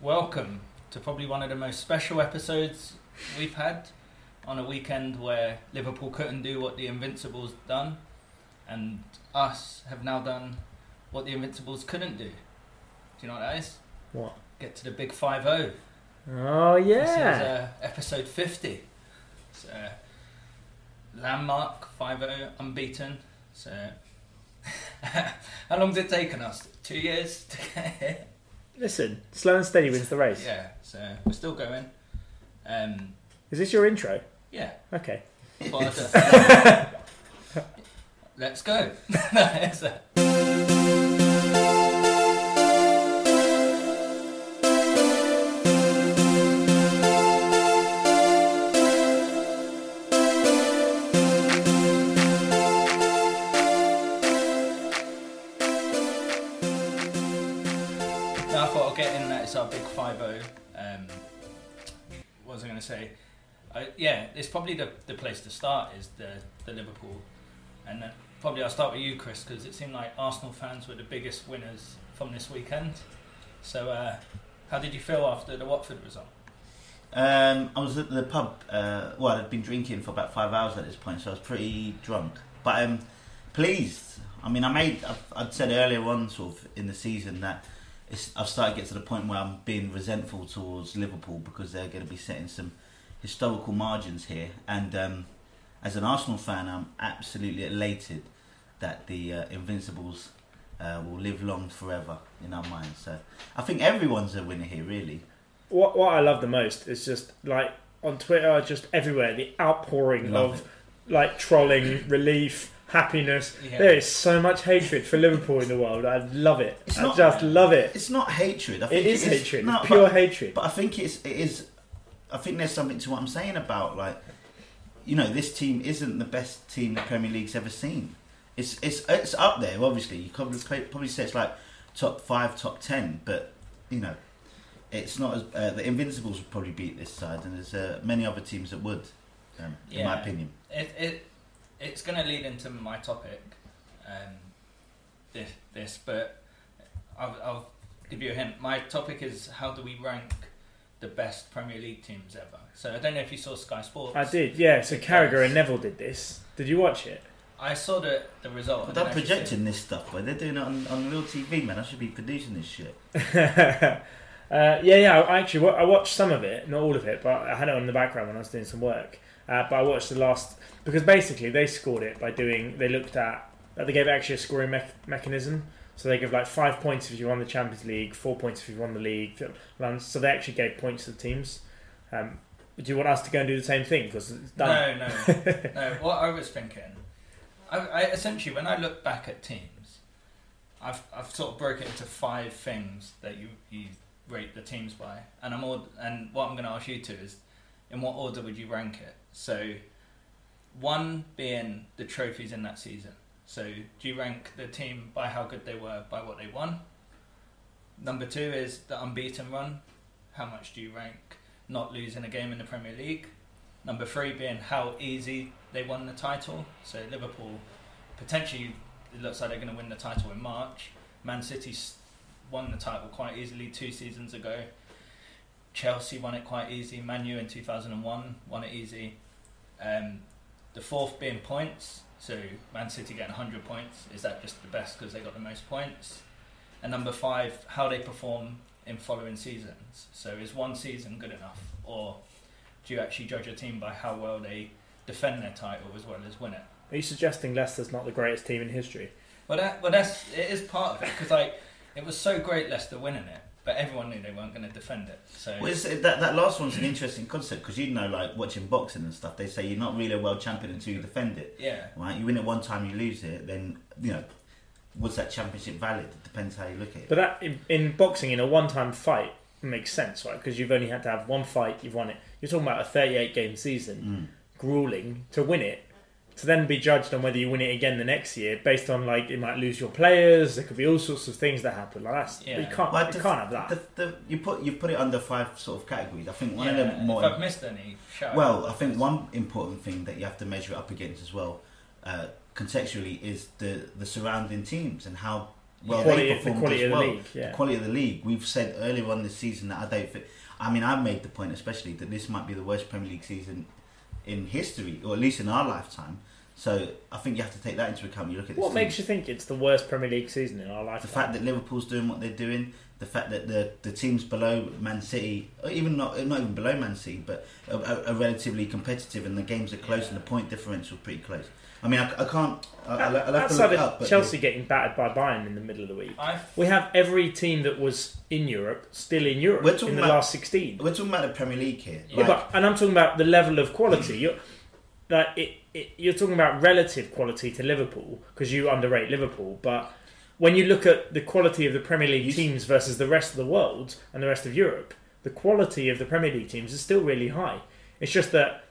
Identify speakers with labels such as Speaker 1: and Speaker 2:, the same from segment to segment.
Speaker 1: Welcome to probably one of the most special episodes we've had on a weekend where Liverpool couldn't do what the Invincibles done, and us have now done what the Invincibles couldn't do. Do you know what that is?
Speaker 2: What?
Speaker 1: Get to the big five zero.
Speaker 2: Oh
Speaker 1: This is
Speaker 2: yeah.
Speaker 1: uh, episode fifty. It's uh, landmark five zero unbeaten. So, how long's it taken us? Two years to get here.
Speaker 2: Listen, slow and steady wins the race.
Speaker 1: Yeah, so we're still going. Um,
Speaker 2: Is this your intro?
Speaker 1: yeah,
Speaker 2: Okay.
Speaker 1: but, uh, let's go. It's, uh, No, I thought I'll get in that it's our big 5 0. Um, what was I going to say? I, yeah, it's probably the, the place to start is the, the Liverpool. And then probably I'll start with you, Chris, because it seemed like Arsenal fans were the biggest winners from this weekend. So, uh, how did you feel after the Watford result?
Speaker 3: Um, I was at the pub. Uh, well, I'd been drinking for about five hours at this point, so I was pretty drunk. But um, pleased. I mean, I made. I've, I'd said earlier on, sort of in the season, that it's, I've started to get to the point where I'm being resentful towards Liverpool because they're going to be setting some historical margins here. And um, as an Arsenal fan, I'm absolutely elated that the uh, Invincibles uh, will live long forever in our minds. So I think everyone's a winner here, really.
Speaker 2: What What I love the most is just like on Twitter, just everywhere the outpouring
Speaker 3: Love
Speaker 2: of like trolling, relief, happiness.
Speaker 1: Yeah.
Speaker 2: There is so much hatred for Liverpool in the world. I love it.
Speaker 3: It's
Speaker 2: I
Speaker 3: not-
Speaker 2: just love it.
Speaker 3: It's not hatred. I
Speaker 2: It
Speaker 3: think
Speaker 2: is hatred.
Speaker 3: No,
Speaker 2: it's pure
Speaker 3: but,
Speaker 2: hatred.
Speaker 3: but I think it's it is. I think there's something to what I'm saying about like, you know, this team isn't the best team the Premier League's ever seen. It's it's it's up there. Obviously, you could probably probably say it's like top five, top ten, but you know, it's not as uh, the Invincibles would probably beat this side, and there's uh, many other teams that would, um, in
Speaker 1: Yeah.
Speaker 3: my opinion.
Speaker 1: It, it it's going to lead into my topic, um, this this, but I'll, I'll give you a hint. My topic is how do we rank the best Premier League teams ever? So I don't know if you saw Sky Sports.
Speaker 2: I did. Yeah. So
Speaker 1: It
Speaker 2: Carragher
Speaker 1: does.
Speaker 2: and Neville did this. Did you watch it?
Speaker 1: I saw the the result.
Speaker 3: But
Speaker 1: I
Speaker 3: they're
Speaker 1: didn't actually see it.
Speaker 3: projecting this stuff, but they're doing it on, on real TV, man. I should be producing this shit.
Speaker 2: uh, yeah, yeah. I actually wa- I watched some of it, not all of it, but I had it on in the background when I was doing some work. Uh, but I watched the last because basically they scored it by doing. They looked at that they gave it actually a scoring mech mechanism. So they give like five points if you won the Champions League, four points if you won the league. th- and So they actually gave points to the teams. Um, do you want us to go and do the same thing? Because it's done.
Speaker 1: No, no, no. What I was thinking, I, I essentially when I look back at teams, I've I've sort of broken it into five things that you you rate the teams by, and I'm all, and what I'm going to ask you to is, in what order would you rank it? So, one being the trophies in that season. So, do you rank the team by how good they were, by what they won? Number two is the unbeaten run. How much do you rank not losing a game in the Premier League? Number three being how easy they won the title. So Liverpool potentially it looks like they're going to win the title in March. Man City s- won the title quite easily two seasons ago. Chelsea won it quite easy. Man U in 2001 won it easy. Um, the fourth being points. So Man City getting 100 points. Is that just the best because they got the most points? And number five, how they perform in following seasons. So is one season good enough? Or do you actually judge a team by how well they defend their title as well as win it?
Speaker 2: Are you suggesting Leicester's not the greatest team in history?
Speaker 1: Well, that, well, that's it is part of it because like it was so great Leicester winning it, but everyone knew they weren't going to defend it. So
Speaker 3: Well, it's, that, that last one's an interesting concept because you know, like watching boxing and stuff, they say you're not really a world champion until you defend it,
Speaker 1: yeah,
Speaker 3: right? You win it one time, you lose it, then, you know, was that championship valid? It depends how you look at it.
Speaker 2: But that in, in boxing, in a one-time fight, makes sense, right? Because you've only had to have one fight, you've won it. You're talking about a 38-game
Speaker 3: Hmm.
Speaker 2: season, grueling to win it. To then be judged on whether you win it again the next year, based on like you might lose your players. There could be all sorts of things that happen. Like that's
Speaker 1: Yeah.
Speaker 2: you can't
Speaker 3: Well,
Speaker 2: you
Speaker 3: the-
Speaker 2: can't have that.
Speaker 3: The, the, you, put, you put it under five sort of categories. I think one
Speaker 1: Yeah,
Speaker 3: of them more.
Speaker 1: If I've missed any, shout
Speaker 3: Well, I think one important thing that you have to measure it up against as well, uh, contextually, is the, the surrounding teams and how well,
Speaker 2: quality,
Speaker 3: they
Speaker 2: the
Speaker 3: performed
Speaker 2: quality
Speaker 3: as
Speaker 2: of the
Speaker 3: well.
Speaker 2: league. Yeah.
Speaker 3: The quality of the league. We've said earlier on this season that I don't think. I mean, I've made the point, especially that this might be the worst Premier League season in history, or at least in our lifetime. So I think you have to take that into account. when You look at this
Speaker 2: What
Speaker 3: team.
Speaker 2: makes you think it's the worst Premier League season in our life?
Speaker 3: the fact that Liverpool's doing what they're doing, the fact that the the teams below Man City, or even not not even below Man City, but are, are, are relatively competitive, and the games are close, and the point differential pretty close. I mean, I, I can't. I, uh, I'll, I'll have to
Speaker 2: outside of
Speaker 3: look it up. But
Speaker 2: Chelsea getting battered by Bayern in the middle of the week,
Speaker 1: I
Speaker 2: we have every team that was in Europe still in Europe
Speaker 3: We're talking
Speaker 2: in the
Speaker 3: about-
Speaker 2: last sixteen.
Speaker 3: we're talking about the Premier League here.
Speaker 1: Yeah,
Speaker 2: Yeah,
Speaker 3: Like,
Speaker 2: but, and I'm talking about the level of quality. You're like it, it, you're talking about relative quality to Liverpool because you underrate Liverpool, but when you look at the quality of the Premier League
Speaker 3: You s-
Speaker 2: teams versus the rest of the world and the rest of Europe, the quality of the Premier League teams is still really high. It's just that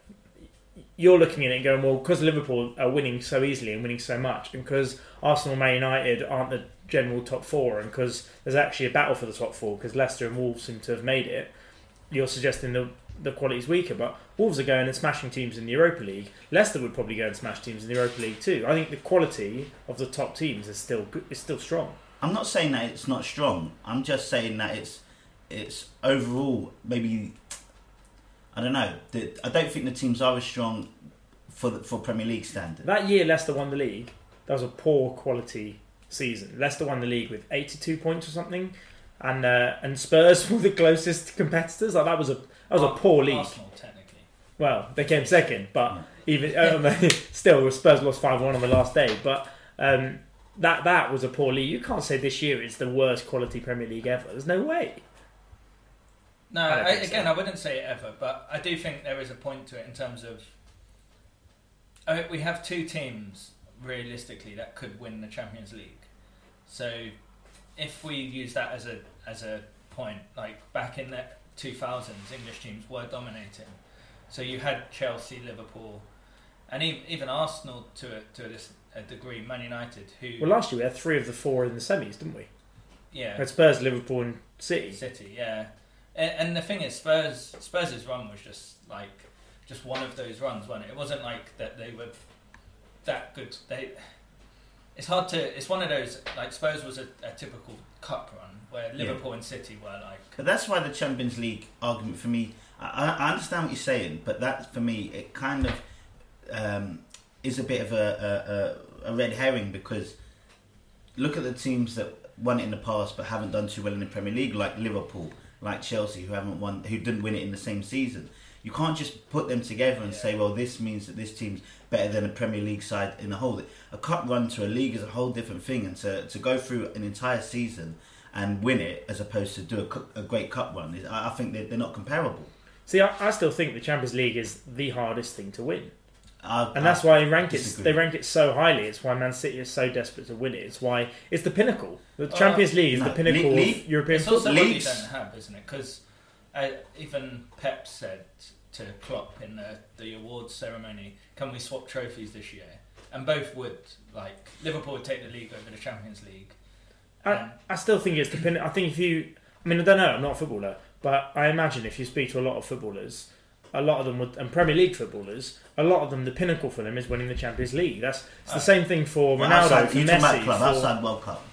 Speaker 2: you're looking at it and going, well, because Liverpool are winning so easily and winning so much, and because Arsenal and Man United aren't the general top four, and because there's actually a battle for the top four, because Leicester and Wolves seem to have made it, you're suggesting the, the quality's weaker. But Wolves are going and smashing teams in the Europa League. Leicester would probably go and smash teams in the Europa League too. I think the quality of the top teams is still good, is still strong.
Speaker 3: I'm not saying that it's not strong. I'm just saying that it's it's overall maybe I don't know. The, I don't think the teams are as strong for the, for Premier League standard.
Speaker 2: That year Leicester won the league. That was a poor quality season. Leicester won the league with 82 points or something, and uh, and Spurs were the closest competitors. Like that was a that was a poor league.
Speaker 1: Arsenal, technically.
Speaker 2: Well, they came second, but even um, still, Spurs lost five one on the last day. But um, that that was a poor league. You can't say this year is the worst quality Premier League ever. There's no way.
Speaker 1: No,
Speaker 2: I
Speaker 1: I
Speaker 2: don't think so.
Speaker 1: again, I wouldn't say ever, but I do think there is a point to it in terms of. I mean, we have two teams realistically that could win the Champions League, so if we use that as a as a point, like back in the two thousands, English teams were dominating, so you had Chelsea, Liverpool, and even, even Arsenal to a, to a, dis- a degree, Man United, who
Speaker 2: Well, last year we had three of the four in the semis, didn't we?
Speaker 1: yeah
Speaker 2: We had Spurs, Liverpool, and City.
Speaker 1: City, yeah. And, and the thing is, Spurs Spurs' run was just like just one of those runs, wasn't it? It wasn't like that they were that good. They it's hard to it's one of those like Spurs was a, a typical cup run where
Speaker 3: Yeah.
Speaker 1: Liverpool and City were like
Speaker 3: But that's why the Champions League argument for me. I, I- I understand what you're saying, but that for me it kind of um, is a bit of a, a, a, a red herring because look at the teams that won it in the past but haven't done too well in the Premier League, like Liverpool, like Chelsea, who haven't won, who didn't win it in the same season. You can't just put them together and
Speaker 1: Yeah.
Speaker 3: say, well, this means that this team's better than a Premier League side in a whole. A cup run to a league is a whole different thing, and to, to go through an entire season and win it as opposed to do a, cu- a great cup run, is- I, I think they're, they're not comparable.
Speaker 2: See, I, I still think the Champions League is the hardest thing to win.
Speaker 3: I,
Speaker 2: and that's why they rank it.
Speaker 3: disagree.
Speaker 2: They rank it so highly. It's why Man City is so desperate to win it. It's why it's the pinnacle. The
Speaker 1: Uh,
Speaker 2: Champions League is
Speaker 3: no,
Speaker 2: the pinnacle
Speaker 3: Le- League-
Speaker 2: of European
Speaker 1: it's
Speaker 2: football.
Speaker 1: also what you
Speaker 3: leagues-
Speaker 1: don't have, isn't it? Because uh, even Pep said to Klopp in the the awards ceremony, "Can we swap trophies this year?" And both would like Liverpool would take the league over the Champions League.
Speaker 2: I, I still think it's the pin. I think if you, I mean, I don't know. I'm not a footballer, but I imagine if you speak to a lot of footballers, a lot of them would, and Premier League footballers, a lot of them, the pinnacle for them is winning the Champions League. That's it's the
Speaker 1: Uh,
Speaker 2: same thing for
Speaker 3: Well,
Speaker 2: Ronaldo,
Speaker 3: outside,
Speaker 2: for
Speaker 3: you talking
Speaker 2: Messi,
Speaker 3: about club,
Speaker 2: for-
Speaker 3: outside World Cup.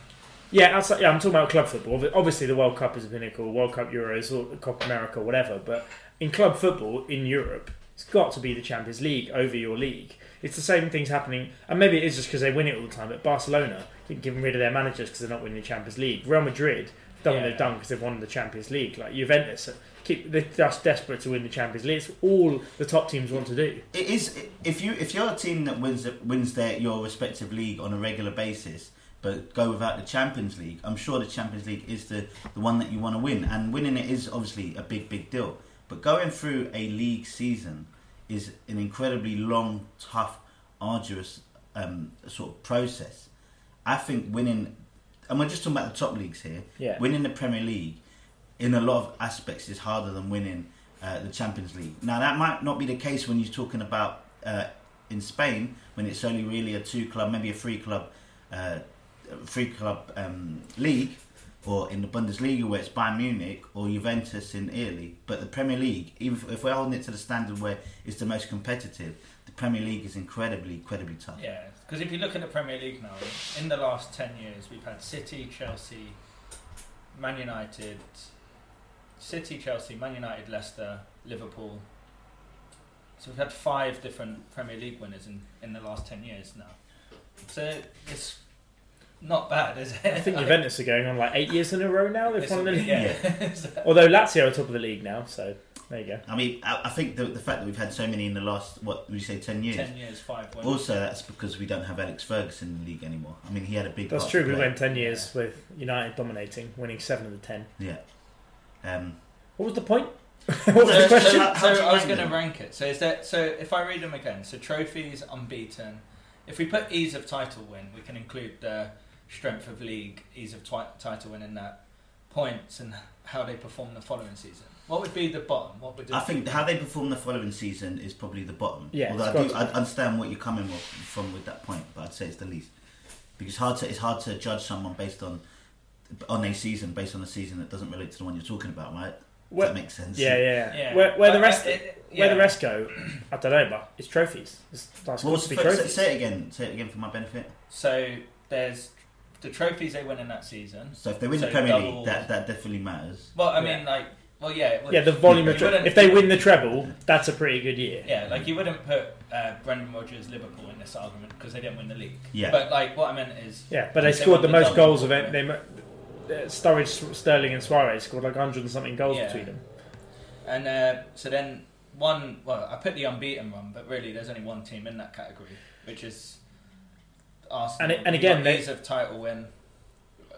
Speaker 2: Yeah, outside, yeah, I'm talking about club football. Obvi- Obviously, the World Cup is a pinnacle, World Cup Euros, or Copa America, whatever. But in club football in Europe, it's got to be the Champions League over your league. It's the same things happening, and maybe it is just because they win it all the time. But Barcelona keep getting rid of their managers because they're not winning the Champions League. Real Madrid done what
Speaker 1: Yeah.
Speaker 2: they've done because they've won the Champions League. Like Juventus, uh, keep they're just desperate to win the Champions League. It's all the top teams want to do.
Speaker 3: It is if you if you're a team that wins wins their your respective league on a regular basis, but go without the Champions League. I'm sure the Champions League is the the one that you want to win, and winning it is obviously a big big deal. But going through a league season is an incredibly long, tough, arduous um, sort of process. I think winning, and we're just talking about the top leagues here.
Speaker 2: Yeah.
Speaker 3: Winning the Premier League in a lot of aspects is harder than winning uh, the Champions League. Now that might not be the case when you're talking about uh, in Spain when it's only really a two club, maybe a three club, uh, three club um, league. or in the Bundesliga where it's Bayern Munich or Juventus in Italy. But the Premier League, even if- if we're holding it to the standard where it's the most competitive, the Premier League is incredibly, incredibly tough.
Speaker 1: Yeah, because if you look at the Premier League now, in the last 10 years, we've had City, Chelsea, Man United, City, Chelsea, Man United, Leicester, Liverpool. So we've had five different Premier League winners in, in the last 10 years now. So it's not bad, is it?
Speaker 2: I think
Speaker 1: Like,
Speaker 2: Juventus are going on like eight years in a row now. They've
Speaker 1: it's a-
Speaker 2: won the league.
Speaker 1: Yeah. So-
Speaker 2: Although Lazio are top of the league now, so there you go.
Speaker 3: I mean, I, I think the, the fact that we've had so many in the last, what, we say 10 years?
Speaker 1: Ten years, five wins.
Speaker 3: Also, that's because we don't have Alex Ferguson in the league anymore. I mean, he had a big.
Speaker 2: That's
Speaker 3: part
Speaker 2: true.
Speaker 3: to
Speaker 2: We
Speaker 3: play.
Speaker 2: went ten years with United dominating, winning seven of the ten.
Speaker 3: Yeah. Um,
Speaker 2: What was the point? what was
Speaker 1: so,
Speaker 2: the
Speaker 1: so-
Speaker 2: question?
Speaker 3: How- how do
Speaker 1: so
Speaker 3: you
Speaker 1: I was
Speaker 3: rank
Speaker 1: going to
Speaker 3: them?
Speaker 1: rank it. So is that so? If I read them again, so trophies unbeaten. If we put ease of title win, we can include the strength of league, ease of twi- title win in that, points and how they perform the following season. What would be the bottom? What would
Speaker 3: I think how they perform the following season is probably the bottom.
Speaker 2: Yeah,
Speaker 3: Although I
Speaker 2: it's
Speaker 3: do
Speaker 2: got to
Speaker 3: I understand what you're coming with- from with that point, but I'd say it's the least because hard to, it's hard to judge someone based on on a season based on a season that doesn't relate to the one you're talking about, right? Does
Speaker 2: Where,
Speaker 3: that make sense?
Speaker 2: yeah, yeah,
Speaker 1: Yeah.
Speaker 2: yeah. Where, where the
Speaker 1: But
Speaker 2: rest,
Speaker 1: it- it-
Speaker 2: where
Speaker 1: yeah.
Speaker 2: the rest go, I don't know. But it's trophies. It's, that's
Speaker 3: Well,
Speaker 2: got to
Speaker 3: say,
Speaker 2: be
Speaker 3: say-
Speaker 2: trophies.
Speaker 3: say it again. Say it again for my benefit.
Speaker 1: So there's the trophies they win in that season.
Speaker 3: So if they win
Speaker 1: So
Speaker 3: the Premier
Speaker 1: double-
Speaker 3: League, that that definitely matters.
Speaker 1: Well, I
Speaker 2: Yeah.
Speaker 1: mean, like, well, yeah, well,
Speaker 2: Yeah, the volume of
Speaker 1: You
Speaker 2: tro-
Speaker 1: wouldn't-
Speaker 2: if they win the treble, that's a pretty good year.
Speaker 1: Yeah, like you wouldn't put uh, Brendan Rodgers Liverpool in this argument because they didn't win the league.
Speaker 3: Yeah.
Speaker 1: But like, what I meant is,
Speaker 2: Yeah, but they
Speaker 1: They won
Speaker 2: scored the
Speaker 1: the
Speaker 2: most
Speaker 1: double.
Speaker 2: goals of it. They, mo- uh, Sturridge, Sterling, and Suarez scored like hundred and something goals
Speaker 1: Yeah.
Speaker 2: between them.
Speaker 1: And uh, so then one, well, I put the unbeaten one, but really there's only one team in that category, which is Arsenal.
Speaker 2: And it- and
Speaker 1: You've
Speaker 2: again,
Speaker 1: got
Speaker 2: they-
Speaker 1: ease of title win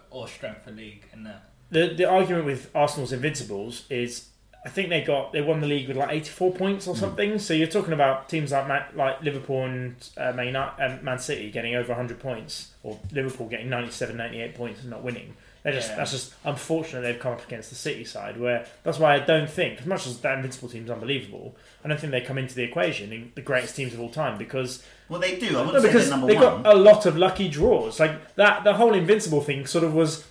Speaker 1: or strength for league in that.
Speaker 2: The the argument with Arsenal's invincibles is. I think they got they won the league with like 84 points or
Speaker 3: Mm.
Speaker 2: something. So you're talking about teams like Man, like Liverpool and uh, Man, Uni- um, Man City getting over 100 points, or Liverpool getting 97, 98 points and not winning. They're just
Speaker 1: Yeah.
Speaker 2: that's just unfortunate they've come up against the City side. Where that's why I don't think as much as that invincible team's unbelievable, I don't think they come into the equation in the greatest teams of all time because
Speaker 3: Well, they do. I
Speaker 2: no,
Speaker 3: wouldn't say
Speaker 2: because
Speaker 3: they're number
Speaker 2: they
Speaker 3: one.
Speaker 2: got a lot of lucky draws. Like that, the whole invincible thing sort of was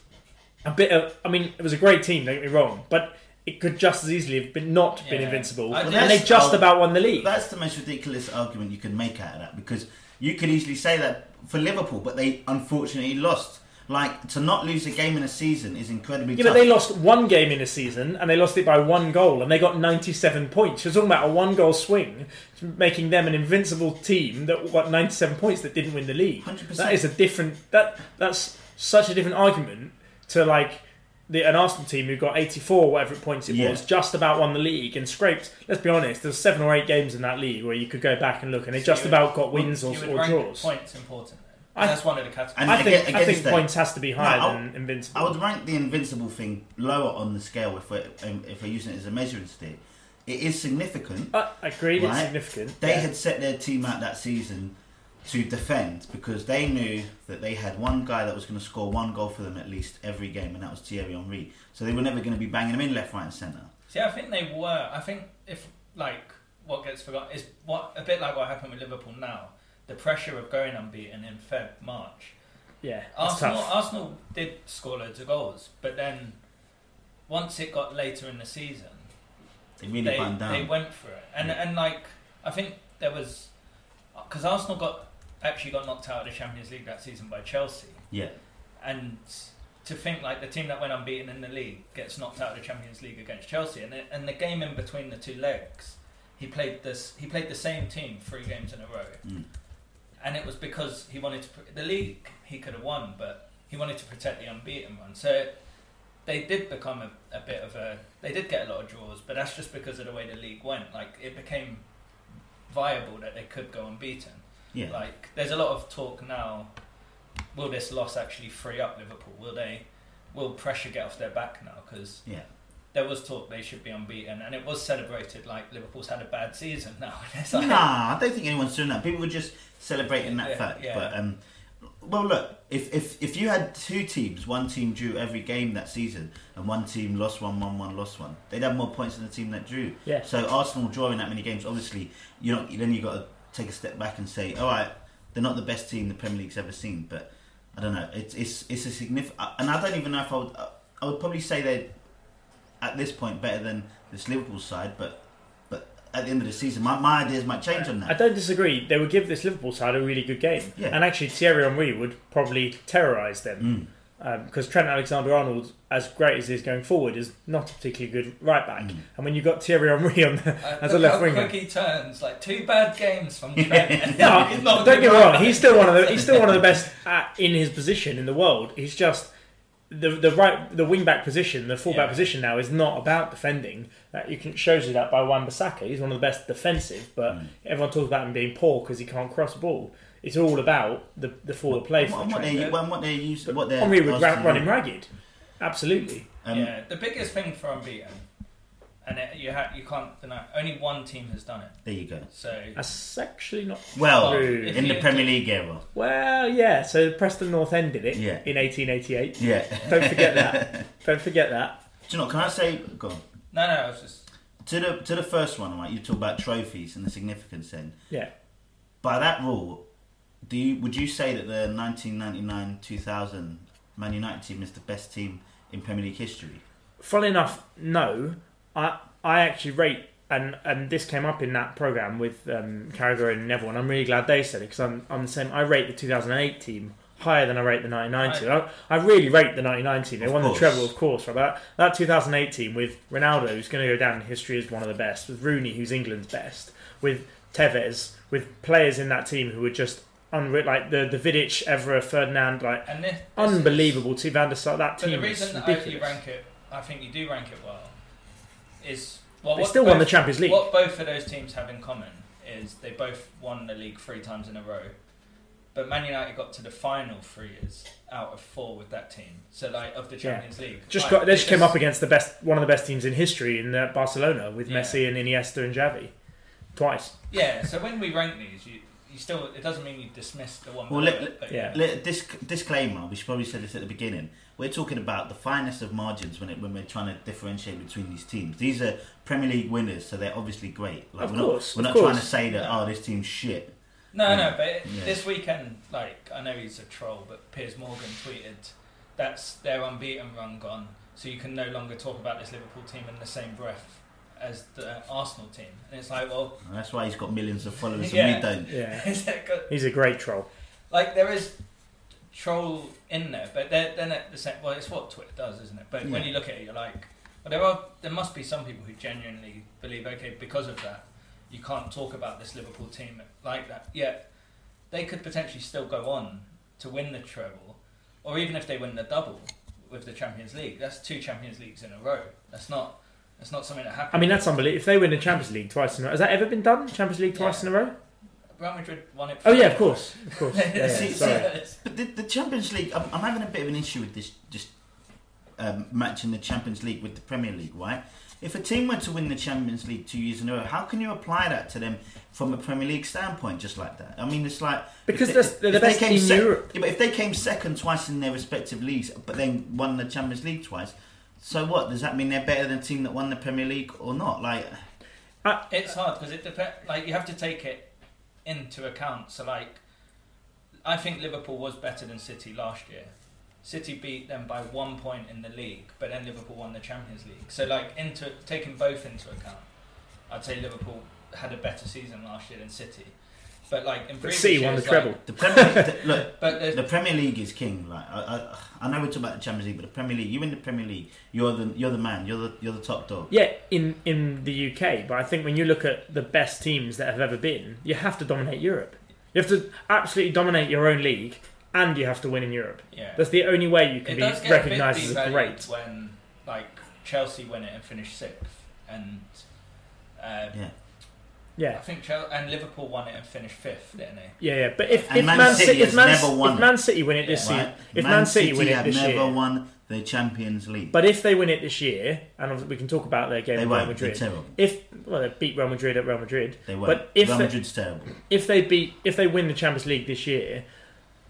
Speaker 2: a bit. Of, I mean, it was a great team. Don't get me wrong, but it could just as easily have been not been
Speaker 1: Yeah.
Speaker 2: invincible,
Speaker 1: I
Speaker 2: and
Speaker 1: just-
Speaker 2: they just
Speaker 3: oh,
Speaker 2: about won the league.
Speaker 3: That's the most ridiculous argument you can make out of that because you could easily say that for Liverpool, but they unfortunately lost. Like to not lose a game in a season is incredibly
Speaker 2: Yeah, but
Speaker 3: tough.
Speaker 2: they lost one game in a season, and they lost it by one goal, and they got 97 points. You're talking about a one-goal swing, making them an invincible team that got 97 points that didn't win the league.
Speaker 3: 100%.
Speaker 2: That is a different. That that's such a different argument to like the an Arsenal team who got 84, whatever points it
Speaker 3: Yeah.
Speaker 2: was, just about won the league and scraped. Let's be honest, there's seven or eight games in that league where you could go back and look, and they
Speaker 1: So
Speaker 2: just
Speaker 1: you would-
Speaker 2: about got wins or,
Speaker 1: You would
Speaker 2: or
Speaker 1: rank
Speaker 2: draws.
Speaker 1: Points important. Then.
Speaker 2: I-
Speaker 1: That's one of the categories.
Speaker 3: And
Speaker 2: I think
Speaker 3: against-
Speaker 2: I think
Speaker 3: against them.
Speaker 2: points has to be higher
Speaker 3: No, I-
Speaker 2: than invincible.
Speaker 3: I would rank the invincible thing lower on the scale if we're um, if we're using it as a measuring stick. It is significant.
Speaker 2: Uh, agreed, it's
Speaker 3: Right.
Speaker 2: significant.
Speaker 3: They
Speaker 2: yeah.
Speaker 3: had set their team out that season to defend because they knew that they had one guy that was going to score one goal for them at least every game, and that was Thierry Henry. So they were never going to be banging him in left, right, and centre.
Speaker 1: See, I think they were. I think if like what gets forgotten is what a bit like what happened with Liverpool now. The pressure of going unbeaten in Feb March.
Speaker 2: Yeah, it's
Speaker 1: Arsenal,
Speaker 2: tough.
Speaker 1: Arsenal did score loads of goals, but then once it got later in the season,
Speaker 3: They really
Speaker 1: they,
Speaker 3: buttoned down.
Speaker 1: they went for it, and
Speaker 3: Yeah.
Speaker 1: and like I think there was because Arsenal got actually got knocked out of the Champions League that season by Chelsea,
Speaker 3: yeah.
Speaker 1: and to think like the team that went unbeaten in the league gets knocked out of the Champions League against Chelsea, and it, and the game in between the two legs, he played this he played the same team three games in a row,
Speaker 3: Mm.
Speaker 1: and it was because he wanted to pr- the league he could have won, but he wanted to protect the unbeaten one, so. They did become a, a bit of a. They did get a lot of draws, but that's just because of the way the league went. Like it became viable that they could go unbeaten.
Speaker 3: Yeah.
Speaker 1: Like, there's a lot of talk now. Will this loss actually free up Liverpool? Will they? Will pressure get off their back now? Because
Speaker 3: Yeah.
Speaker 1: there was talk they should be unbeaten, and it was celebrated like Liverpool's had a bad season now. And it's like,
Speaker 3: nah, I don't think anyone's doing that. People were just celebrating that
Speaker 1: Yeah,
Speaker 3: fact.
Speaker 1: yeah.
Speaker 3: But um, well, look, if, if if you had two teams, one team drew every game that season, and one team lost one, one, one, lost one, they'd have more points than the team that drew.
Speaker 2: Yeah.
Speaker 3: So Arsenal drawing that many games, obviously, you know, then you got to take a step back and say, all right, they're not the best team the Premier League's ever seen, but I don't know, it's it's it's a significant, and I don't even know if I would. I would probably say they're at this point better than this Liverpool side, but but at the end of the season, my, my ideas might change on
Speaker 2: I
Speaker 3: that.
Speaker 2: don't disagree. They would give this Liverpool side a really good game,
Speaker 3: Yeah.
Speaker 2: and actually Thierry Henry would probably terrorise them
Speaker 3: Mm.
Speaker 2: because Trent Alexander-Arnold, as great as he is going forward, is not a particularly good right back.
Speaker 3: Mm.
Speaker 2: And when you've got Thierry Henry on the
Speaker 1: Uh,
Speaker 2: As a
Speaker 1: look
Speaker 2: left
Speaker 1: how
Speaker 2: winger.
Speaker 1: quick he turns. Like two bad games from Trent.
Speaker 2: No,
Speaker 1: He's not a
Speaker 2: don't
Speaker 1: good
Speaker 2: get me wrong.
Speaker 1: right
Speaker 2: He's still one of the he's still one of the best at, in his position in the world. He's just the the right the wing back position, the full back
Speaker 1: Yeah.
Speaker 2: position now is not about defending. That you can shows you that by Wan Bissaka. He's one of the best defensive, but everyone talks about him being poor because he can't cross the ball. It's all about the the forward play
Speaker 3: And
Speaker 2: for
Speaker 3: what, and what
Speaker 2: Trent.
Speaker 3: they're and what they're using, what they're
Speaker 2: Henry would ra-
Speaker 3: asking
Speaker 2: run
Speaker 3: you-
Speaker 2: him ragged. Absolutely.
Speaker 3: um,
Speaker 1: yeah, the biggest thing for unbeaten, and it, you ha- you can't deny. Only one team has done it.
Speaker 3: There you go.
Speaker 1: So
Speaker 2: That's actually not
Speaker 3: Well,
Speaker 1: Well,
Speaker 2: true.
Speaker 1: if
Speaker 3: in the
Speaker 1: you-
Speaker 3: Premier League era,
Speaker 2: Well, yeah. So Preston North End did it
Speaker 3: Yeah.
Speaker 2: in 1888.
Speaker 3: yeah.
Speaker 2: Don't forget that. Don't forget that.
Speaker 3: Do you know? Can I say? Go on.
Speaker 1: no, no, I was just
Speaker 3: To the to the first one, right? You talk about trophies and the significance. Then
Speaker 2: Yeah.
Speaker 3: by that rule, do you would you say that the 1999-2000 Man United team is the best team in Premier League history?
Speaker 2: Funnily enough, no. I I actually rate and and this came up in that program with um, Carragher and Neville, and I'm really glad they said it because I'm I'm the same. I rate the 2008 team higher than I rate the 99 team. I, I really rate the 99 team. They
Speaker 3: Of
Speaker 2: won
Speaker 3: course.
Speaker 2: the treble, of course. Right, that that 2008 team with Ronaldo, who's going to go down in history as one of the best, with Rooney, who's England's best, with Tevez, with players in that team who were just unreal, like the the Vidic, Evra, Ferdinand, like
Speaker 1: and this, this is-
Speaker 2: unbelievable. Team Van der Sar, that
Speaker 1: But
Speaker 2: team
Speaker 1: the
Speaker 2: is
Speaker 1: reason that I,
Speaker 2: ridiculous.
Speaker 1: you rank it, I think you do rank it well, is well.
Speaker 2: They
Speaker 1: what
Speaker 2: still
Speaker 1: both,
Speaker 2: won the Champions League.
Speaker 1: What both of those teams have in common is they both won the league three times in a row. But Man United got to the final three years out of four with that team. So like of the
Speaker 2: Yeah.
Speaker 1: Champions League,
Speaker 2: Just
Speaker 1: Like,
Speaker 2: got, they just
Speaker 1: it's
Speaker 2: came up against the best, one of the best teams in history in uh, Barcelona with
Speaker 1: Yeah.
Speaker 2: Messi and Iniesta and Xavi, twice.
Speaker 1: Yeah. So when we rank these, you you still it doesn't mean you dismiss the one.
Speaker 3: Well,
Speaker 1: below
Speaker 3: let-
Speaker 1: it, but
Speaker 2: yeah.
Speaker 3: Li- Disc- disclaimer: We should probably say this at the beginning. We're talking about the finest of margins when it, when we're trying to differentiate between these teams. These are Premier League winners, so they're obviously great. Like,
Speaker 2: Of
Speaker 3: we're
Speaker 2: course,
Speaker 3: not, we're
Speaker 2: of
Speaker 3: not
Speaker 2: course.
Speaker 3: trying to say that oh, this team's shit.
Speaker 1: No,
Speaker 3: Yeah.
Speaker 1: no, but it,
Speaker 3: Yeah.
Speaker 1: this weekend, like, I know he's a troll, but Piers Morgan tweeted, that's their unbeaten run gone, so you can no longer talk about this Liverpool team in the same breath as the Arsenal team. And it's like, well,
Speaker 3: And that's why he's got millions of followers
Speaker 1: Yeah.
Speaker 3: and we don't.
Speaker 2: Yeah,
Speaker 1: is that good?
Speaker 2: he's a great troll.
Speaker 1: Like, there is troll in there, but they're, they're not the same. Well, it's what Twitter does, isn't it? But when
Speaker 3: Yeah.
Speaker 1: you look at it, you're like, well, there are there must be some people who genuinely believe, okay, because of that, you can't talk about this Liverpool team like that. Yet they could potentially still go on to win the treble, or even if they win the double with the Champions League, that's two Champions Leagues in a row. That's not that's not something that happens.
Speaker 2: I mean, that's unbelievable. If they win the Champions League twice in a row, has that ever been done? Champions League twice in a row?
Speaker 1: Real Madrid won it.
Speaker 2: Oh yeah, of course, of course. Yeah, yeah,
Speaker 3: See-
Speaker 2: sorry.
Speaker 3: But the, the Champions League, I'm, I'm having a bit of an issue with this, just um, matching the Champions League with the Premier League, right? If a team were to win the Champions League two years in a row, how can you apply that to them from a Premier League standpoint, just like that? I mean, it's like if
Speaker 2: Because
Speaker 3: they-
Speaker 2: that's- they're the
Speaker 3: if they
Speaker 2: best
Speaker 3: came
Speaker 2: team in
Speaker 3: sec-
Speaker 2: Europe.
Speaker 3: Yeah, but if they came second twice in their respective leagues, but then won the Champions League twice, so what? Does that mean they're better than a team that won the Premier League or not? Like,
Speaker 1: It's hard because it depends. Like you have to take it into account. So like, I think Liverpool was better than City last year. City beat them by one point in the league, but then Liverpool won the Champions League. So like, into taking both into account, I'd say Liverpool had a better season last year than City. But like in
Speaker 2: But
Speaker 1: previous
Speaker 2: City won the
Speaker 1: years,
Speaker 2: treble.
Speaker 1: like-
Speaker 3: the Premier League, look,
Speaker 1: but the,
Speaker 3: The Premier League is king. Like I, I, I know we talk about the Champions League, but the Premier League. You win the Premier League, you're the you're the man. You're the you're the top dog.
Speaker 2: Yeah, in in the UK, but I think when you look at the best teams that have ever been, you have to dominate Europe. You have to absolutely dominate your own league, and you have to win in Europe.
Speaker 1: yeah,
Speaker 2: That's the only way you can
Speaker 1: it
Speaker 2: be
Speaker 1: does get
Speaker 2: recognised
Speaker 1: a
Speaker 2: as
Speaker 1: bit
Speaker 2: a
Speaker 1: devalued
Speaker 2: great.
Speaker 1: when like Chelsea win it and finish sixth, and uh,
Speaker 3: Yeah.
Speaker 1: I
Speaker 2: Yeah,
Speaker 1: think Chelsea and Liverpool won it and finished fifth, didn't they?
Speaker 2: yeah, yeah. But if,
Speaker 3: And
Speaker 2: if
Speaker 3: Man
Speaker 2: Man,
Speaker 3: City
Speaker 2: City,
Speaker 3: has
Speaker 2: if, Man,
Speaker 3: never won
Speaker 2: if
Speaker 3: it.
Speaker 2: Man City win it this
Speaker 3: Right?
Speaker 2: year, if Man City win it
Speaker 3: have
Speaker 2: this
Speaker 3: never
Speaker 2: year-
Speaker 3: won the Champions League.
Speaker 2: but if they win it this year, and obviously we can talk about their game
Speaker 3: they
Speaker 2: with Real
Speaker 3: won't. They're
Speaker 2: Madrid.
Speaker 3: terrible.
Speaker 2: If well, they beat Real Madrid at Real Madrid.
Speaker 3: They won't.
Speaker 2: But if
Speaker 3: Real
Speaker 2: they-
Speaker 3: Madrid's terrible.
Speaker 2: If they beat, if they win the Champions League this year,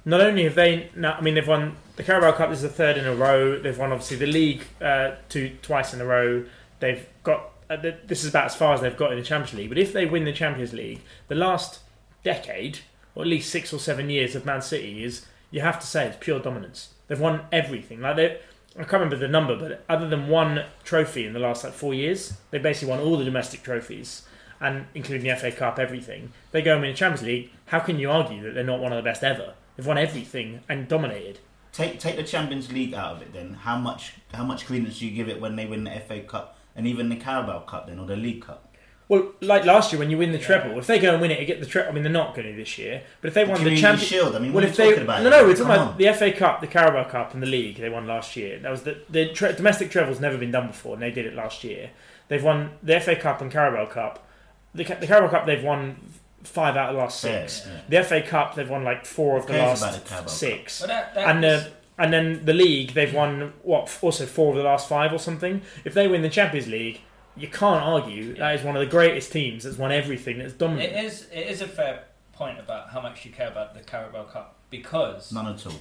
Speaker 2: not only have they, now, I mean, they've won the Carabao Cup. This is the third in a row. They've won obviously the league uh, two twice in a row. They've got uh, th- this is about as far as they've got in the Champions League. But if they win the Champions League, the last decade or at least six or seven years of Man City is you have to say it's pure dominance. They've won everything. Like they, I can't remember the number, but other than one trophy in the last like four years, they basically won all the domestic trophies and including the FA Cup, everything. They go and win the Champions League. How can you argue that they're not one of the best ever? They've won everything and dominated.
Speaker 3: Take take the Champions League out of it then. How much how much credence do you give it when they win the FA Cup and even the Carabao Cup then or the League Cup?
Speaker 2: Well, like last year when you win the treble, if they go and win it, and get the treble. I mean, they're not going to this year, but if they won the
Speaker 3: Community
Speaker 2: Champions
Speaker 3: Shield. I mean,
Speaker 2: Well,
Speaker 3: what
Speaker 2: if
Speaker 3: are you
Speaker 2: they
Speaker 3: talking about?
Speaker 2: no, no, we're talking
Speaker 3: Come
Speaker 2: about
Speaker 3: on.
Speaker 2: the FA Cup, the Carabao Cup, and the league they won last year. That was the the tre- domestic trebles never been done before, and they did it last year. They've won the FA Cup and Carabao Cup. The, Ca- the Carabao Cup they've won five out of the last six.
Speaker 3: Yeah, yeah.
Speaker 2: The FA Cup they've won like four of
Speaker 3: Who
Speaker 2: the
Speaker 3: cares about
Speaker 2: last
Speaker 3: the Carabao
Speaker 2: six,
Speaker 1: But that, that
Speaker 2: and
Speaker 1: was-
Speaker 2: uh, and then the league they've won what f- also four of the last five or something. If they win the Champions League. You can't argue that is one of the greatest teams that's won everything that's dominant.
Speaker 1: It is it is a fair point about how much you care about the Carabao Cup because
Speaker 3: None at all.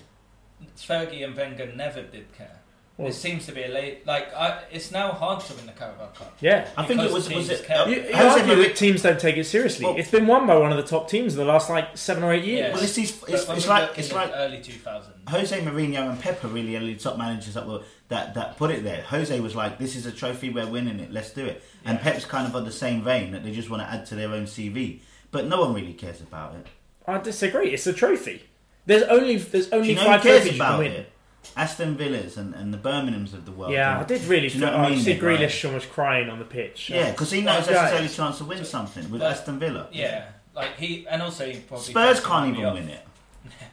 Speaker 1: Fergie and Wenger never did care.
Speaker 2: Well-
Speaker 1: it seems to be a late like I, it's now hard to win the Carabao Cup.
Speaker 2: Yeah,
Speaker 3: I think it
Speaker 1: Because
Speaker 3: was
Speaker 1: teams
Speaker 3: was it
Speaker 1: care.
Speaker 3: uh,
Speaker 2: You, you
Speaker 3: Jose
Speaker 2: argue
Speaker 3: Mourinho-
Speaker 2: that teams don't take it seriously.
Speaker 3: Well-
Speaker 2: it's been won by one of the top teams in the last like seven or eight years.
Speaker 3: Well, it's, these,
Speaker 1: But
Speaker 3: it's,
Speaker 1: when
Speaker 3: it's
Speaker 1: we
Speaker 3: like
Speaker 1: look
Speaker 3: it's
Speaker 1: in the
Speaker 3: like
Speaker 1: early 2000s.
Speaker 3: Jose Mourinho and Pep are really the top managers that were that that put it there. Jose was like, "This is a trophy, we're winning it, let's do it." And
Speaker 1: Yeah.
Speaker 3: Pep's kind of on the same vein that they just want to add to their own CV, but no one really cares about it.
Speaker 2: I disagree. It's a trophy. There's only there's
Speaker 3: Do
Speaker 2: only
Speaker 3: you know
Speaker 2: five
Speaker 3: who cares
Speaker 2: trophies you can
Speaker 3: about
Speaker 2: win.
Speaker 3: it? Aston Villas and, and the Birminghams of the world.
Speaker 2: Yeah, I
Speaker 3: and,
Speaker 2: did really.
Speaker 3: Do you know
Speaker 2: feel-
Speaker 3: what I
Speaker 2: I
Speaker 3: mean,
Speaker 2: see
Speaker 3: Brian?
Speaker 2: Grealish almost crying on the pitch.
Speaker 3: yeah, because he
Speaker 2: Well,
Speaker 3: knows that's
Speaker 2: yeah.
Speaker 3: his only chance to win something with
Speaker 1: But-
Speaker 3: Aston Villa.
Speaker 1: Yeah, like he and also he probably
Speaker 3: Spurs
Speaker 1: fucked
Speaker 3: can't
Speaker 1: me
Speaker 3: even
Speaker 1: up.
Speaker 3: win it.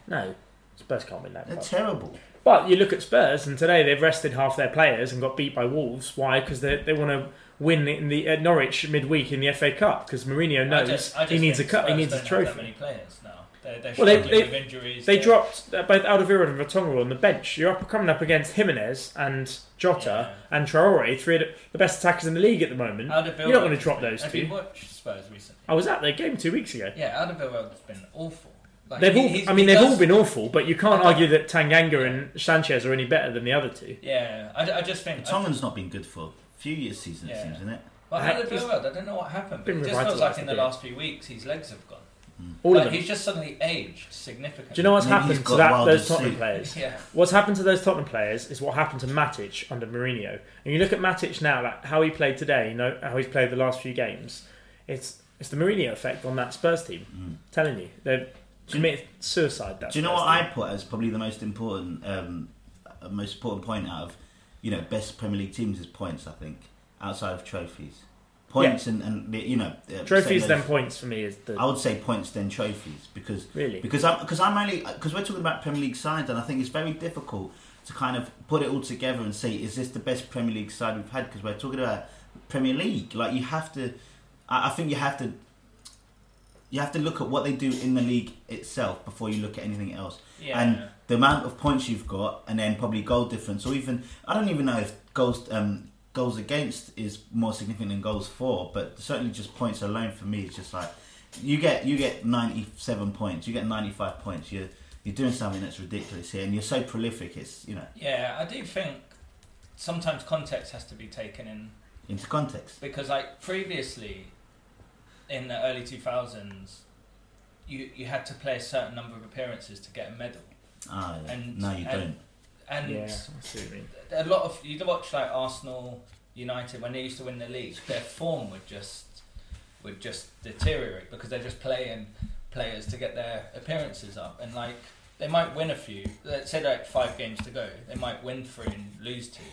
Speaker 2: no, Spurs can't win that.
Speaker 3: They're
Speaker 2: cup.
Speaker 3: terrible.
Speaker 2: But you look at Spurs, and today they've rested half their players and got beat by Wolves. Why? Because they they want to win in the at Norwich midweek in the FA Cup. Because Mourinho
Speaker 1: I
Speaker 2: knows
Speaker 1: just, I just
Speaker 2: he needs a
Speaker 1: think
Speaker 2: cup. He
Speaker 1: Spurs
Speaker 2: needs a
Speaker 1: don't have that
Speaker 2: trophy.
Speaker 1: many players now. They're, they're
Speaker 2: Well, they-
Speaker 1: struggling
Speaker 2: they-
Speaker 1: with injuries.
Speaker 2: They
Speaker 1: they're-
Speaker 2: dropped uh, both Alderweireld and Vertonghen on the bench. You're up, coming up against Jimenez and Jota and Traore, three of the- the best attackers in the league at the moment.
Speaker 1: Alderweireld-
Speaker 2: You're not going to drop those
Speaker 1: Have
Speaker 2: two.
Speaker 1: you watched Spurs recently?
Speaker 2: I was at their game two weeks ago.
Speaker 1: Yeah, Alderweireld has been awful. Like,
Speaker 2: they've
Speaker 1: he-
Speaker 2: all,
Speaker 1: he's-
Speaker 2: I mean,
Speaker 1: he
Speaker 2: they've
Speaker 1: does-
Speaker 2: all been awful, but you can't argue that Tanganga and Sanchez are any better than the other two.
Speaker 1: Yeah, I, I just think. I,
Speaker 3: Tongan's not been good for a few years season it
Speaker 1: Yeah.
Speaker 3: seems, isn't it?
Speaker 1: well,
Speaker 2: I-
Speaker 1: Alderweireld, I don't know what happened, but
Speaker 2: Been
Speaker 1: it just feels
Speaker 2: revitalised
Speaker 1: like in
Speaker 2: a
Speaker 1: the
Speaker 2: bit.
Speaker 1: last few weeks his legs have gone.
Speaker 2: All
Speaker 1: like,
Speaker 2: of them.
Speaker 1: He's just suddenly aged significantly.
Speaker 2: Do you know what's
Speaker 3: Maybe he's
Speaker 2: happened to
Speaker 3: got
Speaker 2: that,
Speaker 3: wilder
Speaker 2: those Tottenham
Speaker 3: suit.
Speaker 2: players?
Speaker 1: Yeah.
Speaker 2: What's happened to those Tottenham players is what happened to Matic under Mourinho. And you look at Matic now, like how he played today, you know, how he's played the last few games. It's it's the Mourinho effect on that Spurs team. telling you, they've committed suicide. That
Speaker 3: Mm. Do you know
Speaker 2: Spurs
Speaker 3: what
Speaker 2: team.
Speaker 3: I put as probably the most important, um, uh, most important point out of you know best Premier League teams is points. I think outside of trophies, points and, and the- you know uh,
Speaker 2: Trophies
Speaker 3: say
Speaker 2: then
Speaker 3: those-
Speaker 2: points for me is the
Speaker 3: I would say points then trophies because
Speaker 2: Really?
Speaker 3: because I'm because I'm only because we're talking about Premier League sides and I think it's very difficult to kind of put it all together and say is this the best Premier League side we've had because we're talking about Premier League like you have to I, I think you have to you have to look at what they do in the league itself before you look at anything else
Speaker 1: Yeah.
Speaker 3: and the amount of points you've got, and then probably goal difference, or even I don't even know if goals um, goals against is more significant than goals for, but certainly just points alone for me is just like you get you get ninety seven points, you get ninety five points, you're you're doing something that's ridiculous here, and you're so prolific. It's you know
Speaker 1: Yeah, I do think sometimes context has to be taken in
Speaker 3: into context.
Speaker 1: because like previously in the early 2000s you you had to play a certain number of appearances to get a medal
Speaker 3: Ah, yeah.
Speaker 1: And-
Speaker 3: no, you
Speaker 1: and-
Speaker 3: don't.
Speaker 1: and
Speaker 2: yeah, I see what you mean.
Speaker 1: a lot of you watch like Arsenal, United when they used to win the league, their form would just would just deteriorate because they're just playing players to get their appearances up and like they might win a few. Let's say like five games to go, they might win three and lose two,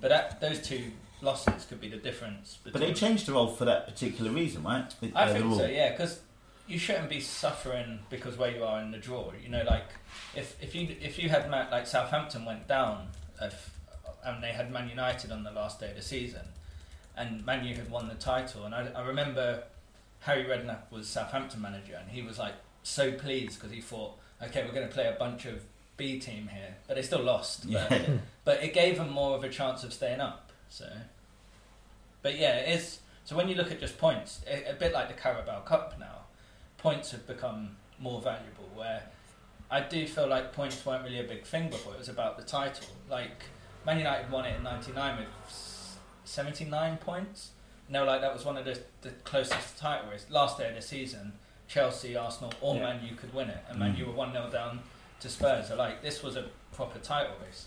Speaker 1: but that, those two losses could be the difference.
Speaker 3: But they
Speaker 1: between-
Speaker 3: changed the role for that particular reason, right? The-
Speaker 1: I
Speaker 3: uh, the
Speaker 1: think
Speaker 3: rule.
Speaker 1: so, yeah, because you shouldn't be suffering because where you are in the draw. You know, like if if you if you had Man- like Southampton went down, if, and they had Man United on the last day of the season, and Man U had won the title, and I, I remember Harry Redknapp was Southampton manager, and he was like so pleased because he thought, okay, we're going to play a bunch of B team here, but they still lost.
Speaker 3: Yeah.
Speaker 1: But, but it gave them more of a chance of staying up. So, but yeah, it is. So when you look at just points, a, a bit like the Carabao Cup now, points have become more valuable. Where I do feel like points weren't really a big thing before. It was about the title. Like Man United won it in '99 with s- 79 points. And they were like that was one of the, the closest title race. Last day of the season, Chelsea, Arsenal, or
Speaker 2: Yeah.
Speaker 1: Man U could win it, and Man
Speaker 3: Mm.
Speaker 1: U were one 0 down to Spurs. So like this was a proper title race.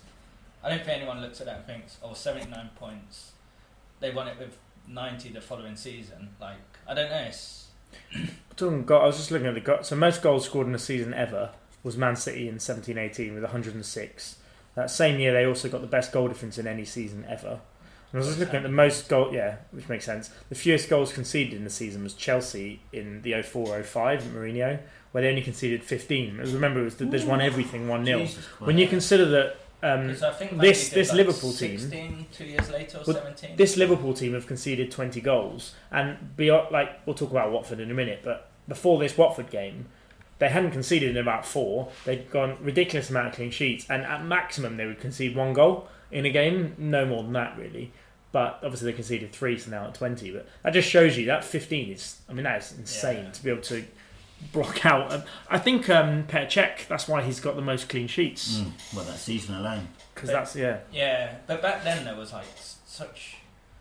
Speaker 1: I don't think anyone looks at that and thinks, oh, 79 points. They won it with 90 the following season. Like, I don't know. It's,
Speaker 2: Talking of goal, I was just looking at the goal. So most goals scored in a season ever was Man City in 17-18 with 106. That same year, they also got the best goal difference in any season ever. And I was just looking at the most goal, yeah, which makes sense. The fewest goals conceded in the season was Chelsea in the 04-05 at Mourinho, where they only conceded 15. It was- Remember, it was the, they just won everything one 0
Speaker 3: Jesus Christ.
Speaker 2: When you consider that um,
Speaker 1: because I think
Speaker 2: this-
Speaker 1: Mandy did,
Speaker 2: this
Speaker 1: like,
Speaker 2: Liverpool team-
Speaker 1: 16, two years later or
Speaker 2: Well,
Speaker 1: 17.
Speaker 2: this Liverpool team have conceded 20 goals, and beyond, like we'll talk about Watford in a minute, but before this Watford game, they hadn't conceded in about four. They'd gone ridiculous amount of clean sheets, and at maximum they would concede one goal in a game, no more than that really. But obviously they conceded three, so now at 20. But that just shows you that 15 is, I mean, that is insane
Speaker 1: Yeah.
Speaker 2: to be able to block out. Um, I think um, Petr Cech, that's why he's got the most clean sheets
Speaker 3: Mm, well, that season alone.
Speaker 2: because that's yeah.
Speaker 1: Yeah, but back then there was like s- such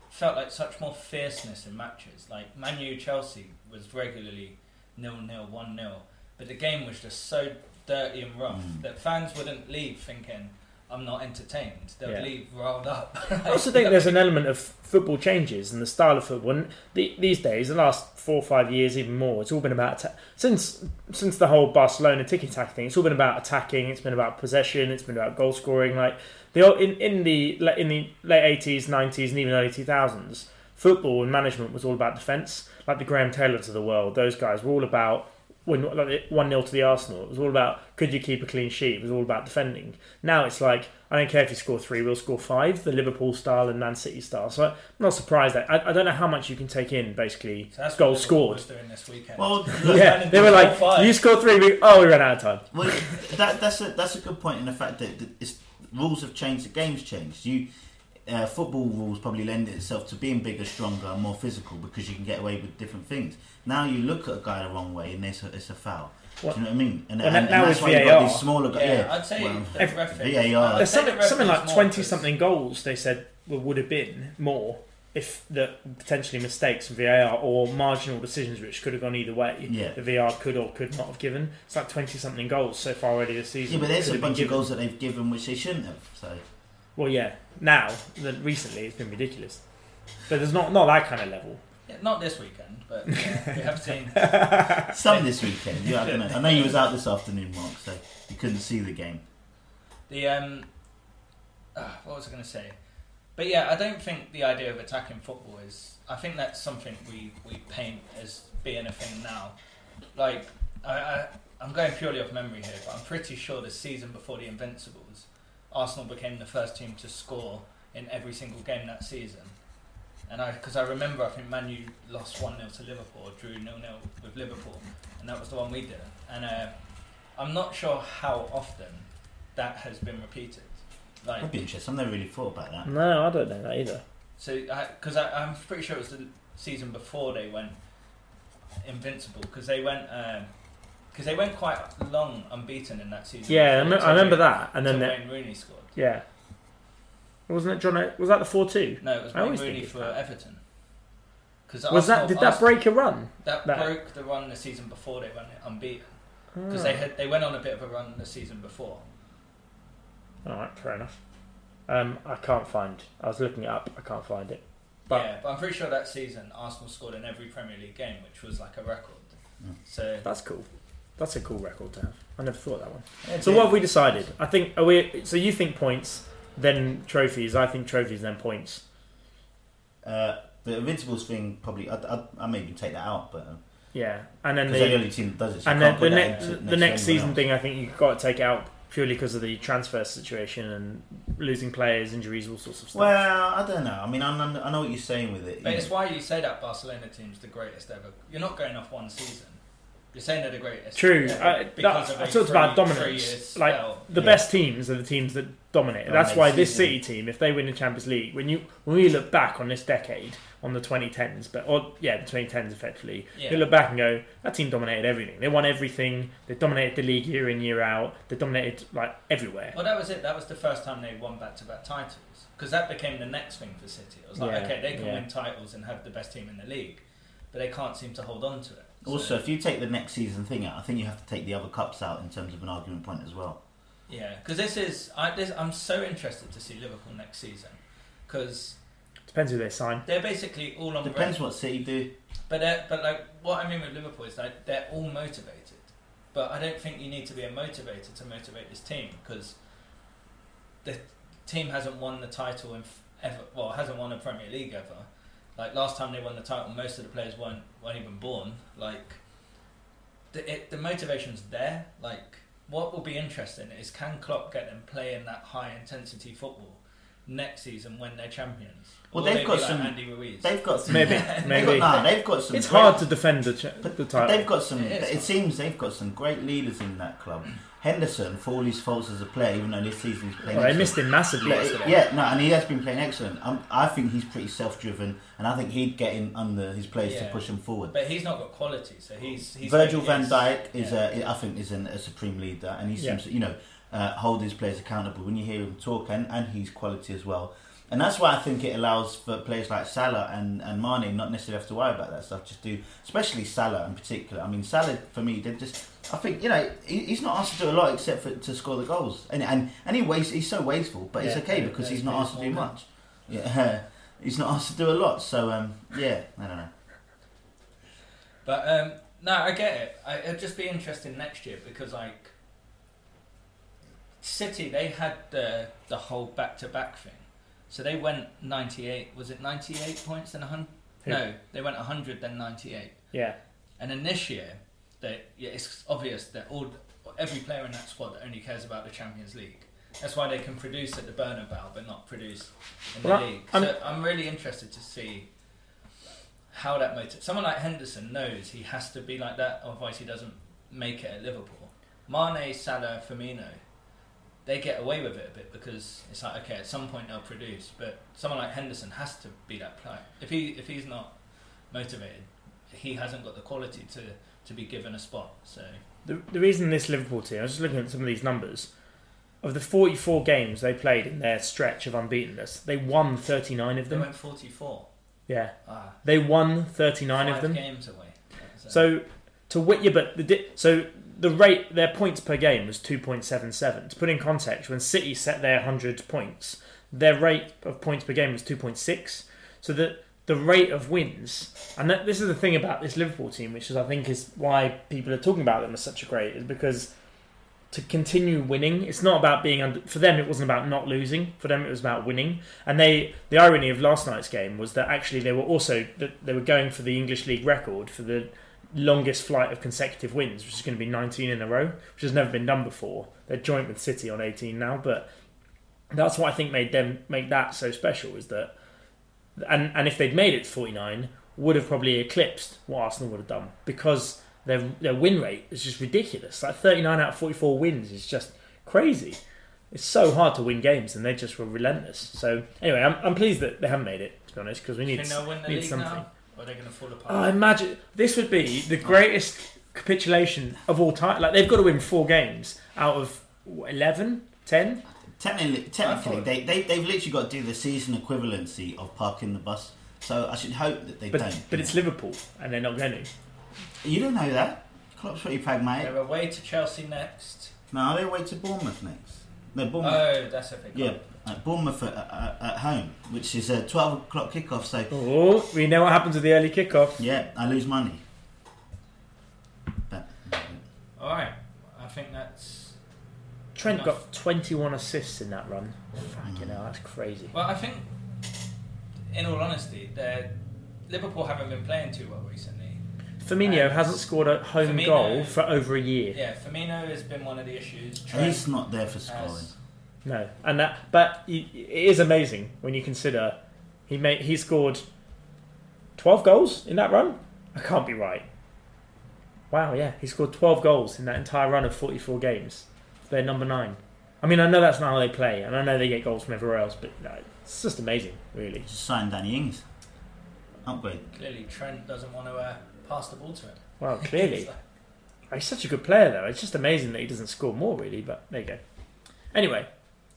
Speaker 1: felt like such more fierceness in matches. Like Manu Chelsea was regularly nil nil one nil, but the game was just so dirty and rough
Speaker 3: Mm.
Speaker 1: that fans wouldn't leave thinking I'm not entertained. They'd
Speaker 2: Yeah.
Speaker 1: leave riled up.
Speaker 2: I also think there's an element of football changes and the style of football. And the, these days, the last four or five years, even more, it's all been about atta- since since the whole Barcelona tiki taka thing. It's all been about attacking. It's been about possession. It's been about goal scoring. Like the old, in in the le- in the late eighties, nineties, and even early two thousands, football and management was all about defence. Like the Graham Taylors of the world, those guys were all about. When, like one 0 to the Arsenal, it was all about could you keep a clean sheet. It was all about defending. Now it's like I don't care if you score three, we'll score five. The Liverpool style and Man City style. So I'm not surprised. That, I, I don't know how much you can take in. Basically,
Speaker 1: So that's what
Speaker 2: goals
Speaker 1: Liverpool
Speaker 2: scored.
Speaker 1: was doing this weekend.
Speaker 3: Well, look,
Speaker 2: Yeah, they were like,
Speaker 1: Five.
Speaker 2: you scored three. We, oh, we ran out of time.
Speaker 3: well, that, that's a that's a good point in the fact that that it's, rules have changed, the game's changed. You uh, football rules probably lend itself to being bigger, stronger, and more physical because you can get away with different things. Now you look at a guy the wrong way and it's a, it's a foul.
Speaker 2: What-
Speaker 3: Do you know what I mean? And,
Speaker 2: Well,
Speaker 3: and,
Speaker 2: that- that
Speaker 3: and
Speaker 2: was
Speaker 3: that's why you got
Speaker 2: VAR.
Speaker 3: these smaller guys.
Speaker 1: yeah,
Speaker 3: Yeah,
Speaker 1: I'd say
Speaker 3: well,
Speaker 1: the
Speaker 2: every-
Speaker 1: ref.
Speaker 3: VAR.
Speaker 1: I'd
Speaker 2: There's
Speaker 1: say the
Speaker 2: something,
Speaker 1: ref
Speaker 2: something
Speaker 1: is
Speaker 2: like
Speaker 1: more
Speaker 2: 20
Speaker 1: because-
Speaker 2: something goals they said well, would have been more if the potentially mistakes from VAR or marginal decisions which could have gone either way,
Speaker 3: Yeah.
Speaker 2: the VAR could or could not have given. It's like 20 something goals so far already this season.
Speaker 3: yeah, but
Speaker 2: Could
Speaker 3: there's a
Speaker 2: have been
Speaker 3: bunch of
Speaker 2: given.
Speaker 3: goals that they've given which they shouldn't have. So
Speaker 2: Well, yeah, now, that recently, it's been ridiculous. But there's not, not that kind of level.
Speaker 1: Yeah, not this weekend, but yeah, we have seen.
Speaker 3: some this weekend. Yeah, I don't know. I know you was out this afternoon, Mark, so you couldn't see the game.
Speaker 1: The um, ah, what was I going to say? But yeah, I don't think the idea of attacking football is. I think that's something we we paint as being a thing now. Like I, I I'm going purely off memory here, but I'm pretty sure the season before the Invincibles, Arsenal became the first team to score in every single game that season. And I, because I remember, I think Manu lost one 0 to Liverpool, or drew nil 0 with Liverpool, and that was the one we did. And uh, I'm not sure how often that has been repeated. Like
Speaker 3: I'd be interested. I've never really thought about that.
Speaker 2: No, I don't know that either.
Speaker 1: so, because I, I'm pretty sure it was the season before they went invincible, because they went because they went quite long unbeaten in that season.
Speaker 2: Yeah, I, rem- I remember that. And then,
Speaker 1: And
Speaker 2: the,
Speaker 1: then Wayne Rooney scored.
Speaker 2: yeah. Wasn't it John? O- Was that the 4 2?
Speaker 1: No, it was
Speaker 2: I
Speaker 1: Wayne
Speaker 2: always
Speaker 1: Rooney
Speaker 2: think it's
Speaker 1: for
Speaker 2: that.
Speaker 1: Everton. Cause
Speaker 2: Was that
Speaker 1: Arsenal-
Speaker 2: did that
Speaker 1: Arsenal-
Speaker 2: break a run?
Speaker 1: that,
Speaker 2: that-
Speaker 1: broke the run the season before they went unbeaten because
Speaker 2: Ah.
Speaker 1: they had they went on a bit of a run the season before.
Speaker 2: All right, Ah. fair enough. Um, I can't find. I was looking it up. I can't find it. But-
Speaker 1: yeah, but I'm pretty sure that season Arsenal scored in every Premier League game, which was like a record.
Speaker 3: Mm.
Speaker 1: So
Speaker 2: That's cool. That's a cool record to have. I never thought of that one.
Speaker 3: Yeah,
Speaker 2: So
Speaker 3: but-
Speaker 2: what have we decided? I think are we. So you think points, then trophies. I think trophies, then points.
Speaker 3: Uh, the Invincibles thing probably I, I, I may even take that out, but uh,
Speaker 2: Yeah, and then
Speaker 3: because they're the
Speaker 2: the
Speaker 3: only team that does it. So
Speaker 2: and
Speaker 3: you
Speaker 2: then
Speaker 3: can't
Speaker 2: the,
Speaker 3: put
Speaker 2: ne-
Speaker 3: that into
Speaker 2: the next
Speaker 3: to anyone
Speaker 2: season
Speaker 3: else.
Speaker 2: thing. I think you've got to take out purely because of the transfer situation and losing players, injuries, all sorts of stuff.
Speaker 3: Well, I don't know. I mean, I know, I know what you're saying with it.
Speaker 1: But
Speaker 3: you
Speaker 1: it's
Speaker 3: know.
Speaker 1: why you say that Barcelona team's the greatest ever. You're not going off one season. You're saying they're the greatest.
Speaker 2: True.
Speaker 1: ever
Speaker 2: I-
Speaker 1: because
Speaker 2: that-
Speaker 1: of
Speaker 2: I
Speaker 1: a
Speaker 2: talked about
Speaker 1: three-
Speaker 2: dominance.
Speaker 1: three-year
Speaker 2: Like,
Speaker 1: spell.
Speaker 2: The
Speaker 3: Yeah.
Speaker 2: best teams are the teams that dominate. That's
Speaker 3: Dominate
Speaker 2: why this
Speaker 3: season.
Speaker 2: City team, if they win the Champions League, when you when we look back on this decade, on the 2010s, but or yeah, the 2010s effectively,
Speaker 1: Yeah.
Speaker 2: you look back and go, that team dominated everything. They won everything. They dominated the league year in year out. They dominated like everywhere.
Speaker 1: Well, that was it. That was the first time they won back-to-back titles because that became the next thing for City. It was like,
Speaker 2: Yeah,
Speaker 1: okay, they can
Speaker 2: yeah.
Speaker 1: win titles and have the best team in the league, but they can't seem to hold on to it. So-
Speaker 3: Also, if you take the next season thing out, I think you have to take the other cups out in terms of an argument point as well.
Speaker 1: Yeah, because this is I, this, I'm so interested to see Liverpool next season because
Speaker 2: Depends who they sign.
Speaker 1: they're basically all on the
Speaker 3: Depends what City do.
Speaker 1: But they're- but like what I mean with Liverpool is like they're all motivated, but I don't think you need to be a motivator to motivate this team because the team hasn't won the title in f- ever. Well, hasn't won a Premier League ever. Like last time they won the title, most of the players weren't weren't even born. Like the it, the motivation's there. Like what will be interesting is can Klopp get them playing that high intensity football next season when they're champions?
Speaker 3: Well,
Speaker 1: Or
Speaker 3: they've
Speaker 1: they be
Speaker 3: got
Speaker 1: like
Speaker 3: some-
Speaker 1: Andy Ruiz.
Speaker 3: They've got some.
Speaker 2: Maybe,
Speaker 3: They've
Speaker 2: maybe.
Speaker 3: got, nah, they've got some.
Speaker 2: It's
Speaker 3: great-
Speaker 2: hard to defend the, ch-
Speaker 3: But-
Speaker 2: the
Speaker 3: But
Speaker 2: title.
Speaker 3: they've got some.
Speaker 1: It is
Speaker 3: It,
Speaker 1: hard.
Speaker 3: seems they've got some great leaders in that club. Henderson, for all his faults as a player, even though this season he's playing.
Speaker 2: Well, they
Speaker 3: excellent.
Speaker 2: missed him massively
Speaker 3: Yeah,
Speaker 2: yesterday.
Speaker 3: yeah, no, and he has been playing excellent. Um, I think he's pretty self-driven, and I think he'd get in under his players to
Speaker 1: Yeah.
Speaker 3: push him forward.
Speaker 1: But he's not got quality, so he's, he's
Speaker 3: Virgil
Speaker 1: he's-
Speaker 3: van Dijk is,
Speaker 1: yeah.
Speaker 3: a, I think, is an, a supreme leader, and he
Speaker 2: Yeah.
Speaker 3: seems, to, you know, uh, hold his players accountable. When you hear him talk, and, and he's quality as well, and that's why I think it allows for players like Salah and and Mane not necessarily have to worry about that stuff. Just do, especially Salah in particular. I mean, Salah for me, they just, I think, you know, he, he's not asked to do a lot except for to score the goals, and and and he waste, he's so wasteful, but it's
Speaker 2: Yeah,
Speaker 3: okay
Speaker 1: yeah,
Speaker 3: because
Speaker 1: yeah,
Speaker 3: he's
Speaker 1: he's
Speaker 3: not
Speaker 1: pretty
Speaker 3: asked to do
Speaker 1: small,
Speaker 3: much. Yeah. He's not asked to do a lot, so um, yeah, I don't know.
Speaker 1: But um, no, I get it. I, it'd just be interesting next year because like City, they had the the whole back to back thing, so they went ninety eight. Was it ninety eight points then hundred?
Speaker 2: Who?
Speaker 1: No, they went hundred then ninety eight,
Speaker 2: Yeah.
Speaker 1: and then this year, they yeah, it's obvious that all every player in that squad only cares about the Champions League. That's why they can produce at the Bernabeu but not produce in the
Speaker 2: Well, I-
Speaker 1: league.
Speaker 2: I'm-
Speaker 1: so I'm really interested to see how that motivates. Someone like Henderson knows he has to be like that, otherwise he doesn't make it at Liverpool. Mane, Salah, Firmino, they get away with it a bit because it's like okay, at some point they'll produce, but someone like Henderson has to be that player. If he if he's not motivated, he hasn't got the quality to to be given a spot. So
Speaker 2: The, the reason this Liverpool team, I was just looking at some of these numbers. Of the 44 games they played in their stretch of unbeatenness, they won 39 of
Speaker 1: they
Speaker 2: them.
Speaker 1: went forty four.
Speaker 2: Yeah,
Speaker 1: Ah,
Speaker 2: they won 39
Speaker 1: five
Speaker 2: of them.
Speaker 1: games away.
Speaker 2: So to wit, yeah, but the di- so the rate their points per game was 2.77. To put in context, when City set their 100 points, their rate of points per game was 2.6. So the the rate of wins, and that, this is the thing about this Liverpool team, which is I think is why people are talking about them as such a great, is because to continue winning, it's not about being under. For them, it wasn't about not losing. For them, it was about winning. And they, the irony of last night's game was that actually they were also that they were going for the English league record for the longest flight of consecutive wins, which is going to be 19 in a row, which has never been done before. They're joint with City on 18 now, but that's what I think made them make that so special is that, and and if they'd made it to 49, would have probably eclipsed what Arsenal would have done because their their win rate is just ridiculous. Like 39 out of 44 wins is just crazy. It's so hard to win games, and they just were relentless. So anyway, I'm, I'm pleased that they haven't made it. To be honest, because we
Speaker 1: Do you
Speaker 2: need
Speaker 1: think they'll win the
Speaker 2: need
Speaker 1: league
Speaker 2: something.
Speaker 1: now, or are they going to fall apart?
Speaker 2: Oh,
Speaker 3: Uh,
Speaker 2: imagine this would be the greatest capitulation of all time. Like they've got to win four games out of what, 11, 10?
Speaker 3: Technically, technically
Speaker 1: thought-
Speaker 3: they, they, they've literally got to do the season equivalency of parking the bus. So I should hope that they
Speaker 2: But
Speaker 3: don't.
Speaker 2: but it's Liverpool, and they're not going to.
Speaker 3: You don't know that. Klopp's pretty pragmatic.
Speaker 1: They're away to Chelsea next.
Speaker 3: No, they wait to Bournemouth next. No, Bournemouth.
Speaker 1: Oh, that's a big
Speaker 3: yeah,
Speaker 1: one.
Speaker 3: uh, Bournemouth at, at, at home, which is a 12 o'clock kickoff. So,
Speaker 2: Oh, we know what happens with the early kickoff.
Speaker 3: yeah, I lose money. But,
Speaker 1: All right, I think that's.
Speaker 2: Trent
Speaker 1: Enough.
Speaker 2: got 21 assists in that run.
Speaker 3: Mm.
Speaker 2: Fucking hell, that's crazy.
Speaker 1: Well, I think, in all honesty, they're- Liverpool haven't been playing too well recently.
Speaker 2: Firmino
Speaker 3: Uh,
Speaker 1: And-
Speaker 2: hasn't scored a home
Speaker 1: Firmino-
Speaker 2: goal for over a year.
Speaker 1: Yeah, Firmino has been one of the issues.
Speaker 3: he's not there for scoring.
Speaker 1: has-
Speaker 2: No, and that but y- it is amazing when you consider he made he scored 12 goals in that run. I can't be right. Wow, yeah, he scored 12 goals in that entire run of 44 games. They're number nine. I mean, I know that's not how they play, and I know they get goals from everywhere else, but no, it's just amazing, really.
Speaker 3: Just sign Danny Ings. Upgrade.
Speaker 1: clearly, Trent doesn't want to uh, pass the ball to him.
Speaker 2: Wow, clearly.
Speaker 1: It's like-
Speaker 2: He's such a good player, though. It's just amazing that he doesn't score more, really, but there you go. Anyway,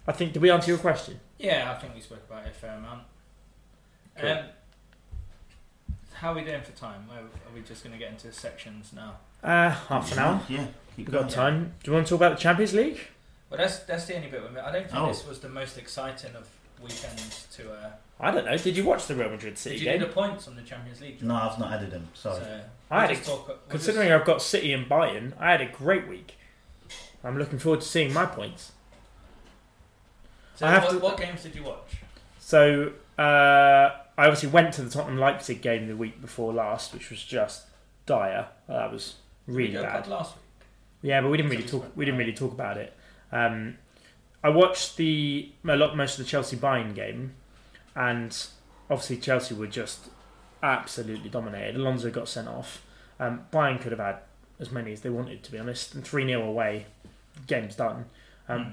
Speaker 2: I think, did we answer your question?
Speaker 1: yeah, I think we spoke about it a fair amount.
Speaker 2: Cool.
Speaker 1: Um, how are we doing for time? Are are we just going to get into sections now?
Speaker 2: Uh, half an hour.
Speaker 3: Yeah, keep
Speaker 2: We've
Speaker 3: going.
Speaker 2: got time. Do you want to talk about the Champions League?
Speaker 1: Well, that's that's the only bit with it. I don't think
Speaker 3: Oh.
Speaker 1: this was the most exciting of weekends to. Uh,
Speaker 2: I don't know. Did you watch the Real Madrid
Speaker 1: did
Speaker 2: City
Speaker 1: you do
Speaker 2: game?
Speaker 1: the points on the Champions League?
Speaker 3: No, I've not added them. Sorry.
Speaker 1: So
Speaker 2: I had
Speaker 1: we'll
Speaker 2: a-
Speaker 1: just talk, we'll just-
Speaker 2: Considering I've got City and Bayern, I had a great week. I'm looking forward to seeing my points.
Speaker 1: so
Speaker 2: I have
Speaker 1: what,
Speaker 2: to-
Speaker 1: what games did you watch?
Speaker 2: So uh, I obviously went to the Tottenham Leipzig game the week before last, which was just dire. That was really
Speaker 1: We did a
Speaker 2: bad.
Speaker 1: pod last week.
Speaker 2: Yeah, but we didn't really
Speaker 1: Something's
Speaker 2: talk.
Speaker 1: went
Speaker 2: We didn't
Speaker 1: wrong.
Speaker 2: really talk about it. Um, I watched the a lot most of the Chelsea Bayern game, and obviously Chelsea were just absolutely dominated. Alonso got sent off. Um, Bayern could have had as many as they wanted, to be honest. And three 0 away, game's done. Um,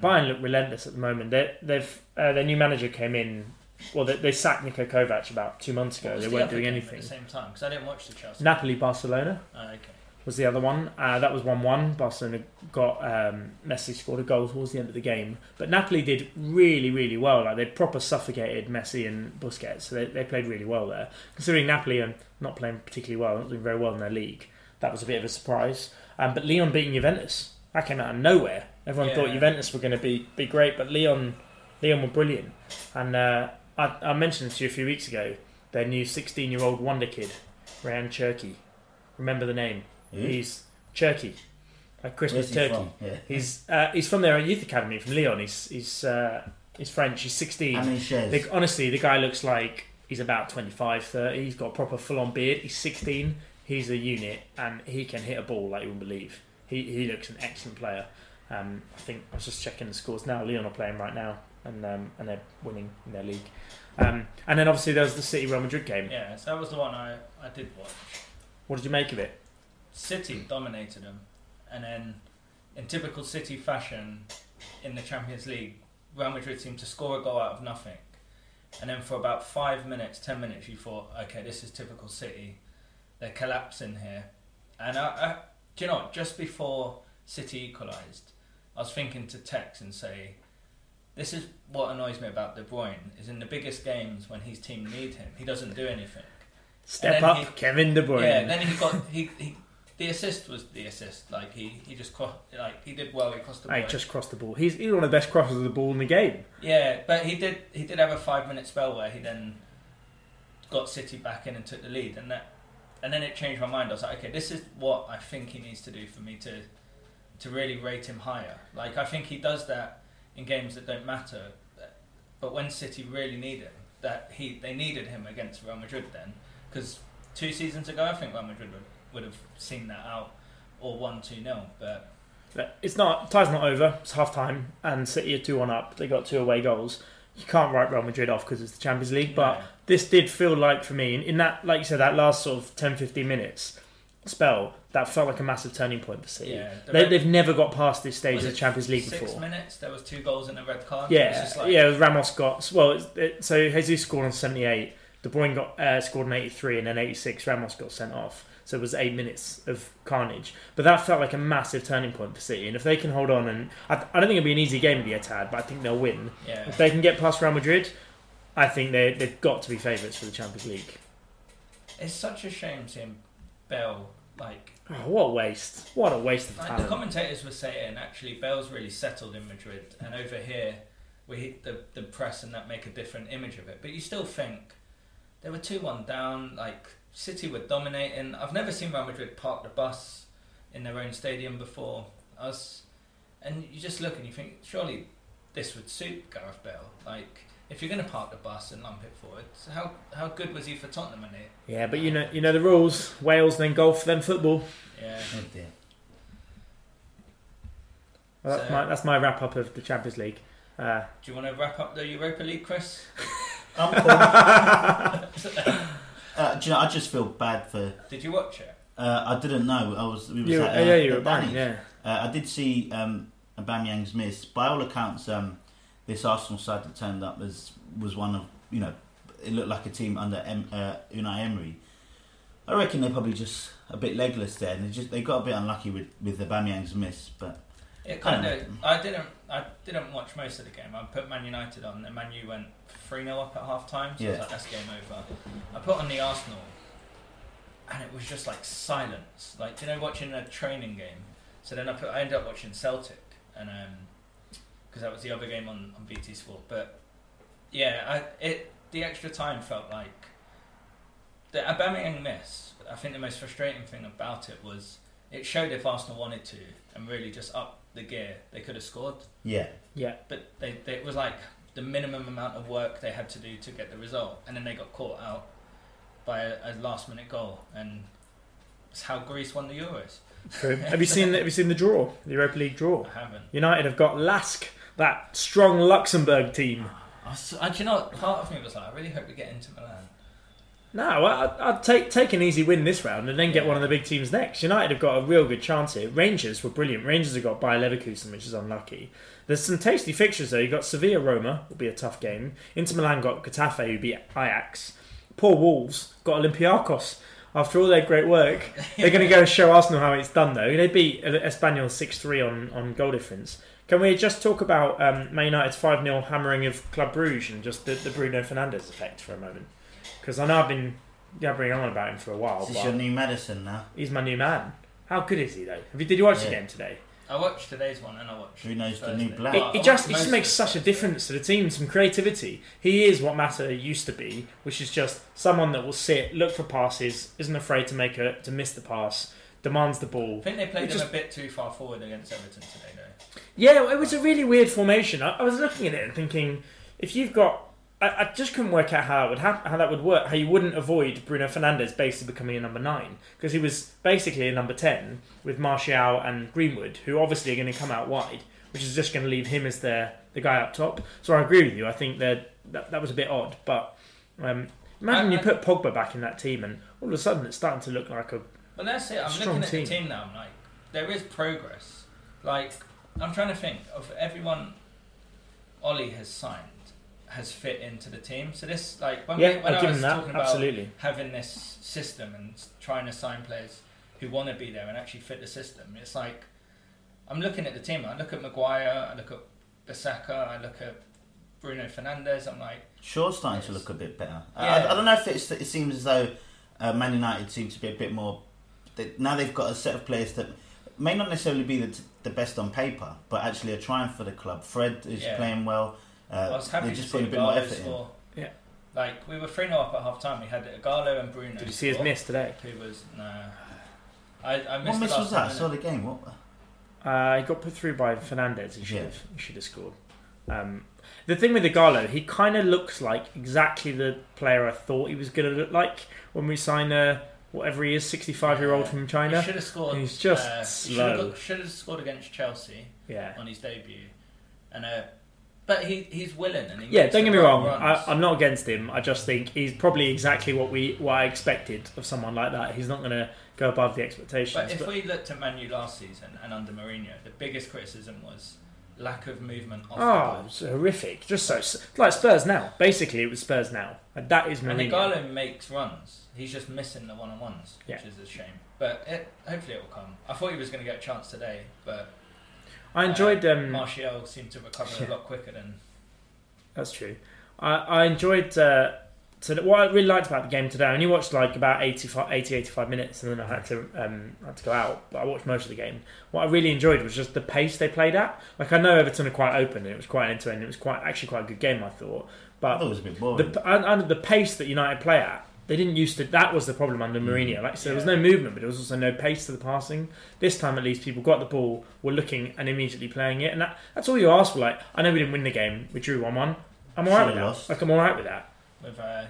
Speaker 1: Mm.
Speaker 2: Bayern look relentless at the moment. They, they've uh, their new manager came in. Well, they, they sacked Niko Kovac about two months
Speaker 1: What
Speaker 2: ago.
Speaker 1: was
Speaker 2: They
Speaker 1: the
Speaker 2: weren't
Speaker 1: other
Speaker 2: doing
Speaker 1: game
Speaker 2: anything.
Speaker 1: at the same time because I didn't watch the Chelsea.
Speaker 2: Napoli Barcelona
Speaker 1: Oh, okay.
Speaker 2: was the other one. Uh, that was 1 1. Barcelona got um, Messi scored a goal towards the end of the game. But Napoli did really, really well. Like They proper suffocated Messi and Busquets. So they, they played really well there. Considering Napoli are not playing particularly well, not doing very well in their league, that was a bit of a surprise. Um, but Leon beating Juventus. That came out of nowhere. Everyone thought
Speaker 1: Yeah.
Speaker 2: Juventus were going to be, be great, but Leon Leon were brilliant. And uh, I, I mentioned to you a few weeks ago their new 16 year old wonder kid, Ryan Cherky. Remember the name?
Speaker 3: Who?
Speaker 2: He's Turkey, like Christmas
Speaker 3: Where's
Speaker 2: turkey.
Speaker 3: he from? Yeah.
Speaker 2: He's uh, he's from their youth academy from Lyon. He's he's uh, he's French. He's
Speaker 3: How
Speaker 2: 16.
Speaker 3: many shares?
Speaker 2: The, honestly, the guy looks like he's about 25, 30. He's got a proper full on beard. He's 16. He's a unit, and he can hit a ball like you wouldn't believe. He he looks an excellent player. Um, I think I was just checking the scores now. Lyon are playing right now, and um, and they're winning in their league. Um, and then obviously there was the City Real Madrid game.
Speaker 1: Yeah, so that was the one I, I did watch.
Speaker 2: What did you make of it?
Speaker 1: City dominated them, and then in typical City fashion, in the Champions League, Real Madrid seemed to score a goal out of nothing, and then for about five minutes, ten minutes, you thought, okay, this is typical City, they're collapsing here, and I, I do you know what? just before City equalised, I was thinking to text and say. This is what annoys me about De Bruyne is in the biggest games when his team need him, he doesn't do anything.
Speaker 2: Step
Speaker 1: then
Speaker 2: up,
Speaker 1: he-
Speaker 2: Kevin De Bruyne.
Speaker 1: Yeah, then he got he, he the assist was the assist. Like he he just crossed like he did well. He crossed the ball.
Speaker 2: I just crossed the ball. He's, he's one of the best crossers of the ball in the game.
Speaker 1: Yeah, but he did he did have a five minute spell where he then got City back in and took the lead, and that and then it changed my mind. I was like, okay, this is what I think he needs to do for me to to really rate him higher. Like I think he does that in games that don't matter, but when City really need him, that he they needed him against Real Madrid then because two seasons ago I think Real Madrid would, would have seen that out or won two 0 but
Speaker 2: But It's not tie's not over. It's half time, and City are two one up. They got two away goals. You can't write Real Madrid off because it's the Champions League. But
Speaker 1: no.
Speaker 2: this did feel like for me in, in that, like you said, that last sort of 10, 15 minutes spell that felt like a massive turning point for City.
Speaker 1: yeah, the
Speaker 2: They,
Speaker 1: Red-
Speaker 2: they've never got past this stage
Speaker 1: Was
Speaker 2: of
Speaker 1: it
Speaker 2: the Champions League
Speaker 1: six
Speaker 2: before.
Speaker 1: minutes. There was two goals and a red card. It was
Speaker 2: Yeah,
Speaker 1: just like,
Speaker 2: yeah. Ramos got well. It's, it, so Jesus scored on seventy eight. De Bruyne got uh, scored in eighty three, and then eighty six. Ramos got sent off. So it was eight minutes of carnage. But that felt like a massive turning point for City. And if they can hold on, and I, I don't think it'll be an easy game with the Etihad, but I think they'll win.
Speaker 1: yeah.
Speaker 2: If they can get past Real Madrid, I think they they've got to be favourites for the Champions League.
Speaker 1: It's such a shame seeing Bell like.
Speaker 2: Oh, what a waste! What a waste of
Speaker 1: like the
Speaker 2: talent.
Speaker 1: commentators were saying actually Bell's really settled in Madrid, and over here we hit the the press and that make a different image of it. But you still think they were two one down. Like City were dominating. I've never seen Real Madrid park the bus in their own stadium before us, and you just look and you think surely this would suit Gareth Bell. Like if you're going to park the bus and lump it forward, so how how good was he for Tottenham in it?
Speaker 2: yeah, but you know you know the rules: Wales, then golf, then football.
Speaker 1: Yeah.
Speaker 3: Oh dear.
Speaker 2: Well, that's
Speaker 1: So-
Speaker 2: my that's my wrap up of the Champions League. Uh,
Speaker 1: Do you want to wrap up the Europa League, Chris?
Speaker 3: I'm cool. uh, do you know, I just feel bad for.
Speaker 1: Did you watch it?
Speaker 3: Uh, I didn't know. I was. We was
Speaker 2: You-
Speaker 3: at, uh,
Speaker 2: yeah, you were
Speaker 3: at
Speaker 2: banned,
Speaker 3: Danny's.
Speaker 2: yeah.
Speaker 3: Uh, I did see um, Aubameyang's miss. By all accounts, um, this Arsenal side that turned up was was one of you know it looked like a team under em- uh, Unai Emery. I reckon they're probably just a bit legless there, and they just they got a bit unlucky with with Aubameyang's miss. But
Speaker 1: It
Speaker 3: I don't
Speaker 1: kind of.
Speaker 3: know.
Speaker 1: I didn't. I didn't watch most of the game. I put Man United on, and Man U went three 0 up at half time. So I was
Speaker 3: Yeah.
Speaker 1: like, that's game over. I put on the Arsenal, and it was just like silence. Like you know, watching a training game. So then I put. I ended up watching Celtic, and um, because that was the other game on, on BT Sport. But yeah, I, it the extra time felt like the Aubameyang miss. I think the most frustrating thing about it was it showed if Arsenal wanted to and really just up the gear, they could have scored.
Speaker 3: Yeah.
Speaker 1: But they, they, it was like the minimum amount of work they had to do to get the result, and then they got caught out by a, a last minute goal, and it's how Greece won the Euros.
Speaker 2: True. have you seen? Have you seen the draw? The Europa League draw.
Speaker 1: I haven't.
Speaker 2: United have got Lask, that strong Luxembourg team.
Speaker 1: I, s- I- do you know what? Part of me was like, I really hope we get into Milan.
Speaker 2: No, I- I'd take take an easy win this round and then get one of the big teams next. United have got a real good chance here. Rangers were brilliant. Rangers have got Bayer Leverkusen, which is unlucky. There's some tasty fixtures though. You've got Sevilla Roma, will be a tough game. Inter Milan got Getafe, who beat Ajax. Poor Wolves got Olympiacos. After all their great work, they're going to go and show Arsenal how it's done though. They beat Espanyol 6 3 on, on goal difference. Can we just talk about um, Man United's 5 0 hammering of Club Brugge and just the, the Bruno Fernandes effect for a moment? Because I know I've been yabbering on about him for a while,
Speaker 3: Is this
Speaker 2: but
Speaker 3: your new medicine now?
Speaker 2: he's my new man. How good is he though? Have you, did you watch the
Speaker 3: Yeah. Uh,
Speaker 2: game today?
Speaker 1: I watched today's one, and I watched.
Speaker 3: Bruno's the
Speaker 1: Thursday.
Speaker 3: new black.
Speaker 1: But
Speaker 3: It-
Speaker 1: I
Speaker 2: It, it
Speaker 1: watched
Speaker 2: just it
Speaker 1: most
Speaker 2: just
Speaker 1: of
Speaker 2: makes
Speaker 1: it.
Speaker 2: such a difference to the team. Some creativity. He is what Mata used to be, which is just someone that will sit, look for passes, isn't afraid to make a to miss the pass, demands the
Speaker 1: I
Speaker 2: ball.
Speaker 1: think they
Speaker 2: It
Speaker 1: played him
Speaker 2: just-
Speaker 1: a bit too far forward against Everton today, though.
Speaker 2: Yeah, it was a really weird formation. I, I was looking at it and thinking, if you've got, I, I just couldn't work out how it would hap- how that would work. How you wouldn't avoid Bruno Fernandez basically becoming a number nine because he was basically a number ten with Martial and Greenwood, who obviously are going to come out wide, which is just going to leave him as the the guy up top. So I agree with you. I think that that, that was a bit odd, but um, imagine
Speaker 1: I-
Speaker 2: you
Speaker 1: I-
Speaker 2: put Pogba back in that team, and all of a sudden it's starting to look like a
Speaker 1: But that's it. I'm
Speaker 2: Strong
Speaker 1: looking at the
Speaker 2: team.
Speaker 1: team now. I'm like, there is progress. Like, I'm trying to think of everyone Ollie has signed has fit into the team. So this, like, when, we,
Speaker 2: yeah.
Speaker 1: when
Speaker 2: I
Speaker 1: I
Speaker 2: give
Speaker 1: was
Speaker 2: him that
Speaker 1: talking about
Speaker 2: absolutely.
Speaker 1: having this system and s- trying to sign players who want to be there and actually fit the system. It's like I'm looking at the team. I look at Maguire. I look at Bissaka. I look at Bruno Fernandez. I'm like,
Speaker 3: Shaw's starting to look a bit better. I,
Speaker 1: Yeah.
Speaker 3: I, I don't know if it's, it seems as though uh, Man United seem to be a bit more. They, now they've got a set of players that may not necessarily be the, the best on paper, but actually are trying for the club. Fred is
Speaker 1: Yeah.
Speaker 3: playing well. Uh,
Speaker 1: I was happy
Speaker 3: they're
Speaker 1: to
Speaker 3: just
Speaker 1: see
Speaker 3: putting a bit more
Speaker 1: Agallo
Speaker 3: effort in.
Speaker 1: score.
Speaker 2: Yeah.
Speaker 1: Like we were three 0 up at half time. We had Agallo and Bruno.
Speaker 2: Did you see his
Speaker 1: score,
Speaker 2: miss today?
Speaker 1: Who was no. I, I missed
Speaker 3: What
Speaker 1: the
Speaker 3: miss
Speaker 1: last
Speaker 3: was that? I
Speaker 1: minute.
Speaker 3: saw the game. What?
Speaker 2: Uh, he got put through by Fernandez. He should
Speaker 3: Yeah.
Speaker 2: have. He should have scored. Um, the thing with Igalo, he kind of looks like exactly the player I thought he was going to look like when we sign uh, whatever he is, sixty-five-year-old from
Speaker 1: He
Speaker 2: China.
Speaker 1: should have scored.
Speaker 2: He's just
Speaker 1: uh,
Speaker 2: slow.
Speaker 1: Should have scored against Chelsea
Speaker 2: Yeah,
Speaker 1: on his debut, and uh, but he he's willing and he
Speaker 2: yeah.
Speaker 1: makes
Speaker 2: Don't
Speaker 1: the
Speaker 2: get me
Speaker 1: right
Speaker 2: wrong.
Speaker 1: runs.
Speaker 2: I, I'm not against him. I just think he's probably exactly what we what I expected of someone like that. He's not going to go above the expectations.
Speaker 1: But if
Speaker 2: but-
Speaker 1: we looked at Manu last season and under Mourinho, the biggest criticism was lack of movement off
Speaker 2: Oh,
Speaker 1: the
Speaker 2: it's horrific! Just so like Spurs now. Basically, it was Spurs now. Like, that is
Speaker 1: ball. And
Speaker 2: Mourinho.
Speaker 1: Igalo makes runs. He's just missing the one on ones, which
Speaker 2: Yeah.
Speaker 1: is a shame. But it, hopefully it will come. I thought he was going to get a chance today, but uh,
Speaker 2: I enjoyed um,
Speaker 1: Martial seemed to recover a lot quicker than.
Speaker 2: That's true. I, I enjoyed uh, to, what I really liked about the game today. I only watched like about 85, 80, 85 minutes, and then I had to um, had to go out. But I watched most of the game. What I really enjoyed was just the pace they played at. Like I know Everton are quite open, and it was quite into end. It was quite actually quite a good game, I thought.
Speaker 3: I
Speaker 2: But
Speaker 3: thought it was a bit boring.
Speaker 2: the and, and the pace that United play at, they didn't used to. That was the problem
Speaker 1: Mm.
Speaker 2: under Mourinho. Like, so there was no movement, but there was also no pace to the passing. This time, at least, people got the ball, were looking, and immediately playing it. And that, that's all you ask for. Like, I know we didn't win the game. We drew one-one. I'm alright
Speaker 3: Should've
Speaker 2: with that.
Speaker 3: lost.
Speaker 2: Like, I'm alright with that.
Speaker 1: With, uh,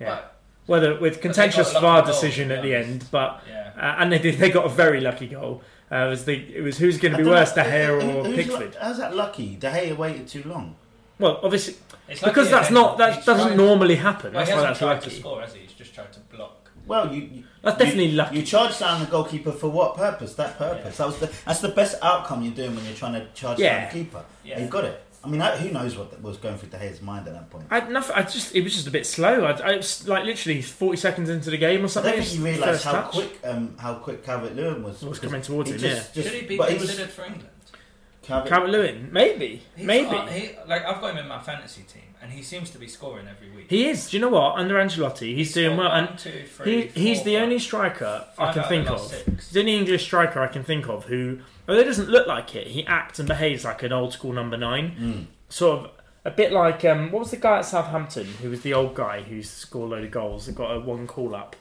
Speaker 2: Yeah.
Speaker 1: but,
Speaker 2: Whether with contentious
Speaker 1: got a lucky
Speaker 2: VAR
Speaker 1: goal,
Speaker 2: decision
Speaker 1: to
Speaker 2: at
Speaker 1: be
Speaker 2: the
Speaker 1: honest.
Speaker 2: end, but
Speaker 1: yeah.
Speaker 2: uh, and they did. They got a very lucky goal. Uh, it was the it was who's going
Speaker 3: I
Speaker 2: to be
Speaker 3: don't
Speaker 2: worse,
Speaker 3: know,
Speaker 2: De Gea
Speaker 3: who-
Speaker 2: or
Speaker 3: who's
Speaker 2: Pickford?
Speaker 3: lu- How's that lucky? De Gea waited too long.
Speaker 2: Well, obviously
Speaker 1: It's lucky
Speaker 2: because
Speaker 1: he
Speaker 2: that's
Speaker 1: didn't-
Speaker 2: not that
Speaker 1: he's
Speaker 2: doesn't
Speaker 1: tried-
Speaker 2: normally happen.
Speaker 1: Well,
Speaker 2: That's
Speaker 1: he
Speaker 2: why
Speaker 1: hasn't
Speaker 2: that's
Speaker 1: tried
Speaker 2: lucky.
Speaker 1: to score, has he? He's just tried to block.
Speaker 3: Well, you, you
Speaker 2: That's definitely
Speaker 3: you,
Speaker 2: lucky.
Speaker 3: You charge down the goalkeeper for what purpose? That purpose. That was the, that's the best outcome you're doing when you're trying to charge
Speaker 2: Yeah.
Speaker 3: down the keeper.
Speaker 1: Yeah.
Speaker 3: You've got it. I mean, I- who knows what was going through De Gea's mind at that point?
Speaker 2: I, nothing, I just it was just a bit slow. I, I was like literally forty seconds into the game or
Speaker 3: I
Speaker 2: something.
Speaker 3: don't think he
Speaker 2: it's the
Speaker 3: realised
Speaker 2: first
Speaker 3: how
Speaker 2: touch.
Speaker 3: quick um, how quick Calvert Lewin was.
Speaker 2: Was
Speaker 3: because
Speaker 2: coming towards
Speaker 3: he
Speaker 2: him,
Speaker 3: just- just-
Speaker 1: Should he be
Speaker 3: but he was-
Speaker 1: considered for England?
Speaker 3: Calvert-
Speaker 2: Calvert Lewin, maybe,
Speaker 1: He's-
Speaker 2: maybe.
Speaker 1: uh, he, like I've got him in my fantasy team, and he seems to be scoring every week.
Speaker 2: He is. Do you know what? Under Ancelotti, he's doing
Speaker 1: Scored
Speaker 2: well, and
Speaker 1: one, two,
Speaker 2: he,
Speaker 1: three,
Speaker 2: he's
Speaker 1: four,
Speaker 2: the
Speaker 1: five-
Speaker 2: only striker I
Speaker 1: five
Speaker 2: can
Speaker 1: out the
Speaker 2: think
Speaker 1: last
Speaker 2: of.
Speaker 1: six.
Speaker 2: He's the only English striker I can think of who, although he doesn't look like it, he acts and behaves like an old school number nine.
Speaker 3: Mm.
Speaker 2: Sort of a bit like um, what was the guy at Southampton who was the old guy who scored a load of goals and got a one call up,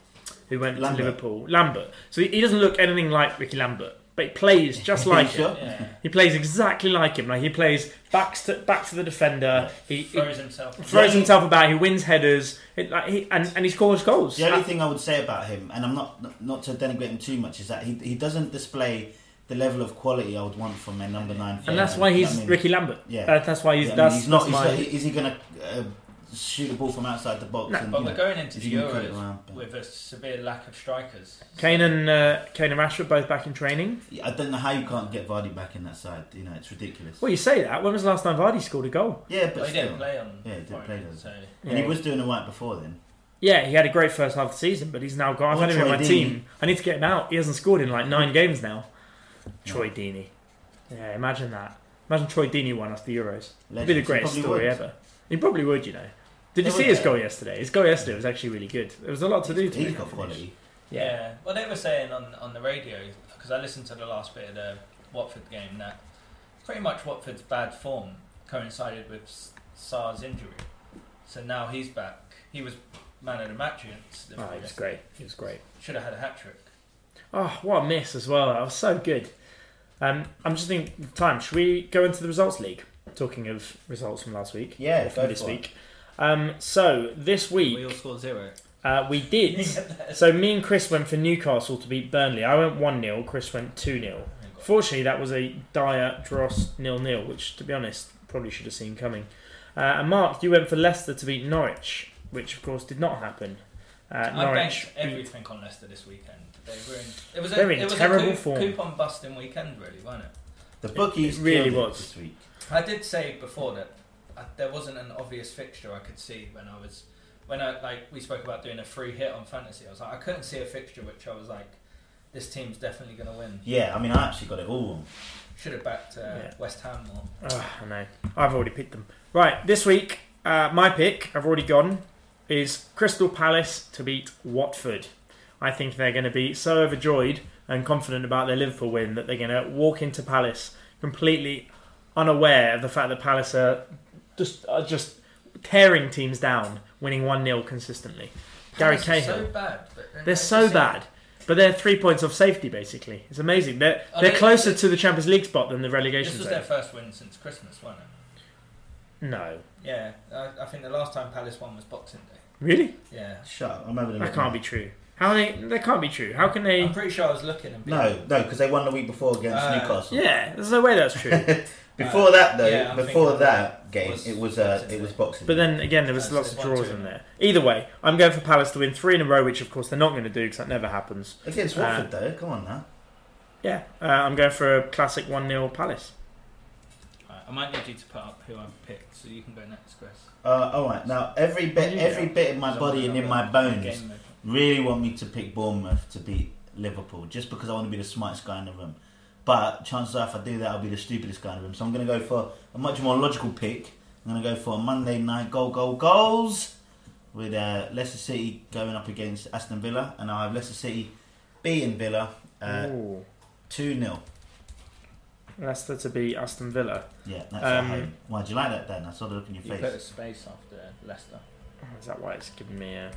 Speaker 2: who went to
Speaker 3: Lambert.
Speaker 2: Liverpool. Lambert. So he, he doesn't look anything like Ricky Lambert, but he plays just like him.
Speaker 3: Sure.
Speaker 1: Yeah,
Speaker 2: He plays exactly like him. Like he plays back to back to the defender. He, he
Speaker 1: throws himself.
Speaker 2: throws himself about. He wins headers. It, like he and, and he scores goals.
Speaker 3: The only thing I would say about him, and I'm not not to denigrate him too much, is that he he doesn't display the level of quality I would want from a number nine.
Speaker 2: and
Speaker 3: player.
Speaker 2: that's why
Speaker 3: You know
Speaker 2: he's
Speaker 3: what I mean?
Speaker 2: Ricky Lambert.
Speaker 3: Yeah.
Speaker 2: Uh, that's why he's
Speaker 3: Yeah, I mean,
Speaker 2: that's,
Speaker 3: he's not.
Speaker 2: that's
Speaker 3: He's
Speaker 2: my-
Speaker 3: not is he going to uh, shoot a ball from outside the box?
Speaker 2: No.
Speaker 3: and,
Speaker 1: But
Speaker 3: you
Speaker 1: we're
Speaker 3: know,
Speaker 1: going into
Speaker 3: if
Speaker 1: the
Speaker 3: you can cut it
Speaker 1: Euros
Speaker 3: around, but-
Speaker 1: with a severe lack of strikers.
Speaker 2: Kane and uh, Kane and Rashford both back in training.
Speaker 3: I don't know how you can't get Vardy back in that side. You know, it's ridiculous.
Speaker 2: Well, you say that. When was the last time Vardy scored a goal?
Speaker 3: yeah, but
Speaker 1: Well, he
Speaker 3: still.
Speaker 1: didn't play on.
Speaker 3: Yeah, he didn't
Speaker 1: Friday,
Speaker 3: play then.
Speaker 1: So
Speaker 3: And he was doing all right before then.
Speaker 2: Yeah, he had a great first half of the season, but he's now gone. I've
Speaker 3: Well,
Speaker 2: had him in
Speaker 3: Troy
Speaker 2: my
Speaker 3: Deeney. Mm-hmm.
Speaker 2: team. I need to get him out. He hasn't scored in like nine games now.
Speaker 3: Yeah.
Speaker 2: Troy Deeney. Yeah, imagine that. Imagine Troy Deeney won us the Euros. It'd
Speaker 3: Legend.
Speaker 2: be the
Speaker 3: He
Speaker 2: greatest
Speaker 3: probably
Speaker 2: story
Speaker 3: would.
Speaker 2: ever. He probably would, you know. Did you
Speaker 3: He
Speaker 2: see
Speaker 3: would,
Speaker 2: his
Speaker 3: yeah.
Speaker 2: goal yesterday? His goal yesterday was actually really good. There was a lot to do to
Speaker 3: He's
Speaker 2: it.
Speaker 3: got quality.
Speaker 1: yeah.
Speaker 2: Yeah.
Speaker 1: Well, they were saying on on the radio because I listened to the last bit of the Watford game that pretty much Watford's bad form coincided with S- Sar's injury, so now he's back. He was man of the match against
Speaker 2: Oh, it
Speaker 1: Liverpool.
Speaker 2: was great. It was great.
Speaker 1: Should have had a hat trick.
Speaker 2: Oh, what a miss as well. That was so good. Um, I'm just thinking of time. Should we go into the results league? Talking of results from last week.
Speaker 3: Yeah,
Speaker 2: or from
Speaker 3: go
Speaker 2: this
Speaker 3: for it.
Speaker 2: week. Um, so this
Speaker 1: We all
Speaker 2: week
Speaker 1: scored zero.
Speaker 2: uh, we did. so me and Chris went for Newcastle to beat Burnley. I went one 0 Chris went two 0 Fortunately, that was a dire dross nil nil, which to be honest probably should have seen coming. Uh, and Mark, you went for Leicester to beat Norwich, which of course did not happen. Uh,
Speaker 1: I
Speaker 2: Norwich
Speaker 1: benched
Speaker 2: beat
Speaker 1: everything on Leicester this weekend. They were in, it was a,
Speaker 2: They're in
Speaker 1: it was
Speaker 2: terrible
Speaker 1: a coup-
Speaker 2: form.
Speaker 1: coupon busting weekend, really, wasn't it?
Speaker 3: The bookies
Speaker 2: it really
Speaker 3: killed
Speaker 2: was.
Speaker 3: this week.
Speaker 1: I did say before that uh there wasn't an obvious fixture I could see when I was when I like we spoke about doing a free hit on fantasy. I was like I couldn't see a fixture which I was like, this team's definitely going to win.
Speaker 3: Yeah, I mean, I actually got it all wrong.
Speaker 1: Should have backed uh,
Speaker 2: Yeah.
Speaker 1: West Ham more.
Speaker 2: Oh, I know. I've already picked them. Right, this week, uh, my pick, I've already gone, is Crystal Palace to beat Watford. I think they're going to be so overjoyed and confident about their Liverpool win that they're going to walk into Palace completely unaware of the fact that Palace are just are just tearing teams down, winning 1 0 consistently. Gary
Speaker 1: Palace are
Speaker 2: Cahill.
Speaker 1: so bad. But then
Speaker 2: They're
Speaker 1: it's
Speaker 2: so
Speaker 1: just-
Speaker 2: bad. But they're three points off safety, basically. It's amazing. They're,
Speaker 1: Are
Speaker 2: they're
Speaker 1: they-
Speaker 2: closer to the Champions League spot than the
Speaker 1: This
Speaker 2: relegation
Speaker 1: was their
Speaker 2: zone.
Speaker 1: first win since Christmas, wasn't it?
Speaker 2: No.
Speaker 1: Yeah, I, I think the last time Palace won was Boxing Day.
Speaker 2: Really?
Speaker 1: Yeah.
Speaker 3: Shut up. I'm having a
Speaker 2: That
Speaker 3: look.
Speaker 2: can't be true. How they? That can't be true. How can
Speaker 1: I'm
Speaker 2: they?
Speaker 1: pretty sure I was looking and being
Speaker 3: No, no, because they won the week before against
Speaker 1: Uh,
Speaker 3: Newcastle.
Speaker 2: Yeah, there's no way that's true.
Speaker 3: Before that, though,
Speaker 1: yeah, I'm
Speaker 3: before
Speaker 1: thinking
Speaker 3: that game,
Speaker 1: was-
Speaker 3: it was uh, it was boxing.
Speaker 2: But then again, there was
Speaker 1: That's
Speaker 2: lots of
Speaker 1: it, one,
Speaker 2: draws
Speaker 1: two.
Speaker 2: in there. Either way, I'm going for Palace to win three in a row, which of course they're not going to do because that never happens.
Speaker 3: against Watford,
Speaker 2: uh,
Speaker 3: though, come on now.
Speaker 2: Yeah, uh, I'm going for a classic one 0 Palace.
Speaker 1: Alright, I might need you to put up who I've picked, so you can go next, Chris.
Speaker 3: Uh, all right, now every bit,
Speaker 2: Yeah.
Speaker 3: every bit in my
Speaker 1: Because
Speaker 3: body
Speaker 1: I'm
Speaker 3: and in
Speaker 1: gonna-
Speaker 3: my bones
Speaker 1: Game mode.
Speaker 3: really want me to pick Bournemouth to beat Liverpool, just because I want to be the smartest guy in the room. But chances are, if I do that, I'll be the stupidest guy in the room. So I'm going to go for a much more logical pick. I'm going to go for a Monday night goal, goal, goals with uh, Leicester City going up against Aston Villa, and I'll have Leicester City beating Villa uh,
Speaker 2: Ooh.
Speaker 3: two 0
Speaker 2: Leicester to beat Aston Villa.
Speaker 3: Yeah, that's at
Speaker 2: Um,
Speaker 3: home. Why do you like that, Dan? I saw the look in your
Speaker 1: You
Speaker 3: face.
Speaker 1: put a space after Leicester.
Speaker 2: Oh, Is that why it's giving me a?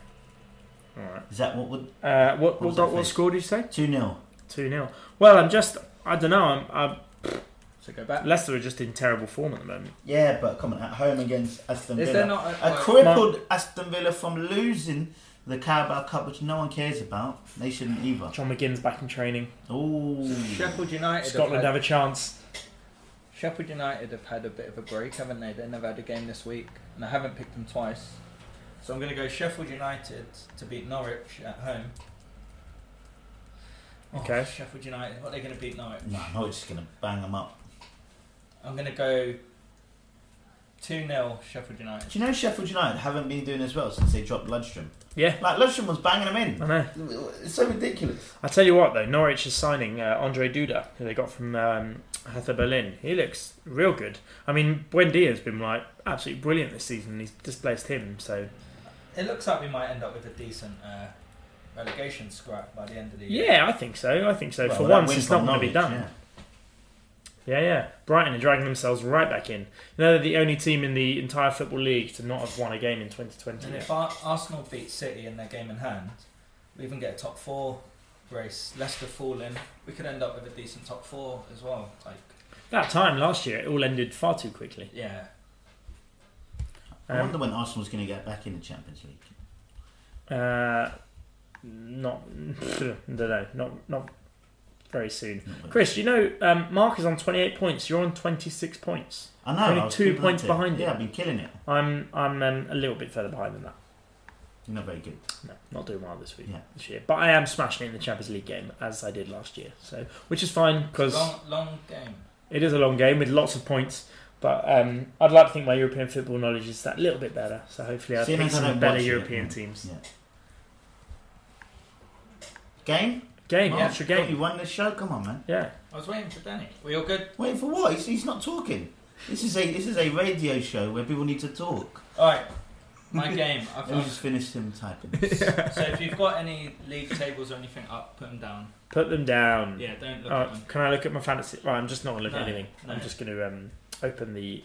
Speaker 2: All right.
Speaker 3: Is that what would
Speaker 2: Uh, what
Speaker 3: What was
Speaker 2: what,
Speaker 3: that
Speaker 2: what, what
Speaker 3: face?
Speaker 2: score did you say?
Speaker 3: two 0
Speaker 2: Two 0 Well, I'm just. I don't know. I'm, I'm,
Speaker 1: So go back.
Speaker 2: Leicester are just in terrible form at the moment.
Speaker 3: Yeah, but come on, at home against Aston
Speaker 1: Is
Speaker 3: Villa.
Speaker 1: there not a,
Speaker 3: A
Speaker 1: like,
Speaker 3: crippled Aston Villa from losing the Carabao Cup, which no one cares about. They shouldn't either.
Speaker 2: John McGinn's back in training.
Speaker 3: Ooh.
Speaker 1: Sheffield United?
Speaker 2: Scotland
Speaker 1: have
Speaker 2: have a chance.
Speaker 1: had, Sheffield United have had a bit of a break, haven't they? They never had a game this week, and I haven't picked them twice. So I'm going to go Sheffield United to beat Norwich at home. Oh,
Speaker 2: Okay.
Speaker 1: Sheffield United. What are they going to beat Norwich?
Speaker 3: No, no, it's just going to bang them up.
Speaker 1: I'm going to go 2 0 Sheffield United.
Speaker 3: Do you know Sheffield United haven't been doing as well since they dropped Ludstrom?
Speaker 2: Yeah,
Speaker 3: Like Ludstrom was banging them
Speaker 2: I know.
Speaker 3: in. It's so ridiculous.
Speaker 2: I tell you what, though, Norwich is signing uh, Andre Duda, who they got from um, Hertha Berlin. He looks real good. I mean, Buendia has been like absolutely brilliant this season. He's displaced him, so
Speaker 1: It looks like we might end up with a decent uh, relegation scrap by the end of the year.
Speaker 2: yeah, I think so. I think so.
Speaker 3: Well,
Speaker 2: For
Speaker 3: that
Speaker 2: once,
Speaker 3: win
Speaker 2: it's
Speaker 3: from
Speaker 2: not going to be
Speaker 3: Norwich,
Speaker 2: done. Yeah, yeah. Brighton are dragging themselves right back in. You know, they're the only team in the entire Football League to not have won a game in 2020.
Speaker 1: And if Ar- Arsenal beat City in their game in hand, we even get a top four race. Leicester fall in. We could end up with a decent top four as well. Like,
Speaker 2: That time last year, it all ended far too quickly.
Speaker 1: yeah,
Speaker 3: I
Speaker 2: Um,
Speaker 3: wonder when Arsenal's going to get back in the Champions League.
Speaker 2: uh, not, don't know, not, not very soon.
Speaker 3: Not really.
Speaker 2: Chris, you know, um, Mark is on 28 points. You're on 26 points.
Speaker 3: I know.
Speaker 2: only
Speaker 3: I was
Speaker 2: two
Speaker 3: keeping up
Speaker 2: points
Speaker 3: to it.
Speaker 2: behind you.
Speaker 3: Yeah, I've been killing it.
Speaker 2: I'm I'm um, a little bit further behind than that.
Speaker 3: You're not very good.
Speaker 2: No, not doing well this week,
Speaker 3: Yeah.
Speaker 2: this year. But I am smashing it in the Champions League game as I did last year, so which is fine because
Speaker 1: long long game.
Speaker 2: it is a long game with lots of points. But um, I'd like to think my European football knowledge is that little bit better. So hopefully, I'll
Speaker 3: Seeing
Speaker 2: pick
Speaker 3: as I
Speaker 2: some
Speaker 3: don't
Speaker 2: better
Speaker 3: watch it,
Speaker 2: European
Speaker 3: yeah.
Speaker 2: teams.
Speaker 3: Yeah. Game?
Speaker 2: Game
Speaker 3: Mark,
Speaker 2: after
Speaker 3: thought
Speaker 2: game,
Speaker 3: You won this show. Come on, man.
Speaker 2: yeah.
Speaker 1: I was waiting for Danny. We all good?
Speaker 3: Waiting for what? He's, he's not talking. This is a this is a radio show where people need to talk.
Speaker 1: All right. My game. I
Speaker 3: We
Speaker 1: found.
Speaker 3: just finished him typing.
Speaker 1: so if you've got any league tables or anything up, put them down.
Speaker 2: Put them down.
Speaker 1: Yeah, don't look at
Speaker 2: Oh,
Speaker 1: them.
Speaker 2: can I look at my fantasy? Right, I'm just not going to look at
Speaker 1: No,
Speaker 2: anything. I'm
Speaker 1: no.
Speaker 2: just going to um, open the.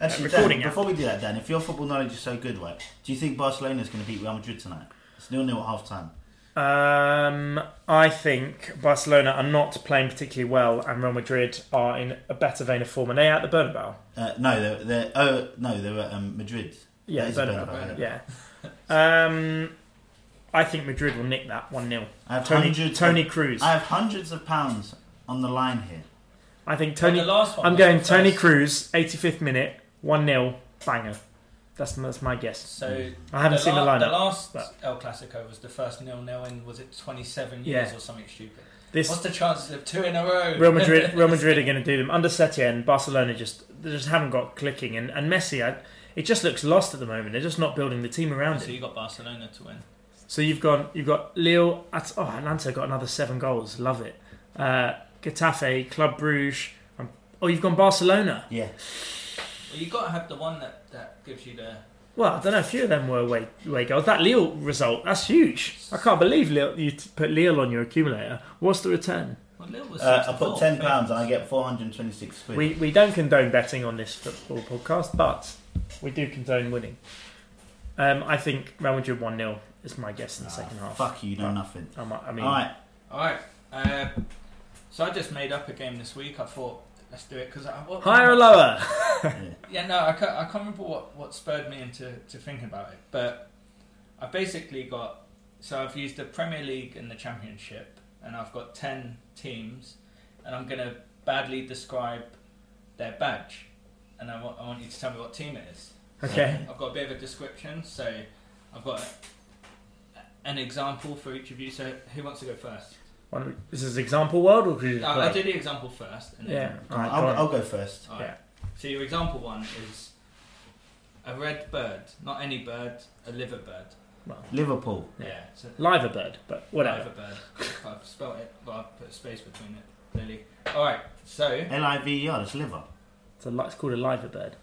Speaker 3: Actually,
Speaker 2: recording
Speaker 3: Dan,
Speaker 2: app.
Speaker 3: before we do that, Dan, if your football knowledge is so good, right, do you think Barcelona's going to beat Real Madrid tonight? It's nil nil at half time.
Speaker 2: Um, I think Barcelona are not playing particularly well, and Real Madrid are in a better vein of form. And they at the Bernabeu.
Speaker 3: Uh, no, they're, they're oh no, they're at um, Madrid.
Speaker 2: Yeah,
Speaker 3: That is
Speaker 2: Bernabeu.
Speaker 3: Bernabeu,
Speaker 2: Yeah. Um, I think Madrid will nick that one 0
Speaker 3: I have
Speaker 2: Tony
Speaker 3: hundreds.
Speaker 2: Tony
Speaker 3: Of,
Speaker 2: Cruz.
Speaker 3: I
Speaker 2: I,
Speaker 3: have hundreds of pounds on the line here.
Speaker 2: think
Speaker 1: And
Speaker 2: Tony.
Speaker 1: the last one
Speaker 2: I'm
Speaker 1: was
Speaker 2: going
Speaker 1: the
Speaker 2: Tony
Speaker 1: first.
Speaker 2: Cruz, 85th minute, one 0 banger. That's that's my guess.
Speaker 1: So
Speaker 2: I haven't
Speaker 1: the
Speaker 2: seen the
Speaker 1: la-
Speaker 2: lineup.
Speaker 1: The last
Speaker 2: but-
Speaker 1: El Clasico was the first nil nil in was it 27
Speaker 2: Yeah.
Speaker 1: years or something stupid.
Speaker 2: this
Speaker 1: What's the chances of two in a row?
Speaker 2: Real Madrid, Real Madrid are going to do them under Setien. Barcelona just they just haven't got clicking, and and Messi. I, it just looks lost at the moment. They're just not building the team around
Speaker 1: so
Speaker 2: it.
Speaker 1: you got Barcelona to win.
Speaker 2: So you've got you've got Lille. At, oh, Atlanta got another seven goals. Love it. Uh, Getafe, Club Bruges. Um, oh, you've gone Barcelona.
Speaker 3: Yeah,
Speaker 1: Well, you got to have the one that, that gives you the.
Speaker 2: Well, I don't know. A few of them were away, away goals. That Lille result. That's huge. I can't believe Lille, you t- put Lille on your accumulator. What's the return?
Speaker 1: Well, Lille was
Speaker 3: uh, I
Speaker 1: 64,
Speaker 3: put ten
Speaker 1: think.
Speaker 3: pounds and I get four hundred twenty-six quid.
Speaker 2: We we don't condone betting on this football podcast, but we do condone winning. Um, I think Real Madrid one 0 is my guess in the
Speaker 3: Ah,
Speaker 2: second half.
Speaker 3: Fuck you, you know nothing.
Speaker 2: I, might, I mean,
Speaker 3: All right,
Speaker 1: All right. Uh, so I just made up a game this week. I thought let's do it because I what,
Speaker 2: higher or lower?
Speaker 1: Yeah, no, I can't, I can't remember what, what spurred me into to thinking about it, but I've basically got so I've used the Premier League and the Championship, and I've got ten teams, and I'm gonna badly describe their badge, and I want I want you to tell me what team it is.
Speaker 2: Okay.
Speaker 1: I've got a bit of a description, so I've got a, an example for each of you. So who wants to go first?
Speaker 2: One, this is example world, or could you just
Speaker 1: I'll, I'll
Speaker 2: play?
Speaker 1: do the example first. And then
Speaker 2: Yeah. All right,
Speaker 3: I'll,
Speaker 2: go on.
Speaker 3: I'll go first.
Speaker 1: Alright.
Speaker 2: Yeah.
Speaker 1: So your example one is a red bird, not any bird, a liver bird.
Speaker 2: Well,
Speaker 3: Liverpool.
Speaker 2: Yeah.
Speaker 1: Yeah. so
Speaker 2: live a bird, but whatever.
Speaker 1: Liver bird. If I've spelled it, but I've put a space between it. Lily. All right. So
Speaker 3: L I V E R, that's liver.
Speaker 2: It's, a, li- it's called a liver bird.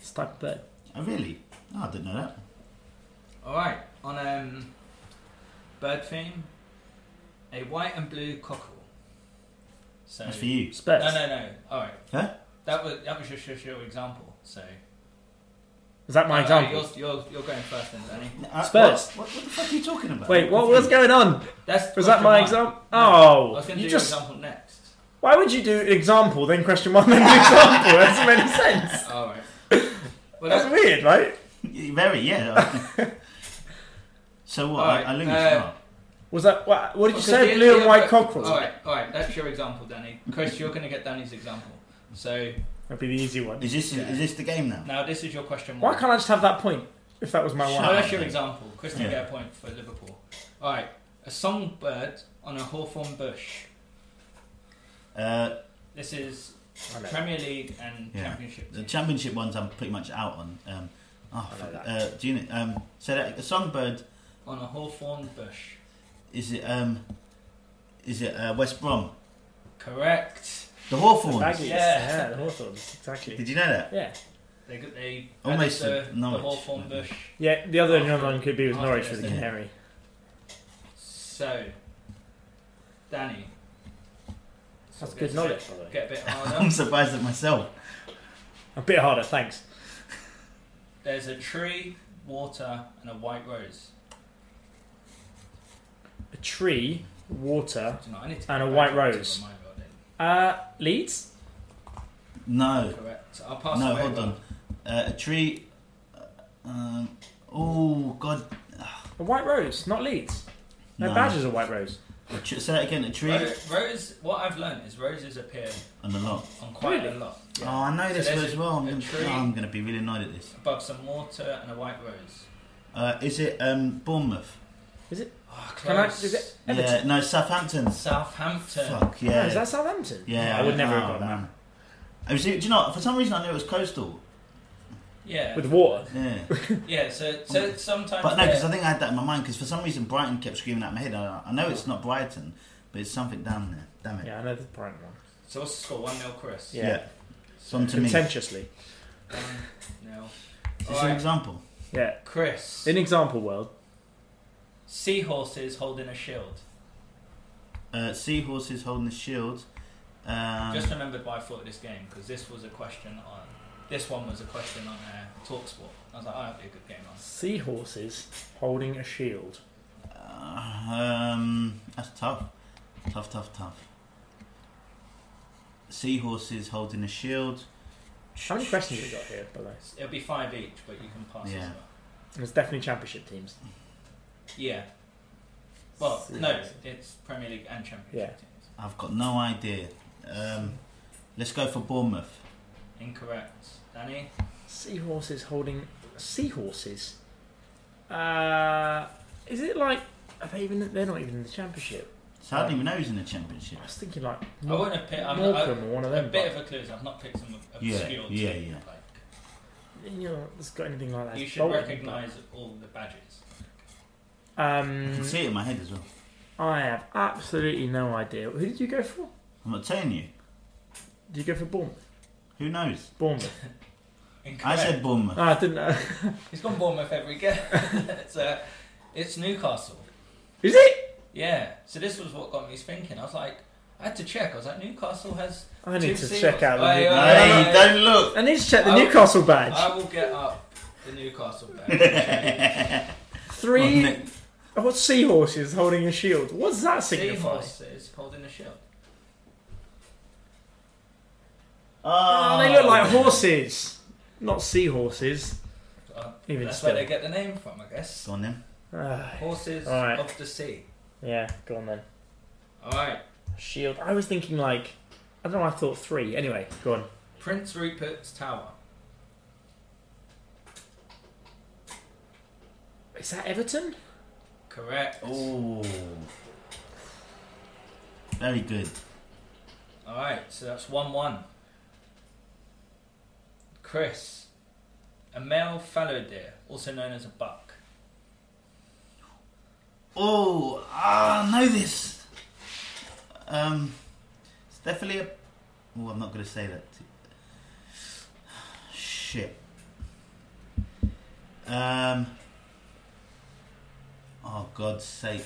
Speaker 2: It's a type of bird.
Speaker 3: Oh, really? Oh, I didn't know that.
Speaker 1: all right on um bird theme, a white and blue cockle. So
Speaker 3: That's for you.
Speaker 2: It's birds.
Speaker 1: No, no, no. All right.
Speaker 3: Huh?
Speaker 1: That was that was just, just your example. So
Speaker 2: Is that my
Speaker 1: All right,
Speaker 2: example?
Speaker 1: you're, you're, you're going first then, Danny.
Speaker 3: Uh,
Speaker 2: Spurs.
Speaker 3: What, what, what the fuck are you talking about?
Speaker 2: Wait, what was going on?
Speaker 1: That's
Speaker 2: Was that
Speaker 1: question
Speaker 2: my
Speaker 1: one.
Speaker 2: example?
Speaker 1: No, I
Speaker 2: Oh,
Speaker 1: was going to
Speaker 2: you
Speaker 1: do
Speaker 2: just.
Speaker 1: your example next.
Speaker 2: Why would you do example then question one then example? That doesn't make any sense.
Speaker 1: All right. Well,
Speaker 2: That's weird, right?
Speaker 3: Very, yeah. so what?
Speaker 1: Alright,
Speaker 3: I, I lose.
Speaker 1: uh,
Speaker 3: what?
Speaker 2: Was that what, what did you
Speaker 1: Because
Speaker 2: say?
Speaker 1: Oh, the- Oh,
Speaker 2: Blue
Speaker 1: the
Speaker 2: and white
Speaker 1: other-
Speaker 2: cockerels.
Speaker 1: All right, all right. That's your example, Danny. Chris, you're going to get Danny's example. So
Speaker 2: That'd be the easy one.
Speaker 3: Is this
Speaker 1: yeah.
Speaker 3: is this the game now?
Speaker 1: now this is your question
Speaker 2: Why
Speaker 1: one.
Speaker 2: can't I just have that point if that was my
Speaker 3: Shut
Speaker 1: No,
Speaker 2: one?
Speaker 3: up.
Speaker 1: that's your example. Chris can
Speaker 3: Yeah.
Speaker 1: get a point for Liverpool. All right. A songbird on a hawthorn bush.
Speaker 3: Uh,
Speaker 1: This is
Speaker 2: I know.
Speaker 1: Premier League and
Speaker 3: Yeah.
Speaker 1: Championship.
Speaker 3: The
Speaker 1: teams.
Speaker 3: championship ones I'm pretty much out on. Um, oh,
Speaker 2: I
Speaker 3: fuck,
Speaker 2: like
Speaker 3: uh, do you know, um, so that a songbird
Speaker 1: on a hawthorn bush.
Speaker 3: is it? Um, is it uh, West Brom?
Speaker 1: Correct.
Speaker 3: The
Speaker 2: The
Speaker 3: Hawthorns.
Speaker 2: baggies,
Speaker 1: Yeah.
Speaker 2: yeah, the Hawthorns, exactly.
Speaker 3: Did you know that?
Speaker 2: Yeah,
Speaker 1: They got they
Speaker 3: Almost
Speaker 1: added
Speaker 3: a
Speaker 1: the, the
Speaker 3: Norwich.
Speaker 1: hawthorn bush.
Speaker 2: yeah. The other
Speaker 1: After-
Speaker 2: another one could be with
Speaker 1: after
Speaker 2: Norwich
Speaker 1: this,
Speaker 2: with the
Speaker 3: yeah.
Speaker 2: Canary.
Speaker 1: So, Danny,
Speaker 2: That's good knowledge, by the way.
Speaker 1: get a bit
Speaker 3: I'm
Speaker 1: harder.
Speaker 3: surprised at myself.
Speaker 2: A bit harder, thanks.
Speaker 1: There's a tree, water, and a white rose.
Speaker 2: A tree, water,
Speaker 1: Do you know, I need to
Speaker 2: And
Speaker 1: go
Speaker 2: a
Speaker 1: back
Speaker 2: white
Speaker 1: to
Speaker 2: rose.
Speaker 1: my building.
Speaker 2: uh, Leeds.
Speaker 3: No,
Speaker 1: Correct. I'll pass.
Speaker 3: no,
Speaker 1: away
Speaker 3: hold
Speaker 1: one.
Speaker 3: on. Uh, a tree. uh, Um, oh God.
Speaker 2: A white rose, not Leeds. Their
Speaker 3: No.
Speaker 2: badges are white rose.
Speaker 3: A tr- say that again. A tree
Speaker 1: Ro- Rose. What I've learned is roses appear
Speaker 3: and a lot.
Speaker 1: on quite
Speaker 2: Really?
Speaker 1: a lot.
Speaker 3: Oh, I know
Speaker 1: So
Speaker 3: this
Speaker 1: there's
Speaker 3: one as
Speaker 1: a-
Speaker 3: well. I'm
Speaker 1: a
Speaker 3: gonna,
Speaker 1: tree.
Speaker 3: oh, I'm gonna be really annoyed at this.
Speaker 1: Above some water and a white rose.
Speaker 3: Uh, is it um, Bournemouth?
Speaker 1: Oh,
Speaker 2: Can I-
Speaker 1: close.
Speaker 2: is it- Everton.
Speaker 3: Yeah, no, Southampton.
Speaker 1: Southampton.
Speaker 3: Fuck yeah.
Speaker 2: Oh, is that Southampton?
Speaker 3: Yeah,
Speaker 2: I would never have
Speaker 3: oh,
Speaker 2: got that.
Speaker 3: man. I was, do you know, for some reason I knew it was coastal.
Speaker 1: Yeah.
Speaker 2: With water.
Speaker 3: Yeah,
Speaker 1: Yeah. So, so sometimes.
Speaker 3: but no,
Speaker 1: they're-
Speaker 3: because I think I had that in my mind. Because for some reason Brighton kept screaming out my head. I, I know it's not Brighton, but it's something down there. Damn it.
Speaker 2: Yeah, I know the Brighton one.
Speaker 1: So what's the score? One 0 Chris.
Speaker 2: Yeah.
Speaker 3: It's on to me. Is
Speaker 2: Contentiously.
Speaker 1: One nil.
Speaker 3: this an
Speaker 1: Alright,
Speaker 3: example?
Speaker 2: Yeah.
Speaker 1: Chris.
Speaker 2: In example world,
Speaker 1: Seahorses holding a shield.
Speaker 3: Uh, seahorses holding the shield. Um,
Speaker 1: Just remembered why I thought of this game because this was a question on. This one was a question on uh, Talksport. I was like, oh, that'd be a good game on.
Speaker 2: seahorses holding a shield.
Speaker 3: uh, um, that's tough. Tough, tough, tough. Seahorses holding a shield.
Speaker 2: How many questions have we got here, by the way?
Speaker 1: It'll be five each, but you can pass as
Speaker 3: Yeah.
Speaker 1: well.
Speaker 2: It's definitely championship teams.
Speaker 1: Yeah. Well, no,
Speaker 2: Seahorses.
Speaker 1: it's Premier League and Championship teams.
Speaker 3: I've got no idea. Um, let's go for Bournemouth.
Speaker 1: Incorrect. Danny?
Speaker 2: Seahorses holding seahorses. Uh, is it like are they even? They're not even in the championship.
Speaker 3: So I don't even know who's in the championship.
Speaker 2: I was thinking like
Speaker 1: I wouldn't have picked. I'm, I,
Speaker 2: Morecambe or one of
Speaker 1: a
Speaker 2: them.
Speaker 1: bit of a clue is I've not picked some
Speaker 3: Yeah,
Speaker 1: obscure
Speaker 3: yeah,
Speaker 1: team.
Speaker 3: yeah.
Speaker 1: Like,
Speaker 2: but, you know, it's got anything like that.
Speaker 1: you
Speaker 2: It's
Speaker 1: should
Speaker 2: Bolton,
Speaker 1: recognise all the badges.
Speaker 2: but-
Speaker 3: I can
Speaker 2: Um,
Speaker 3: see it in my head as well.
Speaker 2: I have absolutely no idea. Who did you go for?
Speaker 3: I'm not telling you.
Speaker 2: Did you go for Bournemouth?
Speaker 3: Who knows?
Speaker 2: Bournemouth.
Speaker 1: Incorrect.
Speaker 3: I said Bournemouth.
Speaker 2: Oh, I didn't know.
Speaker 1: He's gone Bournemouth every game. it's, uh, it's Newcastle.
Speaker 2: Is it?
Speaker 1: Yeah. So this was what got me thinking. I was like, I had to check. I was like, Newcastle has.
Speaker 2: I need
Speaker 1: Two
Speaker 2: to check
Speaker 1: seahorses.
Speaker 2: out the.
Speaker 1: Oh,
Speaker 2: New-
Speaker 1: yeah.
Speaker 3: Hey, don't look.
Speaker 2: I need to check the
Speaker 1: I-
Speaker 2: Newcastle badge.
Speaker 1: I will get up the Newcastle badge.
Speaker 2: Three.
Speaker 3: Nick.
Speaker 2: What seahorses holding a shield? What does that signify?
Speaker 1: Seahorse is holding a shield.
Speaker 2: Oh, they look like horses, not seahorses.
Speaker 1: Uh,
Speaker 2: Even
Speaker 1: that's
Speaker 2: still.
Speaker 1: where they get the name from, I guess.
Speaker 3: Go on then.
Speaker 2: Ah,
Speaker 1: Horses
Speaker 2: Alright.
Speaker 1: of the sea.
Speaker 2: yeah, go on then.
Speaker 1: All right.
Speaker 2: Shield. I was thinking like, I don't know. I thought three. Anyway, go on.
Speaker 1: Prince Rupert's Tower.
Speaker 2: Is that Everton?
Speaker 1: Correct.
Speaker 3: Oh. Very good.
Speaker 1: All right. So that's one-one. Chris, a male fallow deer, also known as a buck.
Speaker 3: Oh, ah, I know this. Um, it's definitely a. Oh, I'm not going to say that. Shit. Um. Oh, God's sake.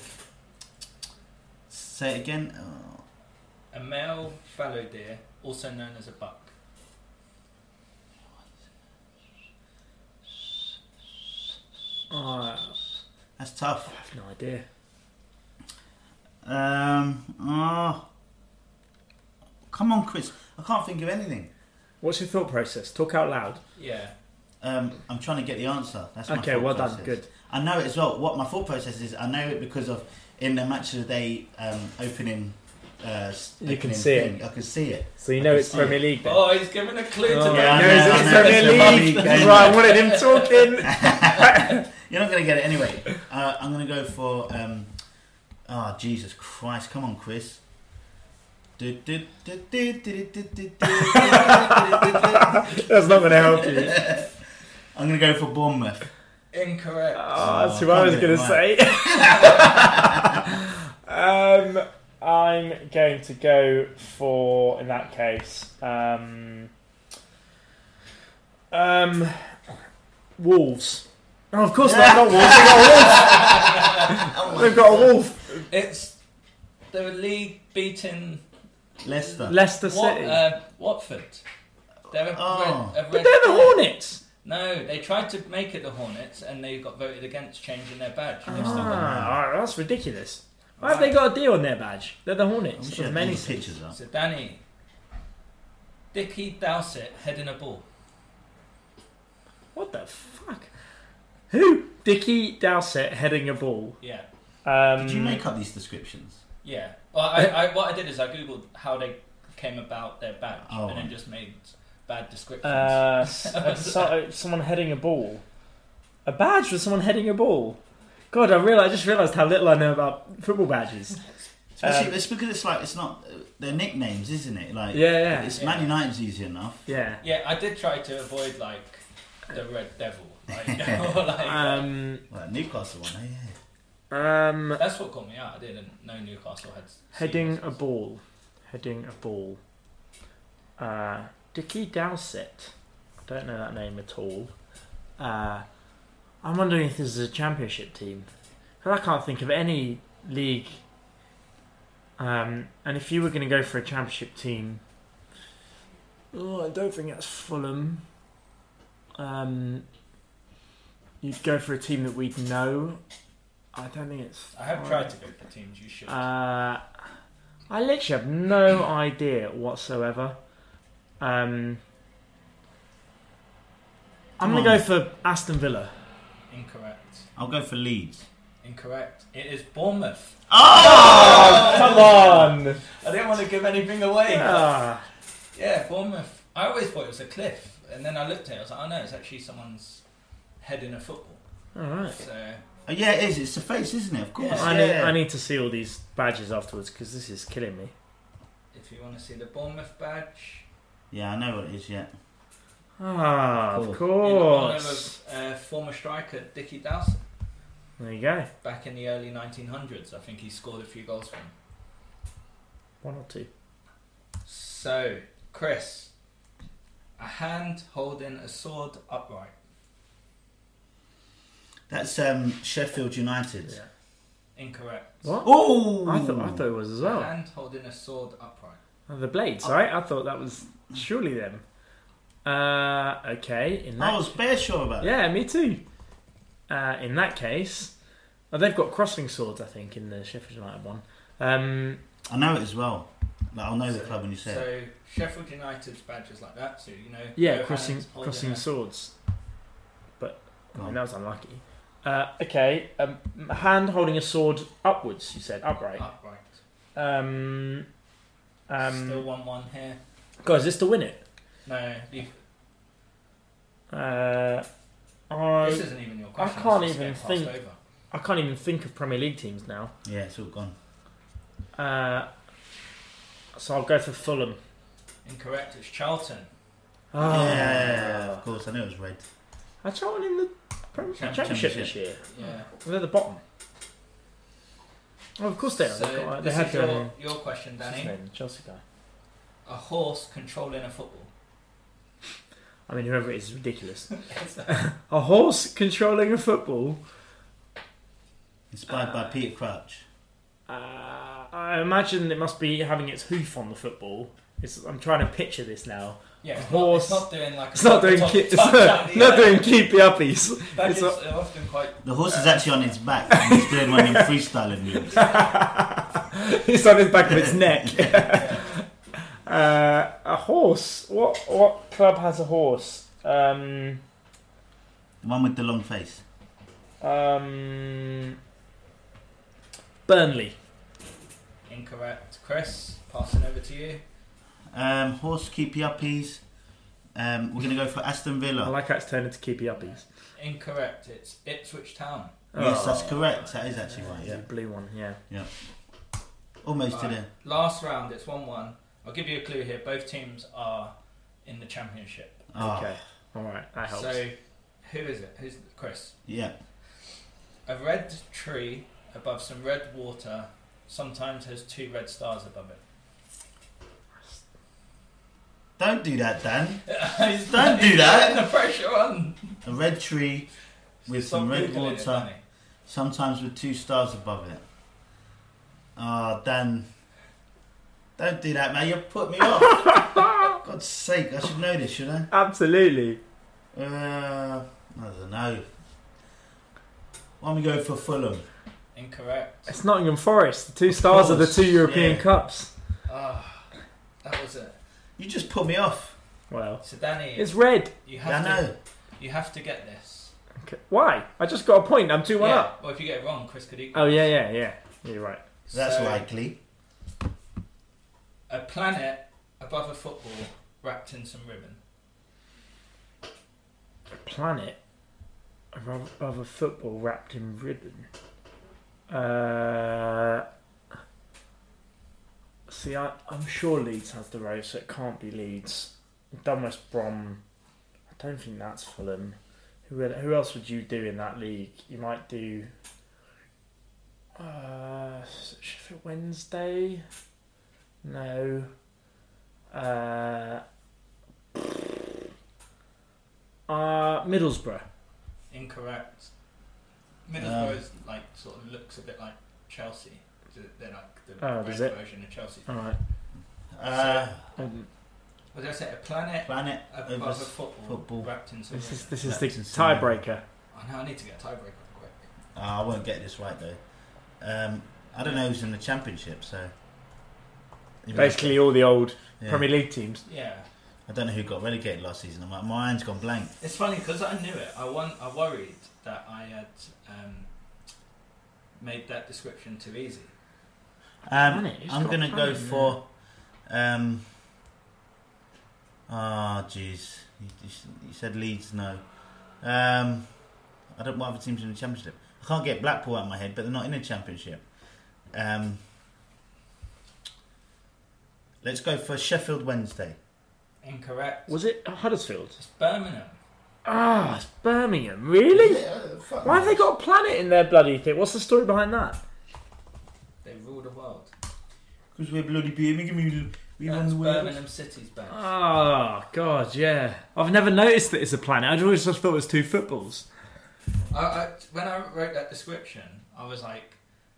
Speaker 3: Say it again. Oh,
Speaker 1: A male fallow deer, also known as a buck.
Speaker 2: Oh,
Speaker 3: that's
Speaker 2: I
Speaker 3: tough.
Speaker 2: have no idea.
Speaker 3: Um. Oh. Come on, Chris. I can't think of anything.
Speaker 2: What's your thought process? Talk out loud.
Speaker 1: Yeah.
Speaker 3: Um, I'm trying to get the answer. That's my
Speaker 2: okay,
Speaker 3: thought
Speaker 2: well
Speaker 3: process.
Speaker 2: done. Good.
Speaker 3: I know it as well. What my thought process is, I know it because of in the match of the day um, opening. Uh, s-
Speaker 2: You can
Speaker 3: opening
Speaker 2: see it.
Speaker 3: thing, I can see it.
Speaker 2: So you
Speaker 3: I
Speaker 2: know
Speaker 3: can
Speaker 2: it's
Speaker 3: see
Speaker 2: Premier League. Then.
Speaker 1: Oh, he's giving a clue to
Speaker 2: Oh,
Speaker 1: me.
Speaker 3: yeah,
Speaker 2: he
Speaker 3: I know,
Speaker 2: knows
Speaker 3: I
Speaker 2: it's
Speaker 3: know,
Speaker 2: Premier
Speaker 3: it's a Premier
Speaker 2: League.
Speaker 3: League
Speaker 2: That's
Speaker 3: game.
Speaker 2: why I wanted him talking.
Speaker 3: You're not going to get it anyway. Uh, ah, I'm going to go for. Um, oh Jesus Christ! Come on, Chris.
Speaker 2: That's not going to help you.
Speaker 3: I'm going to go for Bournemouth.
Speaker 1: Incorrect.
Speaker 2: Oh, that's what I was
Speaker 3: Oh,
Speaker 2: going to
Speaker 3: right.
Speaker 2: say. um, I'm going to go for, in that case, um, um, Wolves. Oh, of course, they're not Wolves.
Speaker 3: Oh
Speaker 2: They've got a wolf.
Speaker 1: It's the league beaten
Speaker 3: Leicester.
Speaker 2: They've got a wolf. Leicester
Speaker 1: Wat-
Speaker 2: City.
Speaker 1: uh, Watford. They're a,
Speaker 3: Oh.
Speaker 1: red, a
Speaker 2: but
Speaker 1: red
Speaker 2: they're the
Speaker 1: flag.
Speaker 2: Hornets.
Speaker 1: No, they tried to make it the Hornets and they got voted against changing their badge. They've still got-
Speaker 2: Ah, alright, that's ridiculous. Why have they got a D on their badge? They're the Hornets.
Speaker 3: We should
Speaker 2: There's
Speaker 3: have
Speaker 2: many
Speaker 3: many
Speaker 2: cities.
Speaker 3: pictures up.
Speaker 1: So Danny, Dickie Dowsett heading a ball.
Speaker 2: What the fuck? Who? Dickie Dowsett heading a ball.
Speaker 1: Yeah,
Speaker 2: Um,
Speaker 3: Did you make up these descriptions?
Speaker 1: yeah. Well, I, I what I did is I googled how they came about their badge
Speaker 3: Oh.
Speaker 1: and then just made bad descriptions.
Speaker 2: Uh, s- uh, so, uh, someone heading a ball. A badge with someone heading a ball. God, I real, I just realised how little I know about football badges.
Speaker 3: Especially, it's because it's like it's not uh, their nicknames, isn't it? Like
Speaker 2: um, Yeah, yeah.
Speaker 3: it's
Speaker 1: Yeah.
Speaker 3: Man United's easy enough.
Speaker 2: Yeah.
Speaker 1: yeah, I did try to avoid like the Red Devil. Like, or, like,
Speaker 2: Um,
Speaker 3: Well, Newcastle one, eh? yeah.
Speaker 2: um,
Speaker 1: that's what caught me out. I didn't know Newcastle had
Speaker 2: heading
Speaker 1: seasons.
Speaker 2: a ball. Heading a ball. Uh, Dickie Dowsett. I don't know that name at all. Uh, I'm wondering if this is a championship team. 'Cause I can't think of any league. Um, and if you were going to go for a championship team, oh, I don't think that's Fulham. Um, you'd go for a team that we'd know. I don't think it's.
Speaker 1: I have
Speaker 2: Fulham.
Speaker 1: tried to go for teams you should.
Speaker 2: Uh, I literally have no idea whatsoever. Um, I'm
Speaker 3: Come
Speaker 2: going to
Speaker 3: on.
Speaker 2: go for Aston Villa.
Speaker 1: incorrect.
Speaker 3: I'll go for Leeds.
Speaker 1: Incorrect. It is Bournemouth.
Speaker 3: Oh!
Speaker 2: Come on!
Speaker 1: I didn't want to give anything away.
Speaker 2: Ah,
Speaker 1: Yeah, Bournemouth. I always thought it was a cliff, and then I looked at it. I was like, oh no, it's actually someone's head in a football.
Speaker 2: all right.
Speaker 1: So
Speaker 3: Oh, yeah, it is. It's the face, isn't it? Of course.
Speaker 1: Yeah.
Speaker 2: I
Speaker 3: yeah.
Speaker 2: need, I need to see all these badges afterwards because this is killing me.
Speaker 1: if you want to see the Bournemouth badge,
Speaker 3: Yeah, I know what it is. Yeah.
Speaker 2: Ah,
Speaker 3: Cool.
Speaker 2: of
Speaker 1: in honour
Speaker 2: course.
Speaker 1: of uh, former striker Dickie Dowsett
Speaker 2: There you go.
Speaker 1: back in the early 1900s. I think he scored a few goals for him.
Speaker 2: One or two.
Speaker 1: So, Chris, a hand holding a sword upright.
Speaker 3: That's um, Sheffield United.
Speaker 2: Yeah.
Speaker 1: Incorrect.
Speaker 2: What?
Speaker 3: Oh!
Speaker 2: I thought I thought it was as
Speaker 1: A
Speaker 2: well.
Speaker 1: hand holding a sword upright.
Speaker 2: Oh, the blades, right? I thought that was surely them. Uh, okay. In that
Speaker 3: I was bare sure about it.
Speaker 2: Yeah, me too. Uh, in that case, well, they've got crossing swords, I think, in the Sheffield United one. Um,
Speaker 3: I know it as well. Like, I'll know the club when you say it.
Speaker 1: So Sheffield United's badges like that. So you know.
Speaker 2: yeah,
Speaker 1: both
Speaker 2: crossing
Speaker 1: hands holding
Speaker 2: crossing
Speaker 1: a-
Speaker 2: swords. But I
Speaker 3: Go
Speaker 2: mean,
Speaker 3: on.
Speaker 2: that was unlucky. Uh, okay, um, a hand holding a sword upwards. You said upright.
Speaker 1: upright.
Speaker 2: Um,
Speaker 1: Still
Speaker 2: um,
Speaker 1: one one here.
Speaker 2: guys, this to win it.
Speaker 1: No, leave-
Speaker 2: Uh, I
Speaker 1: this isn't even your question.
Speaker 2: I can't
Speaker 1: it's just
Speaker 2: even
Speaker 1: getting
Speaker 2: think.
Speaker 1: passed Over.
Speaker 2: I can't even think of Premier League teams now.
Speaker 3: Yeah, it's all gone.
Speaker 2: Uh, so I'll go for Fulham.
Speaker 1: Incorrect. It's Charlton.
Speaker 2: Ah.
Speaker 3: Yeah, of course. I knew it was red.
Speaker 2: I Charlton in the Premier
Speaker 1: Champ-
Speaker 2: Championship this
Speaker 3: Championship.
Speaker 2: year.
Speaker 1: Yeah.
Speaker 2: They're at the bottom. Oh, of course they are.
Speaker 1: So
Speaker 2: They've got- they
Speaker 1: this
Speaker 2: had
Speaker 1: is your,
Speaker 2: um,
Speaker 1: your question,
Speaker 2: what's his
Speaker 1: Danny.
Speaker 2: name? Chelsea guy.
Speaker 1: A horse controlling a football.
Speaker 2: I mean, whoever it is is ridiculous. a horse controlling a football.
Speaker 3: Inspired by Peter Crouch.
Speaker 2: Uh, I imagine it must be having its hoof on the football. It's, I'm trying to picture this now.
Speaker 1: Yeah, it's
Speaker 2: Horse-
Speaker 1: Not, it's not doing like. a
Speaker 2: It's not doing
Speaker 1: top-
Speaker 2: ki- it's
Speaker 1: top-
Speaker 2: not,
Speaker 1: top-
Speaker 2: not
Speaker 1: yeah.
Speaker 2: doing keep the uppies.
Speaker 1: Badges
Speaker 2: it's
Speaker 1: are often quite.
Speaker 3: The horse is actually on its back and he's doing one in freestyling moves.
Speaker 2: it's on the back of its neck. uh, a horse. What what club has a horse? Um,
Speaker 3: The one with the long face.
Speaker 2: Um, Burnley.
Speaker 1: Incorrect. Chris, passing over to you.
Speaker 3: Um, horse keepy uppies. Um, we're going to go for Aston
Speaker 2: I
Speaker 3: Villa.
Speaker 2: like how it's turned into keepy uppies.
Speaker 1: Incorrect. It's Ipswich Town.
Speaker 3: Yes, that's
Speaker 2: Oh,
Speaker 3: correct. That is actually right, yeah.
Speaker 2: The blue one, yeah.
Speaker 3: Yeah. Almost to
Speaker 1: Right.
Speaker 3: the.
Speaker 1: Last round, it's 1 1. I'll give you a clue here. Both teams are in the championship.
Speaker 3: Oh,
Speaker 2: Okay. All right. That helps.
Speaker 1: So, who is it? Who's Chris?
Speaker 3: Yeah.
Speaker 1: A red tree above some red water sometimes has two red stars above it.
Speaker 3: Don't do that, Dan.
Speaker 1: He's
Speaker 3: Don't do
Speaker 1: he's
Speaker 3: that.
Speaker 1: putting The pressure on.
Speaker 3: A red tree with
Speaker 1: Stop
Speaker 3: some red
Speaker 1: Googling it,
Speaker 3: water,
Speaker 1: Danny.
Speaker 3: sometimes with two stars above it. Ah, Dan. Don't do that, man. You put me off. God's sake, I should know this, should I?
Speaker 2: Absolutely.
Speaker 3: Uh, I don't know. Why don't we go for Fulham?
Speaker 1: Incorrect.
Speaker 2: It's Nottingham Forest. The two stars of the
Speaker 3: course,
Speaker 2: two European
Speaker 3: yeah.
Speaker 2: Cups.
Speaker 1: Ah, that was it.
Speaker 3: You just put me off.
Speaker 2: Well,
Speaker 1: So Danny,
Speaker 2: it's red.
Speaker 1: you
Speaker 3: I
Speaker 1: have to
Speaker 3: know.
Speaker 1: you have to get this.
Speaker 2: Okay. Why? I just got a point. I'm 2 1
Speaker 1: yeah.
Speaker 2: up.
Speaker 1: Well, if you get it wrong, Chris could equal.
Speaker 2: Oh, yeah, yeah, yeah. You're right.
Speaker 3: That's
Speaker 1: So,
Speaker 3: likely.
Speaker 1: A planet above a football wrapped in some ribbon.
Speaker 2: Planet above above a football wrapped in ribbon. Uh, see, I, I'm sure Leeds has the road, so it can't be Leeds. Done West Brom. I don't think that's Fulham. Who el- who else would you do in that league? You might do. Uh, Sheffield Wednesday. No. Uh, uh, Middlesbrough.
Speaker 1: Incorrect. Middlesbrough
Speaker 3: Um.
Speaker 1: is like sort of looks a bit like Chelsea. They're like the
Speaker 2: Oh,
Speaker 1: red
Speaker 2: does it?
Speaker 1: version of Chelsea.
Speaker 2: All right.
Speaker 3: Uh,
Speaker 2: Um,
Speaker 1: What did I say? A planet
Speaker 3: planet
Speaker 1: above
Speaker 3: over
Speaker 1: a
Speaker 3: s-
Speaker 1: football,
Speaker 3: football.
Speaker 1: wrapped in some
Speaker 2: This is
Speaker 1: ribbon.
Speaker 2: this is the
Speaker 3: That's insane.
Speaker 2: tiebreaker.
Speaker 1: I know I need to get a tiebreaker quick.
Speaker 3: Ah, I won't get this right though. Um, I don't know who's in the championship, so
Speaker 2: Basically, all the old
Speaker 3: Yeah.
Speaker 2: Premier League teams.
Speaker 1: Yeah.
Speaker 3: I don't know who got relegated last season. My mind's gone blank.
Speaker 1: It's funny because I knew it. I won, I worried that I had um, made that description too easy.
Speaker 3: Um,
Speaker 2: Planet, it's
Speaker 3: I'm
Speaker 2: got
Speaker 3: gonna go
Speaker 2: planet in
Speaker 3: for. Um, ah, jeez, you, you s- you said Leeds. No, um, I don't. What other teams in the championship? I can't get Blackpool out of my head, but they're not in the championship. Um, let's go for Sheffield Wednesday.
Speaker 1: Incorrect.
Speaker 2: Was it Huddersfield?
Speaker 1: It's Birmingham.
Speaker 2: Ah, it's Birmingham. Really?
Speaker 3: Yeah, fuck
Speaker 2: Why have
Speaker 3: me.
Speaker 2: they got a planet in their bloody thing? What's the story behind that?
Speaker 1: They rule the world.
Speaker 3: Because we're bloody Birmingham. We won
Speaker 1: That's
Speaker 3: the world.
Speaker 1: Birmingham City's badge.
Speaker 2: Ah, God, yeah. I've never noticed that it's a planet. I'd always just thought it was two footballs.
Speaker 1: I, I, when I wrote that description, I was like,